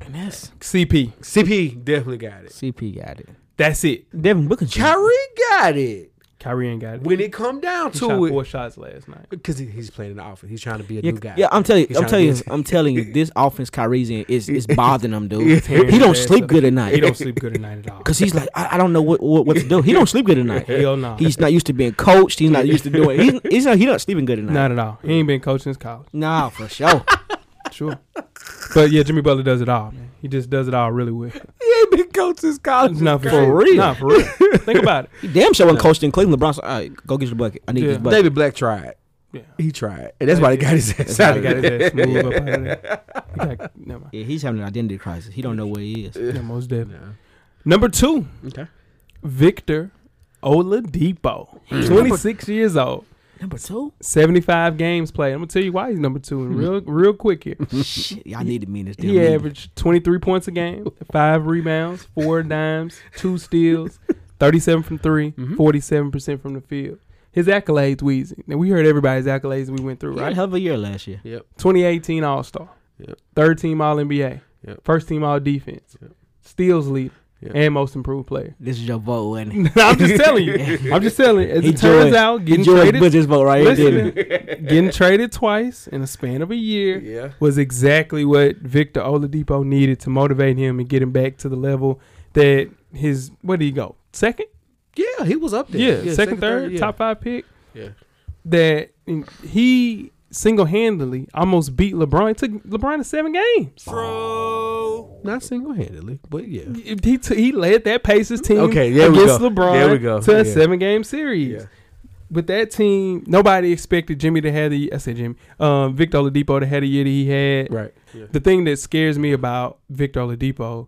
[SPEAKER 4] and that's
[SPEAKER 3] CP.
[SPEAKER 5] CP definitely got it.
[SPEAKER 4] CP got it.
[SPEAKER 3] That's it.
[SPEAKER 4] Devin Booker.
[SPEAKER 5] Kyrie got it.
[SPEAKER 3] Kyrie ain't got it.
[SPEAKER 5] When it come down
[SPEAKER 3] he shot
[SPEAKER 5] to
[SPEAKER 3] four
[SPEAKER 5] it,
[SPEAKER 3] shots last night.
[SPEAKER 5] because he's playing in the offense, he's trying to be a
[SPEAKER 4] Yeah,
[SPEAKER 5] new guy.
[SPEAKER 4] yeah, I'm telling you,
[SPEAKER 5] He's
[SPEAKER 4] I'm
[SPEAKER 5] tryna
[SPEAKER 4] telling
[SPEAKER 5] be
[SPEAKER 4] you,
[SPEAKER 5] his-
[SPEAKER 4] I'm telling you, this offense Kyrie's in is
[SPEAKER 3] *laughs*
[SPEAKER 4] is bothering him,
[SPEAKER 5] Yeah.
[SPEAKER 4] dude. He don't sleep good at night.
[SPEAKER 3] He don't sleep good at night at all.
[SPEAKER 4] *laughs* Cause he's like, I, I don't know what, what what to do. He don't sleep good at night.
[SPEAKER 3] Hell no.
[SPEAKER 4] He's not used to being coached. He's not used to doing. He's, he's not. He not sleeping good at night.
[SPEAKER 3] Not at all. He ain't been coaching since college.
[SPEAKER 4] Nah, for sure.
[SPEAKER 3] Sure. but yeah, Jimmy Butler does it all, man. He just does it all really well.
[SPEAKER 5] *laughs* He ain't been coached since college.
[SPEAKER 3] Not for,
[SPEAKER 4] For
[SPEAKER 3] sure.
[SPEAKER 4] real.
[SPEAKER 3] Not for real. Think about it.
[SPEAKER 4] He damn sure wasn't coached in Cleveland. LeBron's like, all right, go get your bucket. I need
[SPEAKER 3] Yeah.
[SPEAKER 4] this bucket.
[SPEAKER 5] David Black tried.
[SPEAKER 3] Yeah.
[SPEAKER 5] He tried, and that's why they got his ass out
[SPEAKER 3] He
[SPEAKER 5] of
[SPEAKER 3] got
[SPEAKER 5] there.
[SPEAKER 3] his ass smooth up out of there. He got-
[SPEAKER 5] *laughs*
[SPEAKER 3] never mind.
[SPEAKER 4] Yeah, he's having an identity crisis. He don't know where he is.
[SPEAKER 3] Yeah, most definitely. Number two,
[SPEAKER 5] Okay.
[SPEAKER 3] Victor Oladipo.
[SPEAKER 5] Hmm.
[SPEAKER 3] 26 years old.
[SPEAKER 4] Number two?
[SPEAKER 3] 75 games played. I'm going to tell you why he's number two. And real, real quick here.
[SPEAKER 4] Shit, y'all needed me in this damn
[SPEAKER 3] He
[SPEAKER 4] league.
[SPEAKER 3] averaged 23 points a game, five rebounds, four dimes, two
[SPEAKER 4] *laughs*
[SPEAKER 3] steals, 37 from 3
[SPEAKER 4] Mm-hmm.
[SPEAKER 3] 47% from the field. His accolades, Weezy. Now, we heard everybody's accolades we went
[SPEAKER 4] He
[SPEAKER 3] through,
[SPEAKER 4] had a
[SPEAKER 3] right?
[SPEAKER 4] hell of a year last year.
[SPEAKER 3] 2018 All Star,
[SPEAKER 5] Yep.
[SPEAKER 3] third team All NBA,
[SPEAKER 5] Yep.
[SPEAKER 3] first team All Defense,
[SPEAKER 5] Yep.
[SPEAKER 3] steals lead,
[SPEAKER 5] Yep.
[SPEAKER 3] and most improved player. *laughs*
[SPEAKER 4] This is your vote, wasn't it?
[SPEAKER 3] I'm just telling you. I'm just telling you. As
[SPEAKER 4] He
[SPEAKER 3] it turns
[SPEAKER 4] joined-
[SPEAKER 3] out, getting
[SPEAKER 4] George
[SPEAKER 3] traded,
[SPEAKER 4] Bush's vote right here,
[SPEAKER 3] Listen.
[SPEAKER 4] didn't it?
[SPEAKER 3] getting traded twice in a span of a year
[SPEAKER 5] *laughs* Yeah.
[SPEAKER 3] was exactly what Victor Oladipo needed to motivate him and get him back to the level that his where did he go second?
[SPEAKER 5] Yeah, he was up there.
[SPEAKER 3] Yeah, second, third,
[SPEAKER 5] yeah.
[SPEAKER 3] top five pick.
[SPEAKER 5] Yeah.
[SPEAKER 3] That and he single handedly almost beat LeBron. It took LeBron to seven games.
[SPEAKER 5] Not single handedly, but yeah.
[SPEAKER 3] He t- he led that Pacers team
[SPEAKER 5] Okay, there we
[SPEAKER 3] against
[SPEAKER 5] go.
[SPEAKER 3] LeBron
[SPEAKER 5] There we go.
[SPEAKER 3] to a
[SPEAKER 5] Yeah.
[SPEAKER 3] seven game series.
[SPEAKER 5] Yeah.
[SPEAKER 3] With that team, nobody expected Jimmy to have the I said Jimmy, um, Victor Oladipo to have the year that he had.
[SPEAKER 5] Right. Yeah.
[SPEAKER 3] The thing that scares me about Victor Oladipo,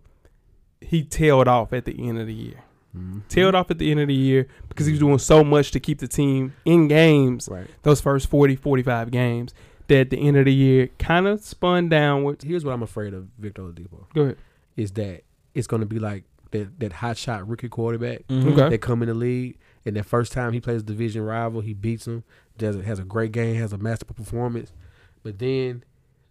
[SPEAKER 3] he tailed off at the end of the year.
[SPEAKER 4] Mm-hmm.
[SPEAKER 3] Tailed off at the end of the year because he was doing so much to keep the team in games,
[SPEAKER 5] Right.
[SPEAKER 3] those first 40, 45 games, that at the end of the year kind of spun downwards.
[SPEAKER 5] Here's what I'm afraid of Victor Oladipo
[SPEAKER 3] Go ahead.
[SPEAKER 5] is that it's going to be like that that hot shot rookie quarterback
[SPEAKER 3] Okay.
[SPEAKER 5] They come in the league, and that first time he plays division rival, he beats him. Does has a great game, has a masterful performance, but then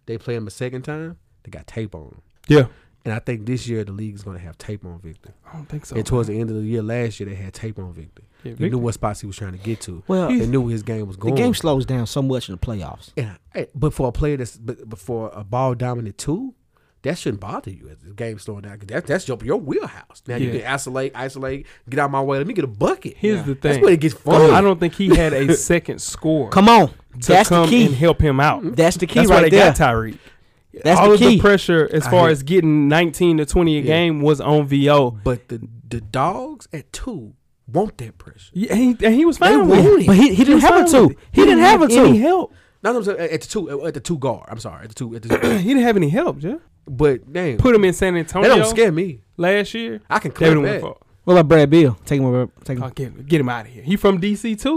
[SPEAKER 5] they play him a second time. They got tape on him,
[SPEAKER 3] Yeah.
[SPEAKER 5] and I think this year the league's going to have tape on Victor.
[SPEAKER 3] I don't think so.
[SPEAKER 5] and towards the end of the year last year, they had tape on Victor.
[SPEAKER 3] Oh, Yeah,
[SPEAKER 5] They
[SPEAKER 3] Victor-
[SPEAKER 5] knew what spots he was trying to get to.
[SPEAKER 4] Well,
[SPEAKER 5] they knew where his game was
[SPEAKER 4] the
[SPEAKER 5] going.
[SPEAKER 4] game slows down so much in the playoffs.
[SPEAKER 5] And I- but for a player that's but, but for a ball dominant two, that shouldn't bother you as the game slowing down. 'cause That, that's your, your wheelhouse. Now you
[SPEAKER 3] Yeah.
[SPEAKER 5] can isolate, isolate, get out my way. Let me get a bucket.
[SPEAKER 3] Here's the thing.
[SPEAKER 5] That's where it gets fun.
[SPEAKER 3] I don't think he had
[SPEAKER 4] *laughs*
[SPEAKER 3] a second score
[SPEAKER 4] Come on.
[SPEAKER 3] to
[SPEAKER 4] That's the
[SPEAKER 3] come and
[SPEAKER 4] key. Mm-hmm.
[SPEAKER 3] help him out.
[SPEAKER 4] That's the key
[SPEAKER 3] That's why
[SPEAKER 4] right
[SPEAKER 3] they
[SPEAKER 4] there.
[SPEAKER 3] got Tyreek.
[SPEAKER 4] That's
[SPEAKER 3] All
[SPEAKER 4] the
[SPEAKER 3] of
[SPEAKER 4] key.
[SPEAKER 3] the pressure as
[SPEAKER 5] I
[SPEAKER 3] far
[SPEAKER 5] hear-
[SPEAKER 3] as getting 19 to 20 a
[SPEAKER 5] Yeah.
[SPEAKER 3] game was on VO.
[SPEAKER 5] But the the dogs at two want that pressure.
[SPEAKER 3] Yeah, and he, and he was
[SPEAKER 5] They
[SPEAKER 3] fine with
[SPEAKER 5] want
[SPEAKER 3] it.
[SPEAKER 5] it.
[SPEAKER 4] But he, he didn't
[SPEAKER 3] was
[SPEAKER 4] have it
[SPEAKER 3] fine
[SPEAKER 4] to.
[SPEAKER 3] with it.
[SPEAKER 4] He didn't have it
[SPEAKER 3] Any
[SPEAKER 4] to.
[SPEAKER 3] help.
[SPEAKER 5] No, no, I'm saying at at the two at the two guard. I'm sorry, at the two at the
[SPEAKER 3] he
[SPEAKER 5] two.
[SPEAKER 3] *clears throat* didn't have any help, yeah.
[SPEAKER 5] but damn,
[SPEAKER 3] Put him in San
[SPEAKER 5] that
[SPEAKER 3] Antonio
[SPEAKER 5] don't scare me.
[SPEAKER 3] last year.
[SPEAKER 5] I can
[SPEAKER 3] They
[SPEAKER 5] clear
[SPEAKER 3] would've went
[SPEAKER 5] that.
[SPEAKER 3] far.
[SPEAKER 4] What about Brad Bill? Take him over. Take
[SPEAKER 3] Oh,
[SPEAKER 4] him.
[SPEAKER 3] get, him- get him out of here. He from DC too.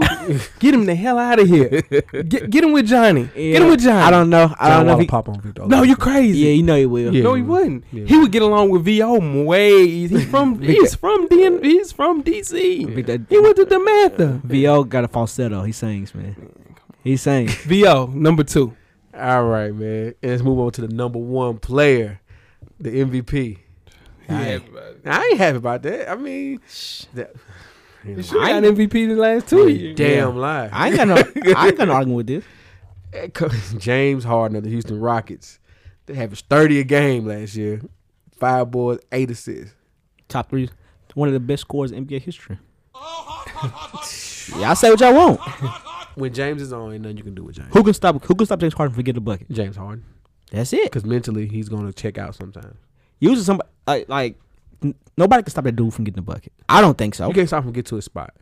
[SPEAKER 3] get him the hell out of here. Get, get him with Johnny. Get him with Johnny.
[SPEAKER 4] I don't know. I don't know. If he,
[SPEAKER 5] pop on Victor.
[SPEAKER 3] No, you
[SPEAKER 5] Oladipo.
[SPEAKER 3] crazy.
[SPEAKER 4] yeah, you know he will.
[SPEAKER 5] Yeah.
[SPEAKER 3] no, he wouldn't.
[SPEAKER 5] Yeah.
[SPEAKER 3] He would get along with VO way. easy. He's from he's from DN, he's from DC.
[SPEAKER 4] Big that-
[SPEAKER 3] He went to Dematha.
[SPEAKER 4] VO got a falsetto. He sings, man.
[SPEAKER 3] Mm,
[SPEAKER 4] He
[SPEAKER 3] *laughs*
[SPEAKER 4] sings.
[SPEAKER 3] VO number two.
[SPEAKER 5] All right, man. And let's move on to the number one player, the MVP.
[SPEAKER 4] Yeah.
[SPEAKER 5] I ain't happy about that. I mean, that,
[SPEAKER 3] He should got MVP the last two years.
[SPEAKER 5] damn lie.
[SPEAKER 4] I ain't got no. I ain't got no argument with this.
[SPEAKER 5] *laughs* James Harden of the Houston Rockets. They averaged 30 a game last year. Five boards, eight assists.
[SPEAKER 4] Top three, one of the best scores in NBA history. Y'all say what y'all want.
[SPEAKER 5] When James is on, ain't nothing you can do with James.
[SPEAKER 4] Who can stop? Who can stop James Harden from getting the bucket?
[SPEAKER 5] James Harden.
[SPEAKER 4] That's it.
[SPEAKER 5] Because mentally, he's going to check out sometimes.
[SPEAKER 4] Usually, somebody like, like n- nobody can stop that dude from getting the bucket. I don't think so.
[SPEAKER 5] You can't stop him from get to his spot.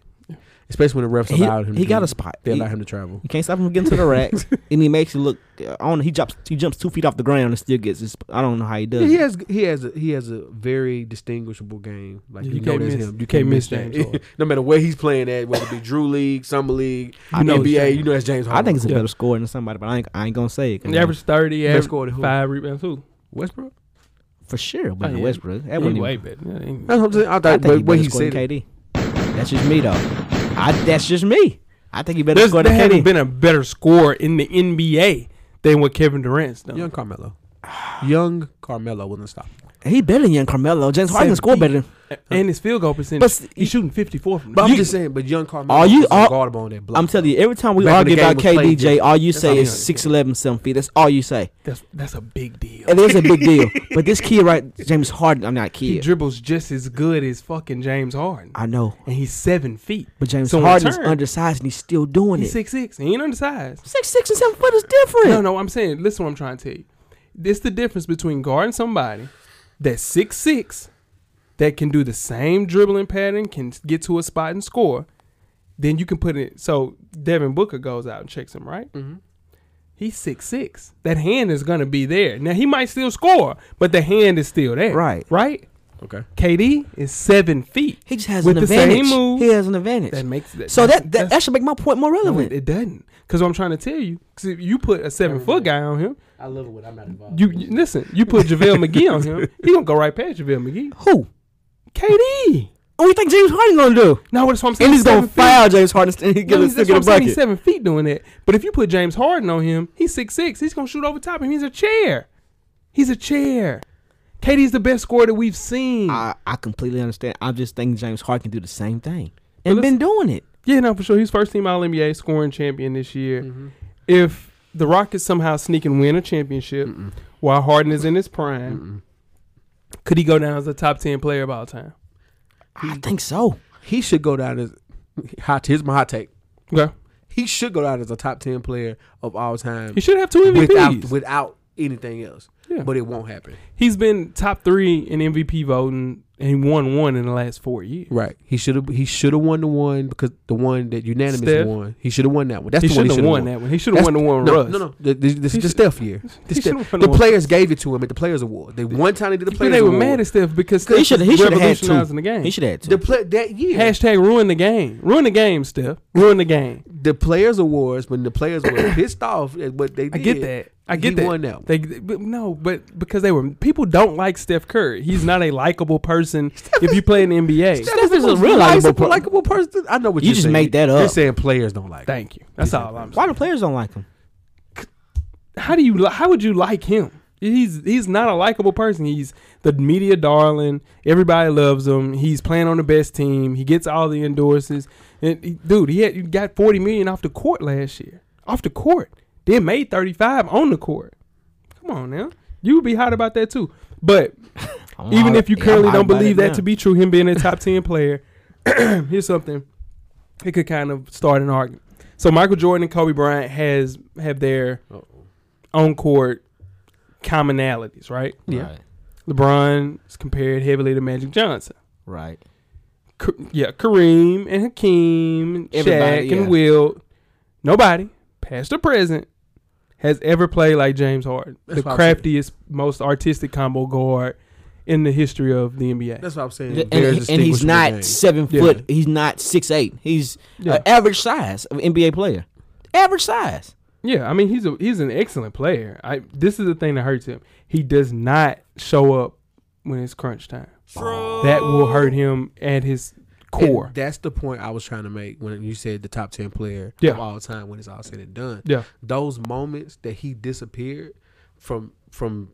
[SPEAKER 5] Especially when the refs
[SPEAKER 4] He-
[SPEAKER 5] allowed him
[SPEAKER 4] he
[SPEAKER 5] to
[SPEAKER 4] got
[SPEAKER 5] do-
[SPEAKER 4] a spot.
[SPEAKER 5] They
[SPEAKER 4] He-
[SPEAKER 5] allowed him to travel.
[SPEAKER 4] You can't stop him from getting to the
[SPEAKER 5] *laughs*
[SPEAKER 4] racks, and he makes it look uh, on. He jumps. He jumps two feet off the ground and still gets his. I don't know how he does.
[SPEAKER 5] He
[SPEAKER 4] it.
[SPEAKER 5] has he has a, he has a very distinguishable game. Like you,
[SPEAKER 3] You
[SPEAKER 5] know
[SPEAKER 3] can't
[SPEAKER 5] that's
[SPEAKER 3] miss-
[SPEAKER 5] him.
[SPEAKER 3] you can't miss James
[SPEAKER 5] that.
[SPEAKER 3] Harden.
[SPEAKER 5] *laughs* no matter where he's playing at, whether it be Drew League, Summer League,
[SPEAKER 4] *laughs* I know
[SPEAKER 5] NBA,
[SPEAKER 3] it's-
[SPEAKER 5] you know that's James
[SPEAKER 4] I
[SPEAKER 5] Harden.
[SPEAKER 4] think it's a
[SPEAKER 3] Yeah.
[SPEAKER 4] better score than somebody, but I ain't, I ain't gonna say it. 'cause
[SPEAKER 3] He averaged thirty,
[SPEAKER 5] Best
[SPEAKER 3] average
[SPEAKER 5] scorer to who?
[SPEAKER 3] five rebounds. Who?
[SPEAKER 5] Westbrook.
[SPEAKER 4] for sure, but
[SPEAKER 3] Oh,
[SPEAKER 4] not
[SPEAKER 3] yeah.
[SPEAKER 4] Westbrook. That
[SPEAKER 3] He
[SPEAKER 4] wouldn't
[SPEAKER 3] way
[SPEAKER 4] even,
[SPEAKER 3] better. Yeah, he-
[SPEAKER 5] That's what I'm saying. I
[SPEAKER 4] I
[SPEAKER 5] thought
[SPEAKER 4] think he
[SPEAKER 5] what, what
[SPEAKER 4] better
[SPEAKER 5] he
[SPEAKER 4] score than
[SPEAKER 5] said.
[SPEAKER 4] KD. That's just me though. I that's just me. I think he better
[SPEAKER 3] There's,
[SPEAKER 4] score
[SPEAKER 3] there
[SPEAKER 4] than
[SPEAKER 3] hasn't
[SPEAKER 4] KD.
[SPEAKER 3] been a better scorer in the NBA than what Kevin Durant's done.
[SPEAKER 5] Young Carmelo. Young Carmelo wouldn't stop.
[SPEAKER 4] he better than young Carmelo. James Harden can score better. Than,
[SPEAKER 3] and his field goal percentage.
[SPEAKER 4] But s-
[SPEAKER 3] he's shooting 54 from
[SPEAKER 5] But I'm
[SPEAKER 3] the
[SPEAKER 5] just saying, but young Carmelo
[SPEAKER 4] Are you-
[SPEAKER 5] was
[SPEAKER 4] are-
[SPEAKER 5] guardable on that block.
[SPEAKER 4] I'm telling you, every time we
[SPEAKER 5] Back when
[SPEAKER 4] argue
[SPEAKER 5] the game
[SPEAKER 4] about
[SPEAKER 5] was played
[SPEAKER 4] KDJ,
[SPEAKER 5] different.
[SPEAKER 4] all you
[SPEAKER 5] That's
[SPEAKER 4] say
[SPEAKER 5] all
[SPEAKER 4] is
[SPEAKER 5] he understood.
[SPEAKER 4] 6'11", 7 feet. That's all you say.
[SPEAKER 3] That's that's a big deal.
[SPEAKER 4] And there's a big
[SPEAKER 5] *laughs*
[SPEAKER 4] deal. But this kid, right, James Harden. I'm not
[SPEAKER 3] He
[SPEAKER 4] kid.
[SPEAKER 3] dribbles just as good as fucking James Harden,
[SPEAKER 4] I know,
[SPEAKER 3] and he's seven feet.
[SPEAKER 4] but James
[SPEAKER 3] So in
[SPEAKER 4] Harden is
[SPEAKER 3] turn,
[SPEAKER 4] undersized and he's still doing
[SPEAKER 3] He's
[SPEAKER 4] it.
[SPEAKER 3] six six. He ain't undersized.
[SPEAKER 4] Six six and seven foot is different.
[SPEAKER 3] No, no. I'm saying, listen, what I'm trying to tell you. This the difference between guarding somebody that's six six, that can do the same dribbling pattern, can get to a spot and score. Then you can put it. So Devin Booker goes out and checks him, right? Mm-hmm. He's six six. That hand is gonna be there. Now he might still score, but the hand is still there.
[SPEAKER 4] Right.
[SPEAKER 3] Right.
[SPEAKER 5] okay.
[SPEAKER 3] KD is seven feet.
[SPEAKER 4] He just has
[SPEAKER 3] With
[SPEAKER 4] an
[SPEAKER 3] the same
[SPEAKER 4] advantage.
[SPEAKER 3] move,
[SPEAKER 4] he has an advantage.
[SPEAKER 3] That makes that.
[SPEAKER 4] so that that,
[SPEAKER 3] that's-
[SPEAKER 4] that should make my point more
[SPEAKER 3] no,
[SPEAKER 4] relevant.
[SPEAKER 3] it, it doesn't. Because what I'm trying to tell you, 'cause if you put a seven foot guy on him,
[SPEAKER 5] I love it when I'm not involved.
[SPEAKER 3] you, you- listen. You put
[SPEAKER 5] *laughs*
[SPEAKER 3] Javale McGee on him, he gonna go right past Javale McGee.
[SPEAKER 4] Who?
[SPEAKER 3] KD.
[SPEAKER 4] What do you think James Harden gonna do?
[SPEAKER 3] No, that's what I'm saying.
[SPEAKER 4] And he's gonna
[SPEAKER 3] seven feet.
[SPEAKER 4] foul James Harden and he
[SPEAKER 3] No,
[SPEAKER 4] gonna
[SPEAKER 3] that's
[SPEAKER 4] still
[SPEAKER 3] what
[SPEAKER 4] get a
[SPEAKER 3] I'm saying, He's
[SPEAKER 4] bucket.
[SPEAKER 3] seven feet doing that. But if you put James Harden on him, he's six six. He's gonna shoot over top him. He's a chair. He's a chair. KD's the best scorer that we've seen.
[SPEAKER 4] I, I completely understand. I just think James Harden can do the same thing
[SPEAKER 3] But
[SPEAKER 4] and been doing it.
[SPEAKER 3] Yeah, no, for sure. He's first team All NBA scoring champion this year.
[SPEAKER 5] Mm-hmm.
[SPEAKER 3] If the Rockets somehow sneak and win a championship while Harden is in his prime, could he go down as a top ten player of all time?
[SPEAKER 4] I think so.
[SPEAKER 5] He should go down as hot. Here's my hot take.
[SPEAKER 3] Okay,
[SPEAKER 5] He should go down as a top ten player of all time.
[SPEAKER 3] he should have two MVPs.
[SPEAKER 5] without without anything else.
[SPEAKER 3] Yeah.
[SPEAKER 5] But it won't happen.
[SPEAKER 3] He's been top three in MVP voting and won one in the last four years.
[SPEAKER 5] Right. He should have he should have won the one because the one that unanimous
[SPEAKER 3] Steph?
[SPEAKER 5] won. He should have won that one. That's
[SPEAKER 3] He
[SPEAKER 5] the
[SPEAKER 3] should
[SPEAKER 5] one he
[SPEAKER 3] have
[SPEAKER 5] should
[SPEAKER 3] won, that one. He should have
[SPEAKER 5] That's-
[SPEAKER 3] won the one.
[SPEAKER 5] No,
[SPEAKER 3] Russ.
[SPEAKER 5] no, no. The, the, this
[SPEAKER 3] He
[SPEAKER 5] the
[SPEAKER 3] should-
[SPEAKER 5] Steph year. The,
[SPEAKER 3] *laughs* he
[SPEAKER 5] Steph-
[SPEAKER 3] should've won
[SPEAKER 5] the
[SPEAKER 3] the one.
[SPEAKER 5] players gave it to him at the Players Award. They one time they did the Players
[SPEAKER 3] they were
[SPEAKER 5] Award.
[SPEAKER 3] mad at Steph because Steph
[SPEAKER 4] He should
[SPEAKER 3] was
[SPEAKER 4] he should have had
[SPEAKER 3] revolutionizing the
[SPEAKER 4] two.
[SPEAKER 3] game.
[SPEAKER 4] He should have had
[SPEAKER 5] the
[SPEAKER 4] two.
[SPEAKER 5] play, that year.
[SPEAKER 3] Hashtag ruin the game. Ruin the game, Steph. Ruin the game.
[SPEAKER 5] the Players Awards when the players were *coughs* pissed off at what they did.
[SPEAKER 3] I get that. I get
[SPEAKER 5] he
[SPEAKER 3] that.
[SPEAKER 5] Won that one.
[SPEAKER 3] They, but no, but because they were people don't like Steph Curry. He's not a likable person
[SPEAKER 4] *laughs*
[SPEAKER 3] if you play in the NBA.
[SPEAKER 4] Steph is a real likable
[SPEAKER 5] likable,
[SPEAKER 4] per-
[SPEAKER 5] likable person. I know what
[SPEAKER 4] You
[SPEAKER 5] you're
[SPEAKER 4] just
[SPEAKER 5] saying.
[SPEAKER 4] made that
[SPEAKER 5] You're
[SPEAKER 4] up.
[SPEAKER 5] saying players don't like. him.
[SPEAKER 3] Thank you. That's all I'm
[SPEAKER 4] Why
[SPEAKER 3] saying.
[SPEAKER 4] do players don't like him?
[SPEAKER 3] How do you li- how would you like him? He's he's not a likable person. He's the media darling. Everybody loves him. He's playing on the best team. He gets all the endorses. And he- dude, he had, he got 40 million off the court last year. Off the court. Then made 35 on the court. Come on now. You would be hot about that too. But
[SPEAKER 4] I'm
[SPEAKER 3] even
[SPEAKER 4] hot-
[SPEAKER 3] if you
[SPEAKER 4] yeah, I'm
[SPEAKER 3] currently
[SPEAKER 4] hot
[SPEAKER 3] don't
[SPEAKER 4] about
[SPEAKER 3] believe
[SPEAKER 4] it
[SPEAKER 3] that
[SPEAKER 4] now.
[SPEAKER 3] to be true, him being a top ten player, *clears throat* here's something. It could kind of start an argument. So Michael Jordan and Kobe Bryant has have their on court commonalities, right?
[SPEAKER 5] Yeah.
[SPEAKER 4] Right.
[SPEAKER 3] LeBron is compared heavily to Magic Johnson.
[SPEAKER 4] right.
[SPEAKER 3] Ka- yeah, Kareem and Hakeem, and Shaq
[SPEAKER 4] Everybody, yeah.
[SPEAKER 3] and Will. Nobody, past or present, has ever played like James Harden,
[SPEAKER 5] That's
[SPEAKER 3] the
[SPEAKER 5] what I'm saying.
[SPEAKER 3] craftiest, most artistic combo guard in the history of the NBA.
[SPEAKER 5] That's what I'm saying.
[SPEAKER 4] And,
[SPEAKER 5] Very
[SPEAKER 4] and he's
[SPEAKER 5] distinguishable
[SPEAKER 4] not
[SPEAKER 5] game.
[SPEAKER 4] seven
[SPEAKER 3] Yeah.
[SPEAKER 4] foot. He's not six eight. He's
[SPEAKER 3] Yeah.
[SPEAKER 4] an average size of NBA player. Average size.
[SPEAKER 3] yeah, I mean he's a he's an excellent player. I this is the thing that hurts him. He does not show up when it's crunch time. That will hurt him at his core.
[SPEAKER 5] And that's the point I was trying to make when you said the top ten player
[SPEAKER 3] Yeah.
[SPEAKER 5] of all time when it's all said and done.
[SPEAKER 3] Yeah.
[SPEAKER 5] Those moments that he disappeared from from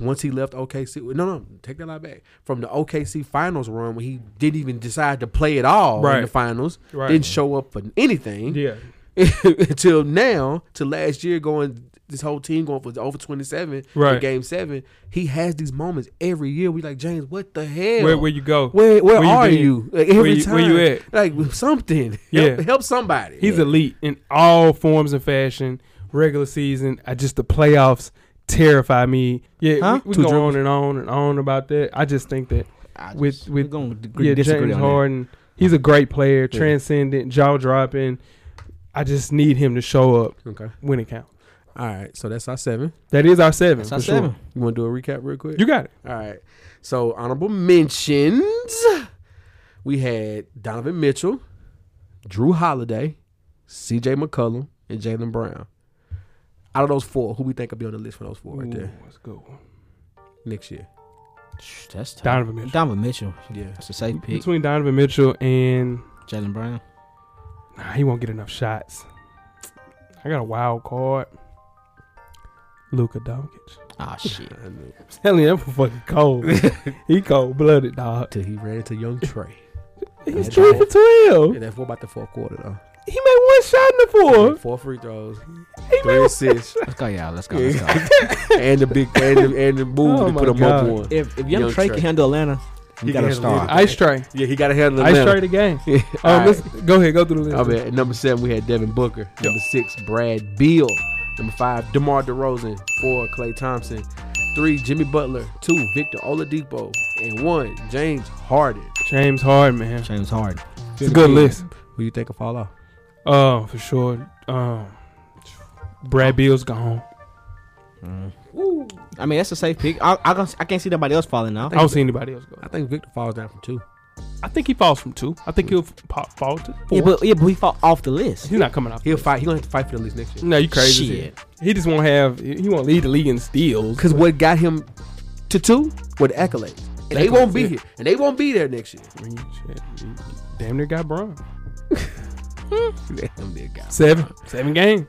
[SPEAKER 5] once he left OKC. No, no, take that line back. From the OKC finals run when he didn't even decide to play at all in
[SPEAKER 3] Right.
[SPEAKER 5] the finals.
[SPEAKER 3] Right.
[SPEAKER 5] Didn't show up for anything.
[SPEAKER 3] yeah.
[SPEAKER 5] *laughs* until now, to last year going this whole team going for over twenty seven in
[SPEAKER 3] Right.
[SPEAKER 5] game seven. He has these moments every year. We like, James, what the hell?
[SPEAKER 3] Where where you go?
[SPEAKER 5] Where where,
[SPEAKER 3] Where you
[SPEAKER 5] are
[SPEAKER 3] been?
[SPEAKER 5] you? Like,
[SPEAKER 3] Where
[SPEAKER 5] every
[SPEAKER 3] you-
[SPEAKER 5] time.
[SPEAKER 3] where you at?
[SPEAKER 5] Like something. *laughs*
[SPEAKER 3] Yeah.
[SPEAKER 5] Help, help somebody.
[SPEAKER 3] He's elite in all forms and fashion. Regular season, I just the playoffs terrify me. Yeah,
[SPEAKER 4] Huh?
[SPEAKER 3] we, we
[SPEAKER 4] Two
[SPEAKER 3] go
[SPEAKER 4] dribbles.
[SPEAKER 3] on and on and on about that. I just think that
[SPEAKER 4] I
[SPEAKER 3] With-
[SPEAKER 4] just-
[SPEAKER 3] with-
[SPEAKER 4] we're gonna agree-
[SPEAKER 3] yeah,
[SPEAKER 4] disagree
[SPEAKER 3] James
[SPEAKER 4] on that.
[SPEAKER 3] Harden, he's a great player, transcendent, jaw dropping. I just need him to show up
[SPEAKER 5] okay.
[SPEAKER 3] when it counts.
[SPEAKER 5] All right. So that's our seven.
[SPEAKER 3] That is our seven.
[SPEAKER 4] That's
[SPEAKER 3] for
[SPEAKER 4] our
[SPEAKER 3] sure.
[SPEAKER 4] seven.
[SPEAKER 5] You want to do a recap real quick?
[SPEAKER 3] You got it.
[SPEAKER 5] All right. So honorable mentions. We had Donovan Mitchell, Drew Holiday, C.J. McCollum, and Jalen Brown. Out of those four, who we think will be on the list for those four right there
[SPEAKER 3] Ooh, that's a good one.
[SPEAKER 5] next year?
[SPEAKER 4] Shh, That's tough.
[SPEAKER 3] Donovan Mitchell.
[SPEAKER 4] Donovan Mitchell.
[SPEAKER 5] Yeah.
[SPEAKER 4] That's a safe pick.
[SPEAKER 3] Between Donovan Mitchell and
[SPEAKER 4] Jalen Brown.
[SPEAKER 3] nah, he won't get enough shots. I got a wild card. Luka Doncic. *laughs*
[SPEAKER 4] Ah shit.
[SPEAKER 5] I knew.
[SPEAKER 3] Hell yeah, that fucking cold. *laughs* he cold blooded, dog.
[SPEAKER 5] Till he ran into young Trey.
[SPEAKER 3] He's
[SPEAKER 5] Yeah,
[SPEAKER 3] three for twelve.
[SPEAKER 5] yeah, that's what about the fourth quarter though?
[SPEAKER 3] He made one shot in the
[SPEAKER 5] Four,
[SPEAKER 3] fourth.
[SPEAKER 5] free throws,
[SPEAKER 3] He made
[SPEAKER 5] three
[SPEAKER 3] one-
[SPEAKER 5] assists,
[SPEAKER 4] Let's go, y'all. Let's go. Let's
[SPEAKER 3] *laughs*
[SPEAKER 4] go.
[SPEAKER 5] and the big and the, and the move
[SPEAKER 3] Oh
[SPEAKER 5] to
[SPEAKER 3] my
[SPEAKER 5] put him
[SPEAKER 3] God.
[SPEAKER 5] up one.
[SPEAKER 4] if if young,
[SPEAKER 5] Young
[SPEAKER 4] Trey
[SPEAKER 5] Trey.
[SPEAKER 4] can handle Atlanta,
[SPEAKER 5] He
[SPEAKER 4] you got
[SPEAKER 5] can
[SPEAKER 4] a
[SPEAKER 5] handle
[SPEAKER 4] star.
[SPEAKER 5] it.
[SPEAKER 3] Ice Trey.
[SPEAKER 5] Yeah, he got to handle
[SPEAKER 3] Ice Trey
[SPEAKER 5] Atlanta. *laughs*
[SPEAKER 3] the game.
[SPEAKER 5] Yeah. All
[SPEAKER 3] Um,
[SPEAKER 5] right.
[SPEAKER 3] let's go ahead, go through the
[SPEAKER 5] Oh,
[SPEAKER 3] list.
[SPEAKER 5] man. At number seven, we had Devin Booker. Number six, Brad Beal. Number five, DeMar DeRozan. Four, Clay Thompson. Three, Jimmy Butler. Two, Victor Oladipo. And one, James Harden.
[SPEAKER 3] James Harden, man.
[SPEAKER 4] James Harden.
[SPEAKER 3] It's a good list.
[SPEAKER 5] Who you think will fall off?
[SPEAKER 3] Oh, for sure. Um, Brad Beal's gone.
[SPEAKER 4] I mean, that's a safe pick. I I, can't- I can't see nobody else falling out.
[SPEAKER 3] I don't see anybody else go.
[SPEAKER 5] I think Victor falls down from two.
[SPEAKER 3] I think he falls from two. I think he'll f- pop, fall to four.
[SPEAKER 4] Yeah, but yeah, but we fall off the list.
[SPEAKER 3] He's not coming off.
[SPEAKER 5] He'll fight. He's gonna have to fight for the least next year.
[SPEAKER 3] No, you crazy. as hell.
[SPEAKER 4] Shit.
[SPEAKER 3] He just won't have. He won't lead the league in steals.
[SPEAKER 5] Because Mm, what got him to two were the accolades. And they won't be here. And they won't be there next year.
[SPEAKER 3] I mean, shit, he damn near got *laughs* Braun.
[SPEAKER 5] Damn, that guy.
[SPEAKER 3] Seven, seven *laughs* games.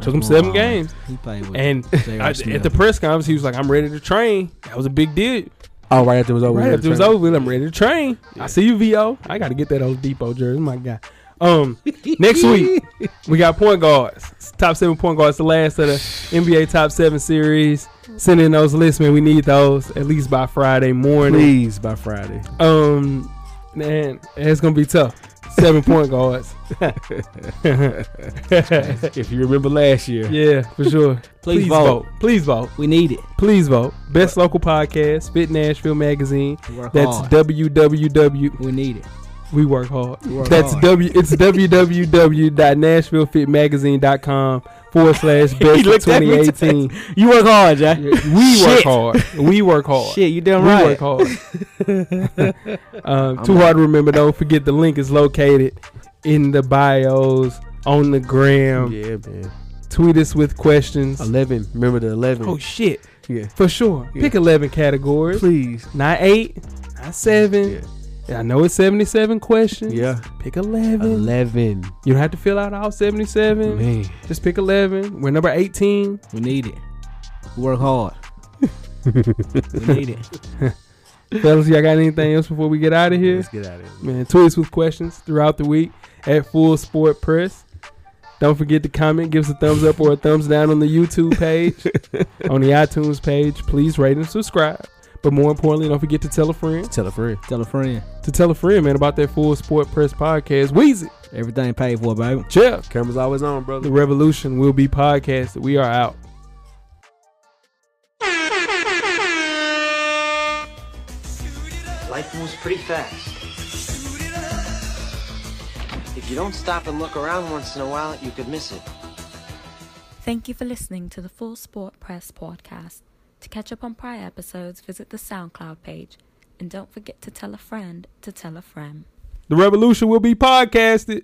[SPEAKER 3] Took him seven
[SPEAKER 4] Wow.
[SPEAKER 3] games.
[SPEAKER 4] He played with
[SPEAKER 3] And
[SPEAKER 4] J.R.
[SPEAKER 3] I- at
[SPEAKER 4] Smith.
[SPEAKER 3] the press conference, he was like, "I'm ready to train." That was a big deal.
[SPEAKER 5] Oh, right after it was over.
[SPEAKER 3] Right after it was over, with, I'm ready to train. I see you, Vo. I got to get that old Depot jersey, my guy. Um, next week we got point guards. It's Top seven point guards. The last of the NBA top seven series. Send in those lists, man. We need those at least by Friday morning.
[SPEAKER 5] Please by Friday.
[SPEAKER 3] Um, man, it's gonna be tough. Seven point
[SPEAKER 5] *laughs*
[SPEAKER 3] guards.
[SPEAKER 5] if you remember last year.
[SPEAKER 3] Yeah, for sure.
[SPEAKER 4] Please vote.
[SPEAKER 3] Please vote.
[SPEAKER 4] we need it.
[SPEAKER 3] Please vote. Best local podcast, Fit Nashville Magazine.
[SPEAKER 4] Work
[SPEAKER 3] That's
[SPEAKER 4] hard.
[SPEAKER 3] www.
[SPEAKER 4] we need it.
[SPEAKER 3] We work hard.
[SPEAKER 4] Work
[SPEAKER 3] That's
[SPEAKER 4] hard.
[SPEAKER 3] w. It's www.nashvillefitmagazine.com forward
[SPEAKER 4] *laughs*
[SPEAKER 3] slash best of
[SPEAKER 4] looked at me
[SPEAKER 3] 2018.
[SPEAKER 4] You work hard, Jay.
[SPEAKER 3] We work hard. We work hard.
[SPEAKER 4] Shit, you damn
[SPEAKER 3] we work
[SPEAKER 4] right. *laughs*
[SPEAKER 3] hard. um, too hard to remember. Don't forget the link is located in the bios on the gram.
[SPEAKER 5] Yeah, man.
[SPEAKER 3] Tweet us with questions.
[SPEAKER 5] 11. Remember the 11.
[SPEAKER 3] Oh shit!
[SPEAKER 5] yeah.
[SPEAKER 3] For sure.
[SPEAKER 5] Yeah.
[SPEAKER 3] Pick eleven categories.
[SPEAKER 5] Please.
[SPEAKER 3] Not eight. Not seven.
[SPEAKER 5] Yeah.
[SPEAKER 3] And I know it's seventy-seven questions.
[SPEAKER 5] Yeah.
[SPEAKER 3] Pick 11.
[SPEAKER 5] 11.
[SPEAKER 3] You don't have to fill out all 77.
[SPEAKER 5] Man.
[SPEAKER 3] Just pick 11. We're number 18.
[SPEAKER 4] We need it. We work
[SPEAKER 5] *laughs*
[SPEAKER 4] hard. we need it.
[SPEAKER 3] Fellas, y'all got anything else before we get out of here?
[SPEAKER 5] Let's get out of here.
[SPEAKER 3] Man, tweet us with questions throughout the week at Full Sport Press. Don't forget to comment, give us a thumbs up or a thumbs down on the YouTube page,
[SPEAKER 5] *laughs*
[SPEAKER 3] on the iTunes page. Please rate and subscribe. But more importantly, don't forget to tell a friend.
[SPEAKER 5] Tell a friend.
[SPEAKER 4] Tell a friend.
[SPEAKER 3] To tell a friend, man, about that full sport press podcast. Wheezy,
[SPEAKER 4] Everything paid for, baby.
[SPEAKER 3] Jeff,
[SPEAKER 5] Camera's always on,
[SPEAKER 3] the
[SPEAKER 5] brother.
[SPEAKER 3] revolution will be podcasted. We are out.
[SPEAKER 7] Life moves pretty fast. If you don't stop and look around once in a while, you could miss it.
[SPEAKER 2] Thank you for listening to the Full Sport Press podcast. To catch up on prior episodes, visit the SoundCloud page. And don't forget to tell a friend to tell a friend.
[SPEAKER 3] The revolution will be podcasted.